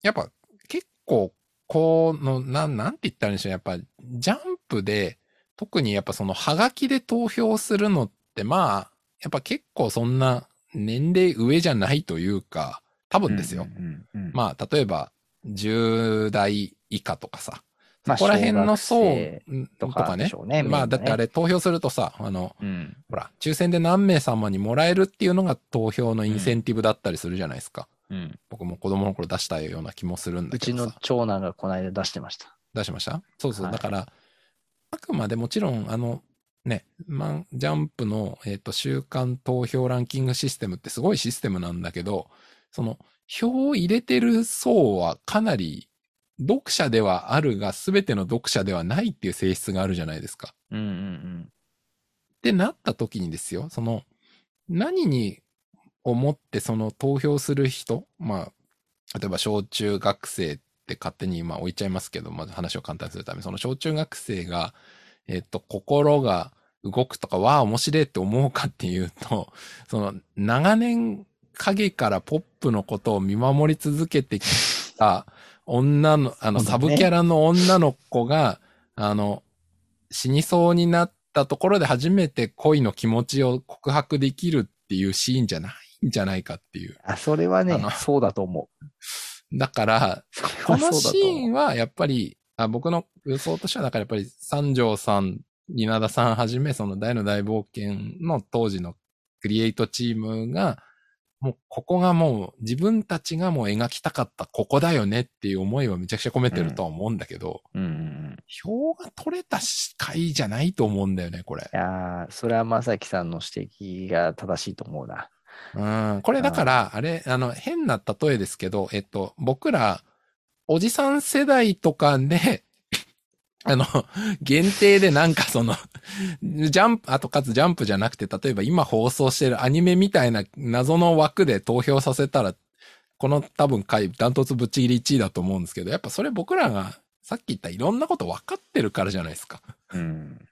Speaker 1: やっぱ結構この、なん、なんて言ったらいいんでしょう。やっぱジャンプで、特にやっぱそのハガキで投票するのってまあ、やっぱ結構そんな年齢上じゃないというか、多分ですよ。
Speaker 2: うんうんうん
Speaker 1: まあ、例えば、10代以下とかさ、
Speaker 2: ま
Speaker 1: そ
Speaker 2: あ
Speaker 1: こら辺の
Speaker 2: 小
Speaker 1: 層
Speaker 2: 学
Speaker 1: と
Speaker 2: とか
Speaker 1: か
Speaker 2: で
Speaker 1: ね
Speaker 2: し。ょうね。
Speaker 1: まあ、だってあ
Speaker 2: れ。
Speaker 1: れ投票するとさ、あの、
Speaker 2: うん。
Speaker 1: ほら、抽選で何名様にもらえるっていうのが投票のインセンティブだったりするじゃないですか。
Speaker 2: うん
Speaker 1: 僕も子供の頃出したような気もするんだ
Speaker 2: う
Speaker 1: け
Speaker 2: ち
Speaker 1: ど
Speaker 2: の
Speaker 1: さ。
Speaker 2: 長男がこの間出してました。
Speaker 1: 出しましたそうそう。
Speaker 2: はい
Speaker 1: だから、あくまでもちろん、あの、ね、マン、ジャンプの、えっ、と、週間投票ランキングシステムってすごいシステムなんだけど、その、票を入れてる層はかなり、読者ではあるが、全ての読者ではないっていう性質があるじゃないですか。
Speaker 2: うんうん
Speaker 1: ってなった時にですよ、その、何に思ってその投票する人、まあ、例えば小中学生って勝手にまあ置いちゃいますけど、まず話を簡単にするため、その小中学生が、えっと、心が動くとか、わあ、面白いって思うかっていうと、 <laughs> その、長年影からポップのことを見守り続けてきた女の、あの、
Speaker 2: そうだ
Speaker 1: サ
Speaker 2: ね
Speaker 1: ブキャラの女の子が、あの、死にそうになったところで初めて恋の気持ちを告白できるっていうシーンじゃないんじゃないかっていう。
Speaker 2: あ、それは
Speaker 1: あ
Speaker 2: ね
Speaker 1: の、
Speaker 2: そうだと思う。
Speaker 1: だから、
Speaker 2: それ
Speaker 1: こ
Speaker 2: は
Speaker 1: の
Speaker 2: そうだ
Speaker 1: シ
Speaker 2: と
Speaker 1: ーン
Speaker 2: 思う。
Speaker 1: はやっぱり、あ僕の予想としては、だからやっぱり三条さん、稲田さんはじめ、その大の大冒険の当時のクリエイトチームが、もうここがもう自分たちがもう描きたかったここだよねっていう思いをめちゃくちゃ込めてるとは思うんだけど、
Speaker 2: うんうんうん。
Speaker 1: 票が取れた回じゃないと思うんだよね、これ
Speaker 2: い。やーそれはまさきさんの指摘が正しいと思うな。
Speaker 1: うん、これだから、あれ、あの、変な例えですけど、えっと、僕ら、おじさん世代とかで、 <laughs> あの、限定でなんかその、ジャンプ、あとかつジャンプじゃなくて、例えば今放送してるアニメみたいな謎の枠で投票させたら、この多分回、ダントツぶっちぎり1位だと思うんですけど、やっぱそれ僕らが、さっき言ったいろんなこと分かってるからじゃないですか。
Speaker 2: うん。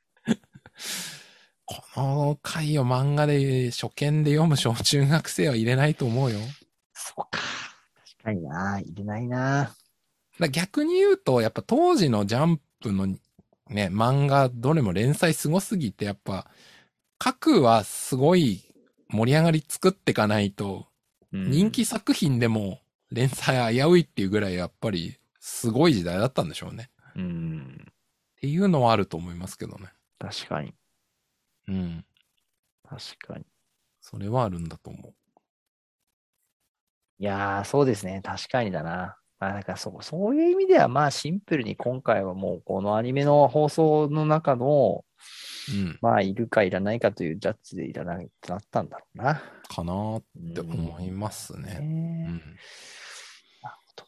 Speaker 1: この回を漫画で初見で読む小中学生は入れないと思うよ。
Speaker 2: そうか。確かにな。入れないな。
Speaker 1: だから逆に言うと、やっぱ当時のジャンプのね、漫画、どれも連載すごすぎて、やっぱ、各はすごい盛り上がり作っていかないと、
Speaker 2: うん
Speaker 1: 人気作品でも連載危ういっていうぐらい、やっぱり、すごい時代だったんでしょうね。っ
Speaker 2: うん。
Speaker 1: ていうのはあると思いますけどね。
Speaker 2: 確かに。
Speaker 1: うん。
Speaker 2: 確かに。
Speaker 1: それはあるんだと思う。
Speaker 2: いやー、そうですね。確かにだな。まあ、なんかそ、そういう意味では、まあ、シンプルに今回はもう、このアニメの放送の中の、
Speaker 1: うん。
Speaker 2: まあ、いるかいらないかというジャッジでいらないとなったんだろうな。
Speaker 1: かなーっ
Speaker 2: って
Speaker 1: 思いますね。う
Speaker 2: ね。
Speaker 1: ん。
Speaker 2: なるほど。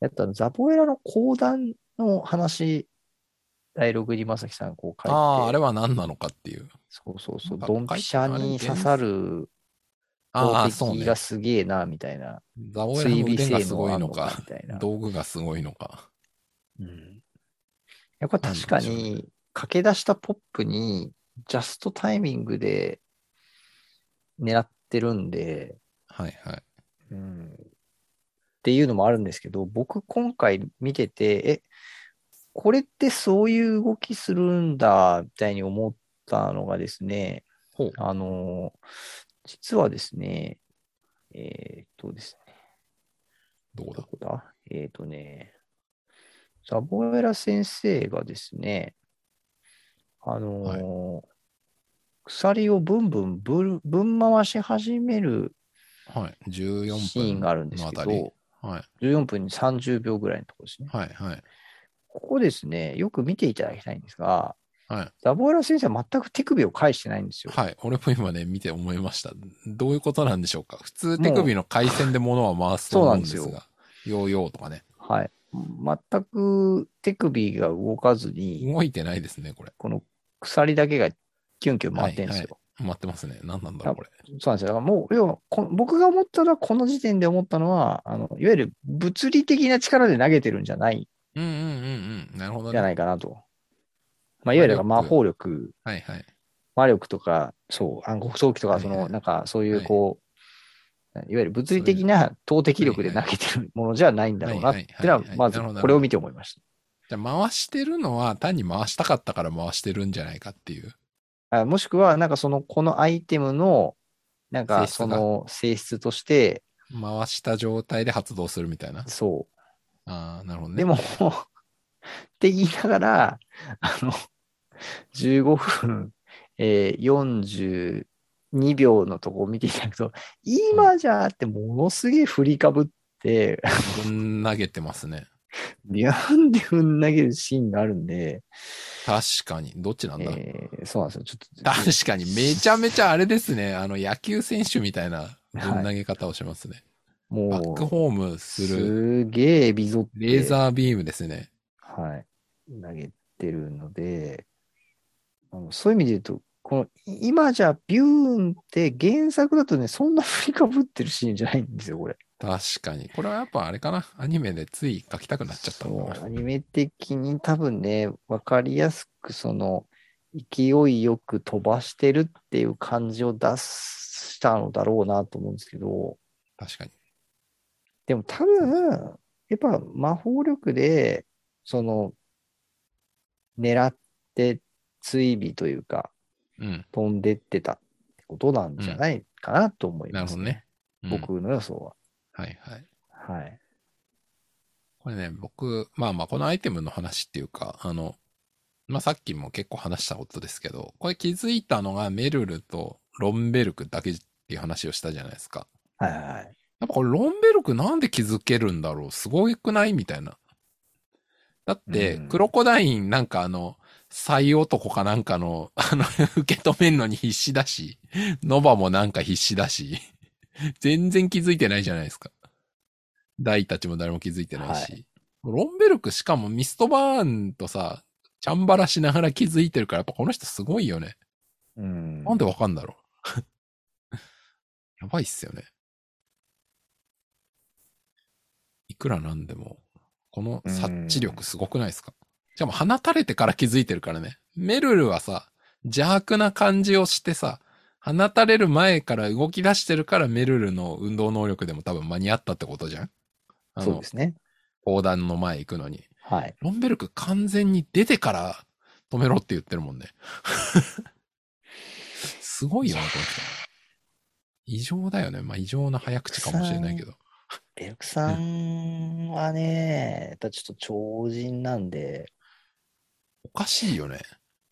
Speaker 2: やったらザボエラの講談の話、第六にまさきさんこう書いて、
Speaker 1: ああ、あれは何なのかっていう。
Speaker 2: そうそう
Speaker 1: な
Speaker 2: そう、
Speaker 1: んか
Speaker 2: ドンピシャに刺さる
Speaker 1: ああ、そう
Speaker 2: 敵
Speaker 1: ね
Speaker 2: が。すげえな、みたいな。
Speaker 1: ザオエラの腕がすごいのか
Speaker 2: 追尾性能あんのかみたいな、
Speaker 1: 道具がすごいのか。
Speaker 2: うん。やっぱ確か
Speaker 1: なんでしょう
Speaker 2: に、駆け出したポップに、ジャストタイミングで狙ってるんで、
Speaker 1: はいはい。
Speaker 2: うんっていうのもあるんですけど、僕今回見てて、え、これってそういう動きするんだ、みたいに思ったのがですね、
Speaker 1: ほう。
Speaker 2: あの、実はですね、えーっとですね、
Speaker 1: どこ
Speaker 2: ど
Speaker 1: だ
Speaker 2: こだえーっとね、ザボエラ先生がですね、あのー鎖をブンブンぶるぶん回し始める
Speaker 1: はい。14分。
Speaker 2: シーンがあるんですけ
Speaker 1: のあたり
Speaker 2: ど、
Speaker 1: はい。
Speaker 2: 14分に30秒ぐらいのところですね。
Speaker 1: はいはい。
Speaker 2: ここですね、よく見ていただきたいんですが、
Speaker 1: はい。
Speaker 2: ザボエラ先生は全く手首を返してないんですよ。
Speaker 1: はい。俺も今ね、見て思いました。どういうことなんでしょうか。普通手首の回線で物は回すと思うんです
Speaker 2: そうなん
Speaker 1: が、ヨーヨーとかね。
Speaker 2: はい。全く手首が動かずに、
Speaker 1: 動いてないですね、これ。
Speaker 2: この鎖だけがキュンキュン回ってるんですよ。
Speaker 1: 待ってますね。何なんだろう、これ。
Speaker 2: そうなんですよ。だからもう、要はこ、僕が思ったのは、この時点で思ったのは、あの、いわゆる物理的な力で投げてるんじゃない、
Speaker 1: うんうんうんうん。なるほど
Speaker 2: じゃ
Speaker 1: ね。
Speaker 2: ないかなと。まあ、いわゆるだから魔法力、
Speaker 1: はいはい。
Speaker 2: 魔力とか、そう、暗黒装器と
Speaker 1: は
Speaker 2: か、
Speaker 1: い
Speaker 2: そ
Speaker 1: はい
Speaker 2: の、なんか、そうい
Speaker 1: は
Speaker 2: う、
Speaker 1: い
Speaker 2: こう、いわゆる物理的な投擲力で投げてるものじゃないんだろうな、っていうのは
Speaker 1: はいはいはいは、い
Speaker 2: まず
Speaker 1: なるほどなるほ、ど
Speaker 2: これを見て思いまし
Speaker 1: じゃあ回してるのは単に回したかったから回してるんじゃないかっていう。
Speaker 2: た。あもしくは、なんか、その、このアイテムの、なんか、
Speaker 1: 性質が
Speaker 2: その性質として、
Speaker 1: 回した状態で発動するみたいな。
Speaker 2: そう、
Speaker 1: ああ、なるほどね。
Speaker 2: でも、 <laughs> って言いながら、あの、15分、えー、42秒のとこを見ていただくと、今じゃーってものすげえ振りかぶって、
Speaker 1: うん、投げてますね。
Speaker 2: ビューンって踏ん投げるシーンがあるんで、
Speaker 1: 確かに。どっちなんだ、
Speaker 2: えーそうなんですよ。ちょっと。
Speaker 1: 確かに、めちゃめちゃあれですね。 <laughs> あの、野球選手みたいなぶ
Speaker 2: はい
Speaker 1: ん投げ方をしますね。バック
Speaker 2: も
Speaker 1: ホーム
Speaker 2: う、
Speaker 1: する
Speaker 2: すげえビゾって。
Speaker 1: レーザービームですね。
Speaker 2: はい、投げてるので、あのそういう意味で言うと、このい今じゃビューンって原作だとね、そんな振りかぶってるシーンじゃないんですよ、これ。
Speaker 1: 確かに。これはやっぱあれかな。アニメでつい描きたくなっちゃったのか
Speaker 2: そう
Speaker 1: な。
Speaker 2: アニメ的に多分ね、わかりやすく、その、勢いよく飛ばしてるっていう感じを出したのだろうなと思うんですけど、
Speaker 1: 確かに。
Speaker 2: でも多分、やっぱ魔法力で、その、狙って追尾というか、
Speaker 1: うん。
Speaker 2: 飛んでってたってことなんじゃないかなと思い
Speaker 1: な
Speaker 2: ま
Speaker 1: る
Speaker 2: す、
Speaker 1: ほどね。うん、
Speaker 2: 僕の予想は。
Speaker 1: はいはい。
Speaker 2: はい。
Speaker 1: これね、僕、まあまあ、このアイテムの話っていうか、あの、まあさっきも結構話したことですけど、これ気づいたのがメルルとロンベルクだけっていう話をしたじゃないですか。
Speaker 2: はいはいは
Speaker 1: や
Speaker 2: い。
Speaker 1: っぱこれロンベルクなんで気づけるんだろうすごくないみたいな。だって、
Speaker 2: うん
Speaker 1: クロコダインなんかあの、最男かなんかの、 <laughs> あの、受け止めるのに必死だし、ノバもなんか必死だし、全然気づいてないじゃないですか。ダイたちも誰も気づいてないし。ロンベルクしかもミストバーンとさ、チャンバラしながら気づいてるから、やっぱこの人すごいよね。
Speaker 2: うん。
Speaker 1: なんでわかんだろう。や <laughs> ばいっすよね。いくらなんでも、この察知力すごくないですかしかも放たれてから気づいてるからね。メルルはさ、邪悪な感じをしてさ、放たれる前から動き出してるからメルルの運動能力でも多分間に合ったってことじゃんあ
Speaker 2: そう
Speaker 1: の
Speaker 2: で、すね。
Speaker 1: 砲弾の前行くのに。
Speaker 2: はい。
Speaker 1: ロンベルク完全に出てから止めろって言ってる
Speaker 2: <laughs>
Speaker 1: もんね。すごいよね、この人。異常だよね。まあ異常な早口かもしれないけど。
Speaker 2: ベルクさんはね、やっぱちょっと超人なんで、
Speaker 1: おかしいよね。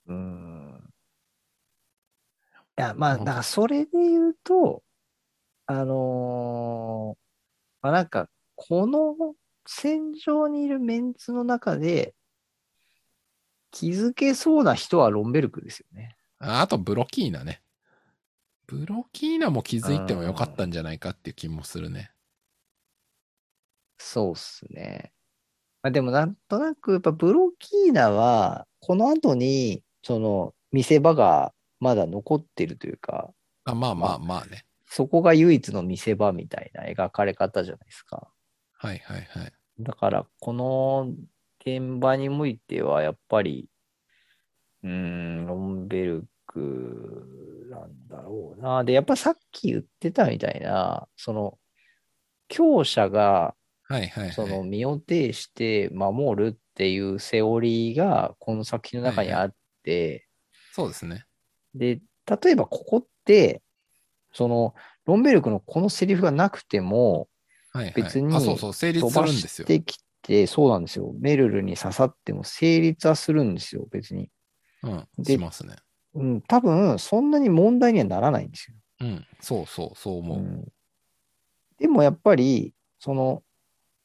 Speaker 2: うん。いや、まあ、だからそれで言うと、あのーまあなんか、この戦場にいるメンツの中で、気づけそうな人はロンベルクですよね。
Speaker 1: ああとブロキーナね。ブロキーナも気づいてもよかったんじゃないかっていう気もするね。
Speaker 2: そうっすね。まあ、でもなんとなく、やっぱブロキーナは、この後に、その、見せ場がまだ残ってるというか、
Speaker 1: あまあまあまあね。
Speaker 2: そこが唯一の見せ場みたいな描かれ方じゃないですか。
Speaker 1: はいはいはい。
Speaker 2: だから、この現場に向いては、やっぱり、うーん、ロンベルクなんだろうな。で、やっぱさっき言ってたみたいな、その、強者が、
Speaker 1: はいはい、はい。
Speaker 2: その身を挺して守るっていうセオリーがこの作品の中にあって、
Speaker 1: そうですね。
Speaker 2: で、例えばここって、その、ロンベルクのこのセリフがなくても、
Speaker 1: はい、はい。
Speaker 2: 別に
Speaker 1: あ、そうそう、成立
Speaker 2: 飛
Speaker 1: する
Speaker 2: ば
Speaker 1: んです
Speaker 2: し
Speaker 1: よ。
Speaker 2: てきて、そうなんですよ。メルルに刺さっても成立はするんですよ、別に。
Speaker 1: うん。
Speaker 2: で
Speaker 1: しますね。
Speaker 2: うん、多分、そんなに問題にはならないんですよ。
Speaker 1: うん。そうそう、そう思う。
Speaker 2: ん、でもやっぱり、その、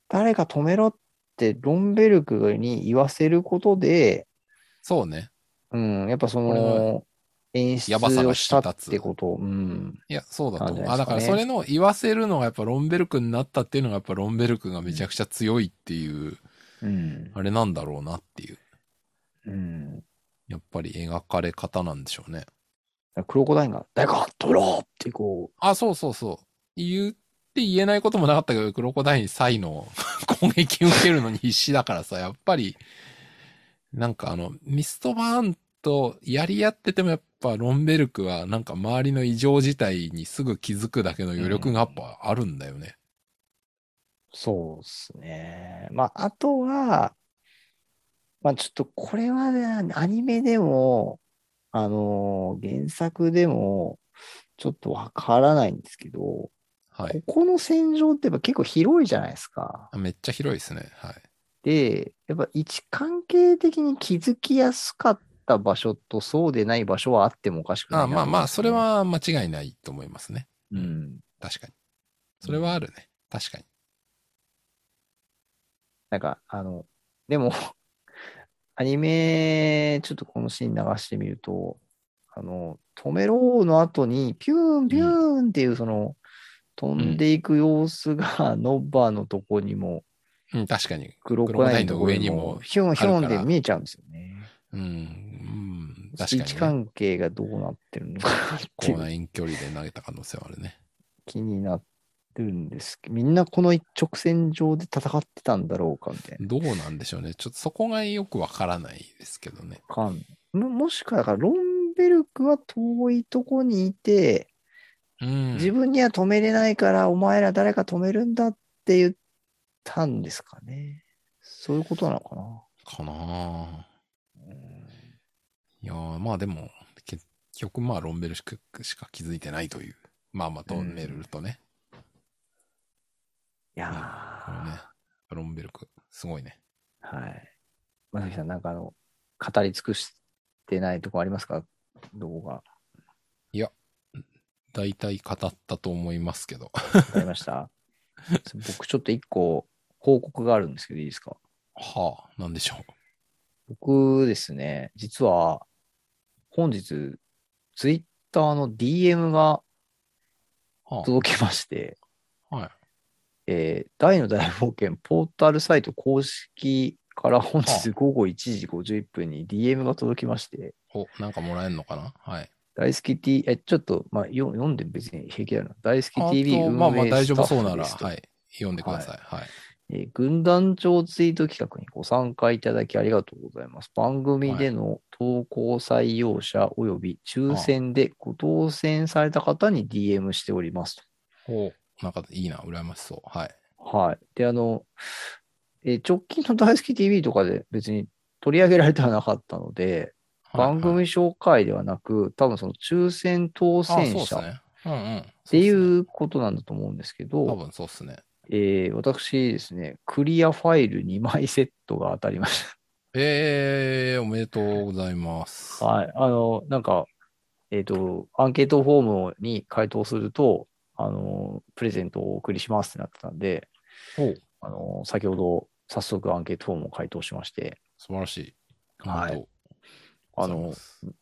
Speaker 2: 誰か止めろってロンベルクに言わせることで、
Speaker 1: そうね。
Speaker 2: うん、やっぱそ
Speaker 1: これ
Speaker 2: の
Speaker 1: は、
Speaker 2: 演出
Speaker 1: やばさが
Speaker 2: を
Speaker 1: 引
Speaker 2: し
Speaker 1: き
Speaker 2: た
Speaker 1: 立つ
Speaker 2: ってこと。うん。
Speaker 1: いや、そうだと
Speaker 2: なんじ
Speaker 1: 思
Speaker 2: ゃ
Speaker 1: う。
Speaker 2: ない
Speaker 1: あ、
Speaker 2: で
Speaker 1: だ
Speaker 2: すか
Speaker 1: から
Speaker 2: ね
Speaker 1: それの言わせるのがやっぱロンベルクになったっていうのがやっぱロンベルクがめちゃくちゃ強いっていう、
Speaker 2: うん。
Speaker 1: あれなんだろうなっていう。
Speaker 2: うん。
Speaker 1: やっぱり描かれ方なんでしょうね。
Speaker 2: クロコダインが、大根取ろうってこ
Speaker 1: あ、そうそうそう。言って言えないこともなかったけど、クロコダインサイの攻撃を受けるのに必死だからさ、やっぱり、なんかあの、ミストバーンとやり合っててもやっぱロンベルクはなんか周りの異常事態にすぐ気づくだけの余力がやっぱあるんだよね。
Speaker 2: う。そうですね。まあ、あとは、まあちょっとこれはね、アニメでも、あのー原作でも、ちょっとわからないんですけど、
Speaker 1: はい。
Speaker 2: ここの戦場ってやっぱ結構広いじゃないですか。
Speaker 1: あめっちゃ広いですね。はい。
Speaker 2: で、やっぱ位置関係的に気づきやすかった場所とそうでない場所はあってもおかしくない
Speaker 1: あまあまあ、それは
Speaker 2: は
Speaker 1: 間違いないと思いますね。
Speaker 2: うん。
Speaker 1: 確かに。それはあるね。確かに。
Speaker 2: なんか、あの、でも、 <laughs> アニメ、ちょっとこのシーン流してみると、あの、止めろの後に、ピューン、ピューンっていう、その、飛んでいく様子が、ノッバーのとこにも、
Speaker 1: うん、確かに。
Speaker 2: クロコダインのとこ
Speaker 1: クロコダインの上
Speaker 2: に
Speaker 1: に
Speaker 2: も
Speaker 1: も、
Speaker 2: ヒュンヒュン
Speaker 1: あ
Speaker 2: で
Speaker 1: るから
Speaker 2: 見えちゃうんですよね。
Speaker 1: うん、うん、確か
Speaker 2: 位
Speaker 1: に、ね。
Speaker 2: 置関係がどうなってるのかなってい
Speaker 1: こ
Speaker 2: う
Speaker 1: うな遠距離で投げた可能性はあるね。
Speaker 2: 気になってるんですけど、みんなこの一直線上で戦ってたんだろうかみたいな。
Speaker 1: どうなんでしょうね。ちょっとそこがよくわからないですけどね。
Speaker 2: かんももしかだから、ロンベルクは遠いとこにいて、
Speaker 1: うん。
Speaker 2: 自分には止めれないから、お前ら誰か止めるんだって言ったんですかね。そういうことなのかな。
Speaker 1: かなあいやーまあでも、結局まあロンベルしかしか気づいてないという。まあまあ、トンネルとね。
Speaker 2: いや
Speaker 1: このね、ロンベルク、すごいね。
Speaker 2: ー、はい。まさきさん、なんかあの、語り尽くしてないとこありますか動画。
Speaker 1: 大体語ったと思いますけど。
Speaker 2: わかりました
Speaker 1: <laughs>
Speaker 2: 僕、ちょっと一個報告があるんですけど、いいですか
Speaker 1: はあ、なんでしょ
Speaker 2: 僕ですね、実は本日、ツイッターの DM が
Speaker 1: う。は
Speaker 2: 届きまして、
Speaker 1: あ、はい。
Speaker 2: えー大の大冒険ポータルサイト公式から本日午後1時51分に DM が届きまして、
Speaker 1: お、なんかもらえんのかなはい。
Speaker 2: 大好き T、え、ちょっと、まあ、よ読んで別に平気だな。大好
Speaker 1: あ
Speaker 2: き TV
Speaker 1: と
Speaker 2: 運営
Speaker 1: まあまあ大丈夫
Speaker 2: ス
Speaker 1: そ
Speaker 2: タッ
Speaker 1: う
Speaker 2: フ
Speaker 1: なら、
Speaker 2: ですと
Speaker 1: はい。読んでください。はい。
Speaker 2: えー軍団長ツイート企画にご参加いただきありがとうございます。番組での投稿採用者及び抽選でご当選された方に DM しておりますと。
Speaker 1: お、なんかいいな、羨ましそう。はい。
Speaker 2: はい。で、あの、えー直近の大好き TV とかで別に取り上げられてはなかったので、番組紹介ではなく、多分その抽選当
Speaker 1: はいはい
Speaker 2: 選
Speaker 1: あ
Speaker 2: 者
Speaker 1: そうっす
Speaker 2: っ
Speaker 1: ね。うんうん。って
Speaker 2: いうことなんだと思うんですけ
Speaker 1: 多
Speaker 2: ど、
Speaker 1: 分そうっすね。
Speaker 2: えー私ですね、クリアファイル2枚セットが当たりました。
Speaker 1: ええおめでとうございます。
Speaker 2: はい。あの、なんか、えっ、と、アンケートフォームに回答すると、あの、プレゼントをお送りしますってなってたんで、
Speaker 1: ほう
Speaker 2: あの、先ほど早速アンケートフォームを回答しまして、
Speaker 1: 素晴らしい。
Speaker 2: はい
Speaker 1: おめでとうご
Speaker 2: あ
Speaker 1: ざいま
Speaker 2: の、
Speaker 1: す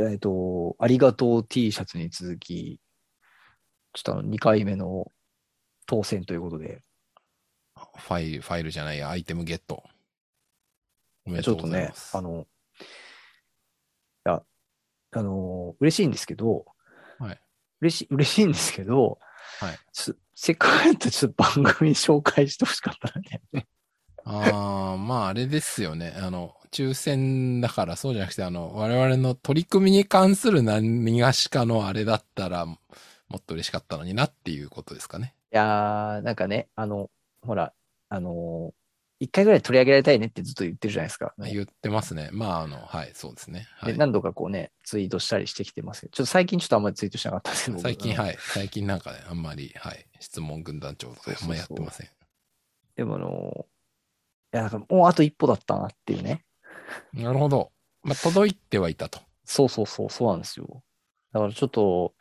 Speaker 2: えっ、と、ありがとう T シャツに続き、ちょっとあの、2回目の当選ということで、
Speaker 1: ファイル、ファイルじゃないや、アイテムゲット。おめで
Speaker 2: ち
Speaker 1: と
Speaker 2: ょ
Speaker 1: う
Speaker 2: っと
Speaker 1: ござい
Speaker 2: ね
Speaker 1: ま、す。
Speaker 2: あの、いや、あの、嬉しいんですけど、
Speaker 1: はい
Speaker 2: 嬉しい、嬉しいんですけど、
Speaker 1: はい
Speaker 2: ちょせっかくやったらちょっと番組紹介してほしかったらね。
Speaker 1: ああ、まああれですよね。あの、抽選だからそうじゃなくて、あの、我々の取り組みに関する何がしかのあれだったら、もっと嬉しかったのになっていうことですかね。
Speaker 2: いやー、なんかね、あの、ほら、あのー、一回ぐらい取り上げられたいねってずっと言ってるじゃないですか。
Speaker 1: まあ言ってますね。まああの、はい、そうですね。は
Speaker 2: で
Speaker 1: い。
Speaker 2: 何度かこうね、ツイートしたりしてきてますけど、ちょっと最近ちょっとあんまりツイートしなかったんですけど、
Speaker 1: 最近、
Speaker 2: い。
Speaker 1: はい。最近なんかね、あんまり、はい。質問軍団長とかあんまやってません。
Speaker 2: でもあのー、いや、なんかもうあと一歩だったなっていうね。
Speaker 1: なるほど。まあ、届いてはいたと。
Speaker 2: そうそうそう、そうなんですよ。だからちょっと、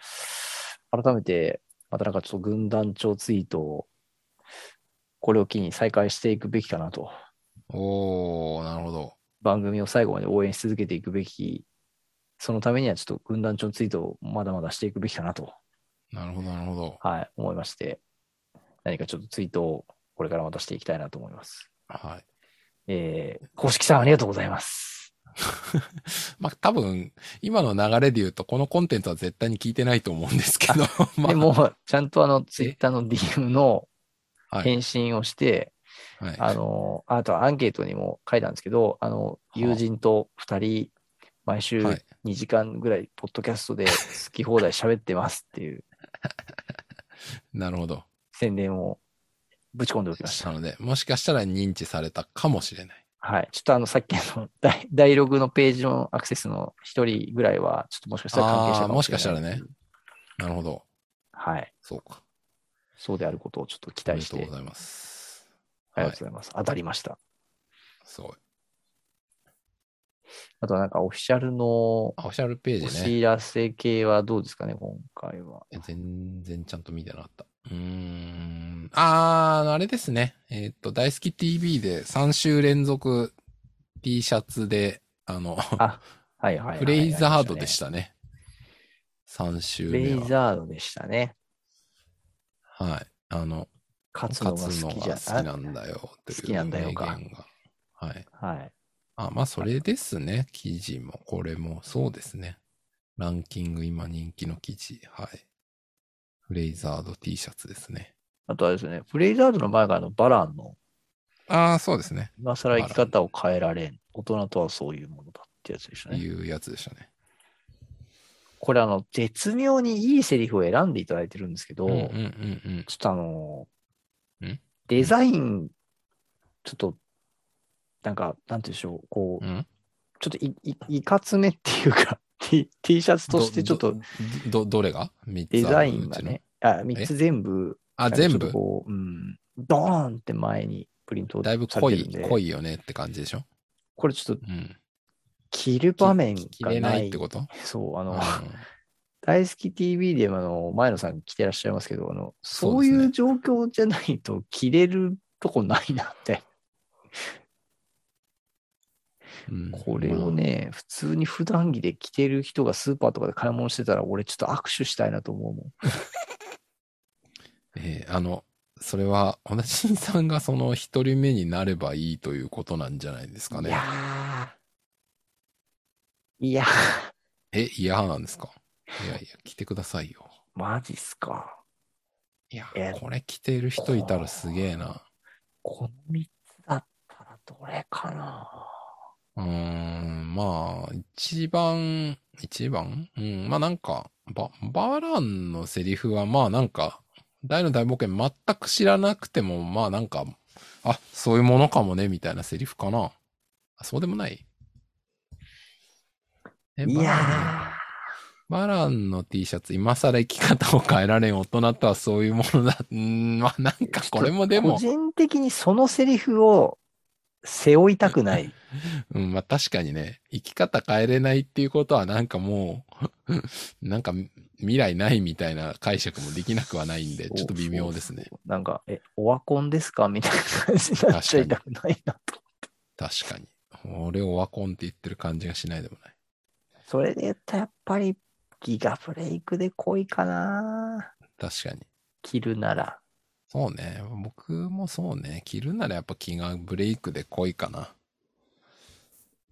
Speaker 2: 改めて、またなんかちょっと軍団長ツイートを、これを機に再開していくべきかなと。
Speaker 1: おー、なるほど。
Speaker 2: 番組を最後まで応援し続けていくべき、そのためにはちょっと軍団長ツイートをまだまだしていくべきかなと、
Speaker 1: なるほど、なるほど。
Speaker 2: はい、思いまして、何かちょっとツイートをこれからまたしていきたいなと思います。
Speaker 1: はい。
Speaker 2: えー、公式さんありがとうございます。
Speaker 1: まあ多分、今の流れで言うと、このコンテンツは絶対に聞いてないと思うんですけど、ま
Speaker 2: でも、ちゃんとあの、ツイッターの DM の
Speaker 1: はい
Speaker 2: 返信をして、
Speaker 1: あ、はい。
Speaker 2: あの、あとはアンケートにも書いたんですけど、あの、
Speaker 1: あ
Speaker 2: 友人と2人、毎週
Speaker 1: はい
Speaker 2: 2時間ぐらい、ポッドキャストで好き放題喋ってますっていう
Speaker 1: なるほど。
Speaker 2: 宣伝をぶち込んでおきまし。
Speaker 1: したたので、もしかしたら認知されたかもしれない。
Speaker 2: はい。ちょっとあの、さっきの <laughs> 第第6のページのアクセスの1人ぐらいは、ちょっともしかしたら関係者
Speaker 1: あー
Speaker 2: か
Speaker 1: も
Speaker 2: も
Speaker 1: し
Speaker 2: し
Speaker 1: か
Speaker 2: れ
Speaker 1: した
Speaker 2: ない。
Speaker 1: らね。なるほど。
Speaker 2: はい。
Speaker 1: そうか。
Speaker 2: そうであることをちょっと期
Speaker 1: あり
Speaker 2: 待
Speaker 1: がとう
Speaker 2: して、あり
Speaker 1: ございます。
Speaker 2: が
Speaker 1: は
Speaker 2: と
Speaker 1: いう
Speaker 2: ご。ざいます。当たりました。
Speaker 1: すごい。
Speaker 2: あとはなんか、オフィシャルのお
Speaker 1: あオフィシャルページね。
Speaker 2: 知らせ系はどうですかね、今回は。
Speaker 1: え全然ちゃんと見てなかった。うーん。あー、あれですね。えーっと、大好き TV で3週連続 T シャツで、あの、
Speaker 2: はいはいはい。。
Speaker 1: プレイザードでしたたね。3週
Speaker 2: プレ
Speaker 1: 目
Speaker 2: イ
Speaker 1: は。
Speaker 2: ザードでしたね。
Speaker 1: はい。あの、
Speaker 2: 勝つの
Speaker 1: 勝
Speaker 2: が
Speaker 1: つの
Speaker 2: 好きじ
Speaker 1: が
Speaker 2: ゃ
Speaker 1: 好きなんだよという
Speaker 2: 好きなんだよか
Speaker 1: 名言がはい。
Speaker 2: はい。
Speaker 1: あ、まあ、それですね。記事も、これも、そうですね。ランキング、今人気の記事。はい。フレイザード T シャツですね。
Speaker 2: あとはですね、プレイザードの前があのバランの
Speaker 1: ああ、そうですね。
Speaker 2: 今更生き方を変えられん。大人とはそういうものだってやつでしたね。
Speaker 1: いうやつでしたね。
Speaker 2: これあの、絶妙にいいセリフを選んでいただいてるんですけど、
Speaker 1: うんうんうんうん。
Speaker 2: ちょっとあの
Speaker 1: ん、
Speaker 2: デザイン、ちょっと、なんか、なんて言うんでしょう、こう、
Speaker 1: うん、
Speaker 2: ちょっといいいかつめっていうか、T, T シャツとしてちょっと
Speaker 1: ど、ど、どどれが三つ
Speaker 2: デ
Speaker 1: あ
Speaker 2: ザ
Speaker 1: る
Speaker 2: インが
Speaker 1: うちの
Speaker 2: ね、あ、3つ全部、
Speaker 1: あ、
Speaker 2: なんかちょ
Speaker 1: 全
Speaker 2: っと
Speaker 1: 部
Speaker 2: こう、うん、ドーンって前にプリント
Speaker 1: だいぶ
Speaker 2: され
Speaker 1: 濃
Speaker 2: てるん
Speaker 1: い
Speaker 2: で、、
Speaker 1: 濃いよねって感じでしょ
Speaker 2: これちょっと
Speaker 1: うん。
Speaker 2: 着る場面
Speaker 1: き着
Speaker 2: が
Speaker 1: れ
Speaker 2: な。
Speaker 1: ないいってこと
Speaker 2: そう、あ
Speaker 1: う
Speaker 2: の、
Speaker 1: ん
Speaker 2: 大好き TV でもあの、前野さん着てらっしゃいますけど、あの、
Speaker 1: そ
Speaker 2: そうう
Speaker 1: ですね
Speaker 2: いう状況じゃないと着れるとこないなって。
Speaker 1: うん
Speaker 2: これをね、普通に普段着で着てる人がスーパーとかで買い物してたら、俺ちょっと握手したいなと思うもん。
Speaker 1: えーあの、それは、小田新さんがその一人目になればいいということなんじゃないですか
Speaker 2: い
Speaker 1: ね。
Speaker 2: やー。いやー、
Speaker 1: え、嫌なんですかいやいや、来てくださいよ。
Speaker 2: マジっすか。
Speaker 1: いや
Speaker 2: え、
Speaker 1: これ着てる人いたらすげえな。
Speaker 2: この3つだったらどれかな
Speaker 1: うーん、まあ、一番、一番うん、まあなんか、バ、バランのセリフはまあなんか、大の大冒険全く知らなくても、まあなんか、あ、そういうものかもね、みたいなセリフかな。あ、そうでもないえ
Speaker 2: い
Speaker 1: バラン
Speaker 2: や
Speaker 1: バランの T シャツ、今更生き方を変えられん大人とはそういうものだ。うーん、まあなん
Speaker 2: ー
Speaker 1: かこれもでも
Speaker 2: 個、人的にそのセリフを背負いたくない。
Speaker 1: うん、まあ確かにね、生き方変えれないっていうことはなんかもう、 <laughs> なんか未来ないみたいな解釈もできなくはないんで、
Speaker 2: そう
Speaker 1: ちょっと微妙ですね。。
Speaker 2: そうそうなんか、え、オワコンですかみたいな感じになっちゃいた
Speaker 1: <laughs>
Speaker 2: くないなと。
Speaker 1: 確かに。俺をワコンって言ってる感じがしないでもない。
Speaker 2: それで言ったらやっぱりギガブレイクで濃いかな
Speaker 1: 確かに。
Speaker 2: 着るなら。
Speaker 1: そうね。僕もそうね。着るならやっぱ気がブレイクで濃いかな。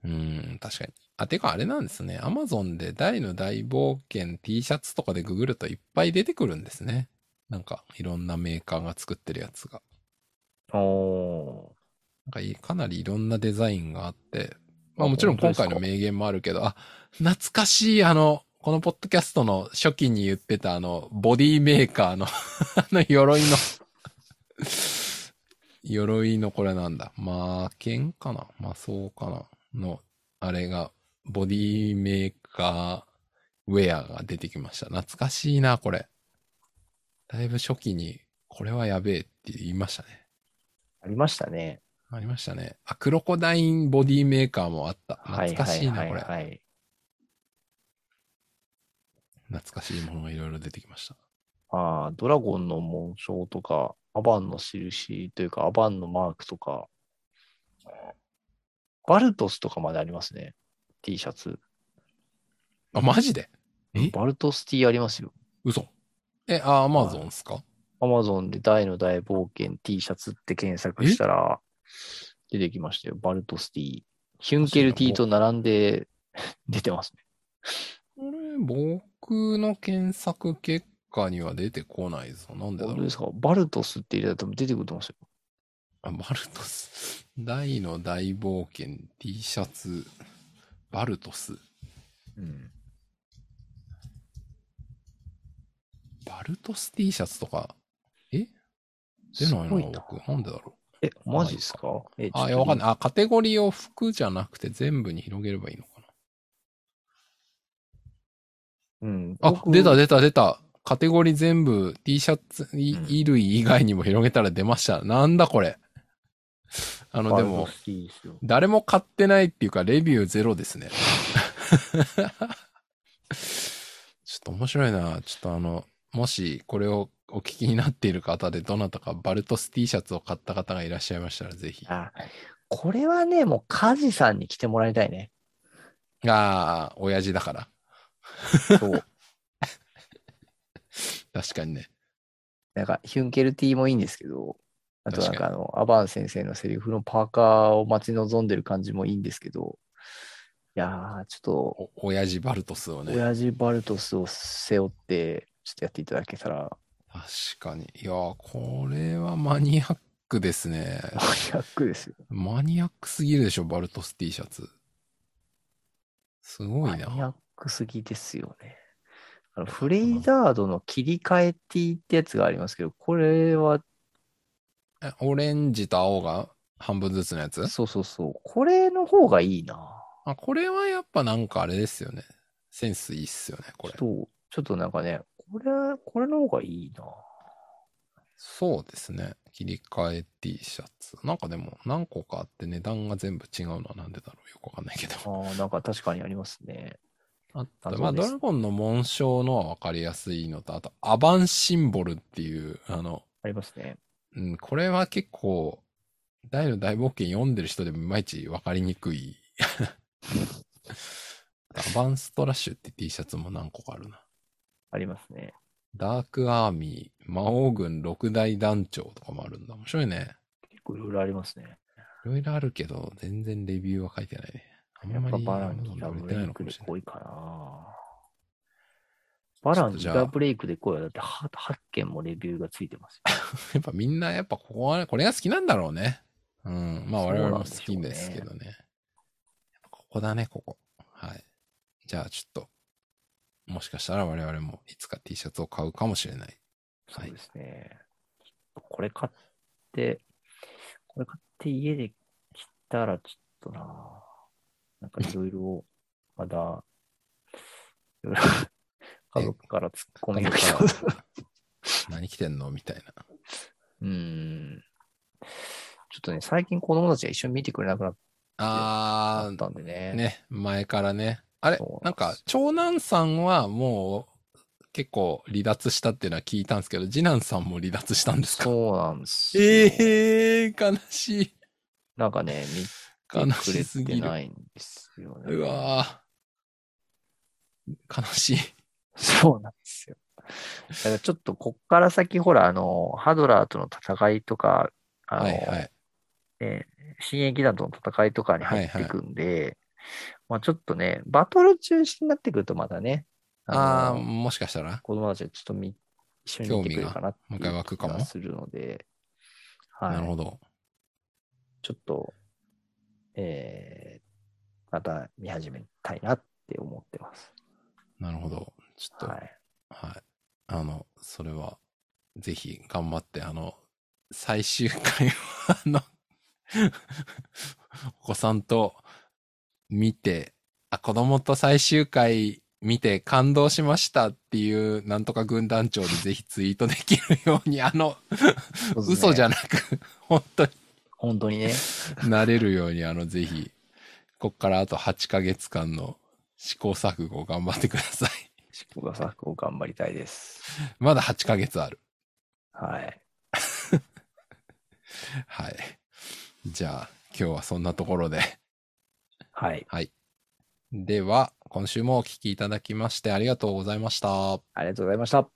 Speaker 1: うん、確かに。あ、てかあれなんですね。アマゾンで大の大冒険 T シャツとかでググるといっぱい出てくるんですね。なんかいろんなメーカーが作ってるやつが。
Speaker 2: お
Speaker 1: なんかいかなりいろんなデザインがあって、まあもちろん今回の名言もあるけど、あ、懐かしいあの、このポッドキャストの初期に言ってたあの、ボディメーカーの <laughs> 、あの、鎧の、鎧のこれなんだ。魔剣かな魔装かなの、あれが、ボディメーカーウェアが出てきました。懐かしいな、これ。だいぶ初期に、これはやべえって言いましたね。
Speaker 2: ありましたね。
Speaker 1: ありましたね。あ、クロコダインボディメーカーもあった。
Speaker 2: はい
Speaker 1: 懐かしいな、これ。
Speaker 2: はいはい
Speaker 1: 懐かしいものがいろいろ出てきました。
Speaker 2: ああ、ドラゴンの紋章とか、アバンの印というか、アバンのマークとか、バルトスとかまでありますね。T シャツ。
Speaker 1: あ、マジでえ
Speaker 2: バルトス T ありますよ。
Speaker 1: 嘘。え、あアマゾンっすか
Speaker 2: アマゾンで大の大冒険 T シャツって検索したら、出てきましたよ。バルトス T。ヒュンケル T と並んで <laughs> 出てますね。
Speaker 1: これ、僕の検索結果には出てこないぞ。なんでだろ
Speaker 2: 本当
Speaker 1: う
Speaker 2: で。すかバルトスって入れたら多分出てくると思うんですよ。
Speaker 1: あ、バルトス。大の大冒険 T シャツ、バルトス。
Speaker 2: うん。
Speaker 1: バルトス T シャツとか、え出
Speaker 2: す
Speaker 1: ない
Speaker 2: ごい
Speaker 1: な、
Speaker 2: な。
Speaker 1: 僕。なんでだろ
Speaker 2: え、マジですかえ、
Speaker 1: う。あ、い
Speaker 2: ち
Speaker 1: や、
Speaker 2: ょっ
Speaker 1: わか
Speaker 2: と
Speaker 1: んない。あ、カテゴリーを服じゃなくて全部に広げればいいのか
Speaker 2: うん。
Speaker 1: な。あ、
Speaker 2: 僕
Speaker 1: 出た、出た、出た。カテゴリー全部 T シャツ、い
Speaker 2: うん
Speaker 1: 衣類以外にも広げたら出ました。なんだこれ。 <laughs> あの、
Speaker 2: バ
Speaker 1: で
Speaker 2: ルト
Speaker 1: も、
Speaker 2: ス T ですよ。
Speaker 1: 誰も買ってないっていうか、レビューゼロですね。 <laughs> ちょっと面白いな。ちょっとあの、もしこれをお聞きになっている方で、どなたかバルトス T シャツを買った方がいらっしゃいましたら、ぜひ。あ
Speaker 2: あ、これはね、もうカジさんに着てもらいたい
Speaker 1: <laughs>
Speaker 2: ね。
Speaker 1: あー、親父だから。
Speaker 2: そう。
Speaker 1: 確かにね。
Speaker 2: なんか、ヒュンケル T もいいんですけど、あとなん
Speaker 1: 確
Speaker 2: かあの、アバン先生のセリフのパーカーを待ち望んでる感じもいいんですけど、いやー、ちょ
Speaker 1: お親父バルトスを
Speaker 2: っと、
Speaker 1: ね。
Speaker 2: 親父バルトスを背負って、ちょっとやっていただけたら、
Speaker 1: 確かに。いやー、これはマニアックですね。
Speaker 2: マニアックですよ。
Speaker 1: マニアックすぎるでしょ、バルトス T シャツ。すご
Speaker 2: マ
Speaker 1: い
Speaker 2: ニ
Speaker 1: な。
Speaker 2: アックすぎですよね。あのフレイザードの切り替え T ってやつがありますけど、これは、
Speaker 1: えオレンジと青が半分ずつのやつ
Speaker 2: そうそうそう、これの方がいいな。
Speaker 1: あ、これはやっぱなんかあれですよね。センスいいっすよね、これ。
Speaker 2: そう、ちょっとなんかね、これ、これの方がいいな。
Speaker 1: そうですね。切り替え T シャツ。なんかでも何個かあって値段が全部違うのはなんでだろうよくわかんないけど。
Speaker 2: あーなんか確かにありますね。
Speaker 1: あった。
Speaker 2: 謎
Speaker 1: まあ、
Speaker 2: で
Speaker 1: ド
Speaker 2: す
Speaker 1: ラゴンの紋章のはわかりやすいのと、あと、アバンシンボルっていう、あの、
Speaker 2: ありますね。
Speaker 1: うん、これは結構、大の大冒険読んでる人でもいまいちわかりにく
Speaker 2: <laughs>
Speaker 1: い。アバンストラッシュって T シャツも何個かあるな。
Speaker 2: ありますね。
Speaker 1: ダークアーミー、魔王軍六大団長とかもあるんだ。面白いね。
Speaker 2: 結構いろいろありますね。
Speaker 1: いろいろあるけど、全然レビューは書いてないね。あん
Speaker 2: や
Speaker 1: ま
Speaker 2: っぱ
Speaker 1: り
Speaker 2: バランギガ
Speaker 1: 売れ
Speaker 2: ブ
Speaker 1: て
Speaker 2: レ
Speaker 1: ない
Speaker 2: イ
Speaker 1: のか
Speaker 2: ク
Speaker 1: も
Speaker 2: で
Speaker 1: しれない。
Speaker 2: 来いかな。バランギガブレイクで来いはだっては 8, 件もレビューがついてますよ。
Speaker 1: <laughs> やっぱみんな、やっぱここは、これが好きなんだろうね。うん。まあ
Speaker 2: そう
Speaker 1: 我
Speaker 2: なん
Speaker 1: 々も好きですけどね。やっぱここだね、ここ。はい。じゃあちょっと、もしかしたら我々もいつか T シャツを買うかもしれない。
Speaker 2: そ
Speaker 1: は
Speaker 2: う
Speaker 1: い
Speaker 2: ですね。これ買って、これ買って家で着たらちょっとな。なんかいろいろ、まだ、 <laughs> いろいろ家族から突っ込みが来そうだな
Speaker 1: 何着てんのみたいな。
Speaker 2: うーん。ちょっとね、最近子供たちが一緒に見てくれなくなっ
Speaker 1: あー
Speaker 2: たんでね。
Speaker 1: ね、前からね。あれ
Speaker 2: そうなんです
Speaker 1: なんか、長男さんはもう結構離脱したっていうのは聞いたんですけど、次男さんも離脱したんですか
Speaker 2: そうなんですよ。
Speaker 1: ええー、悲しい。
Speaker 2: なんかね、
Speaker 1: 悲
Speaker 2: 見てく
Speaker 1: し
Speaker 2: れ
Speaker 1: す
Speaker 2: て
Speaker 1: ぎる。
Speaker 2: ないんですよね。
Speaker 1: うわぁ。悲しい。
Speaker 2: そうなんですよ。だからちょっとこっから先、ほら、あの、ハドラーとの戦いとか、あの、
Speaker 1: はいはい。
Speaker 2: ね新鋭騎団との戦いとかに入ってくんで、まあちょっとね、バトル中心になってくるとまたね、
Speaker 1: ああー、
Speaker 2: の
Speaker 1: もしかしたら、
Speaker 2: 子供たちがちょっとみ一緒に見てくれるかなってい
Speaker 1: 興味がもう
Speaker 2: う
Speaker 1: 一回湧くかも
Speaker 2: 気がするので、はい。
Speaker 1: なるほど。
Speaker 2: ちょっと、えー、また見始めたいなって思ってます。
Speaker 1: なるほど。ちょっと、
Speaker 2: は
Speaker 1: はい。
Speaker 2: い。
Speaker 1: あの、それは、ぜひ頑張って、あの、最終回を、あの、 <laughs> お子さんと見て、あ、子供と最終回見て感動しましたっていう、なんとか軍団長でぜひツイートできるように、あの、嘘じゃ
Speaker 2: ん。
Speaker 1: なく、本当に
Speaker 2: 本当にね。
Speaker 1: なれるように、あの、ぜひ、こっからあと8ヶ月間の試行錯誤を頑張ってください。 <laughs>
Speaker 2: 試行錯誤を頑張りたいです。
Speaker 1: まだ8ヶ月ある。
Speaker 2: はい。
Speaker 1: はい。じゃあ、今日はそんなところで、
Speaker 2: はい。
Speaker 1: では、今週もお聞きいただきましてありがとうございました。
Speaker 2: ありがとうございました。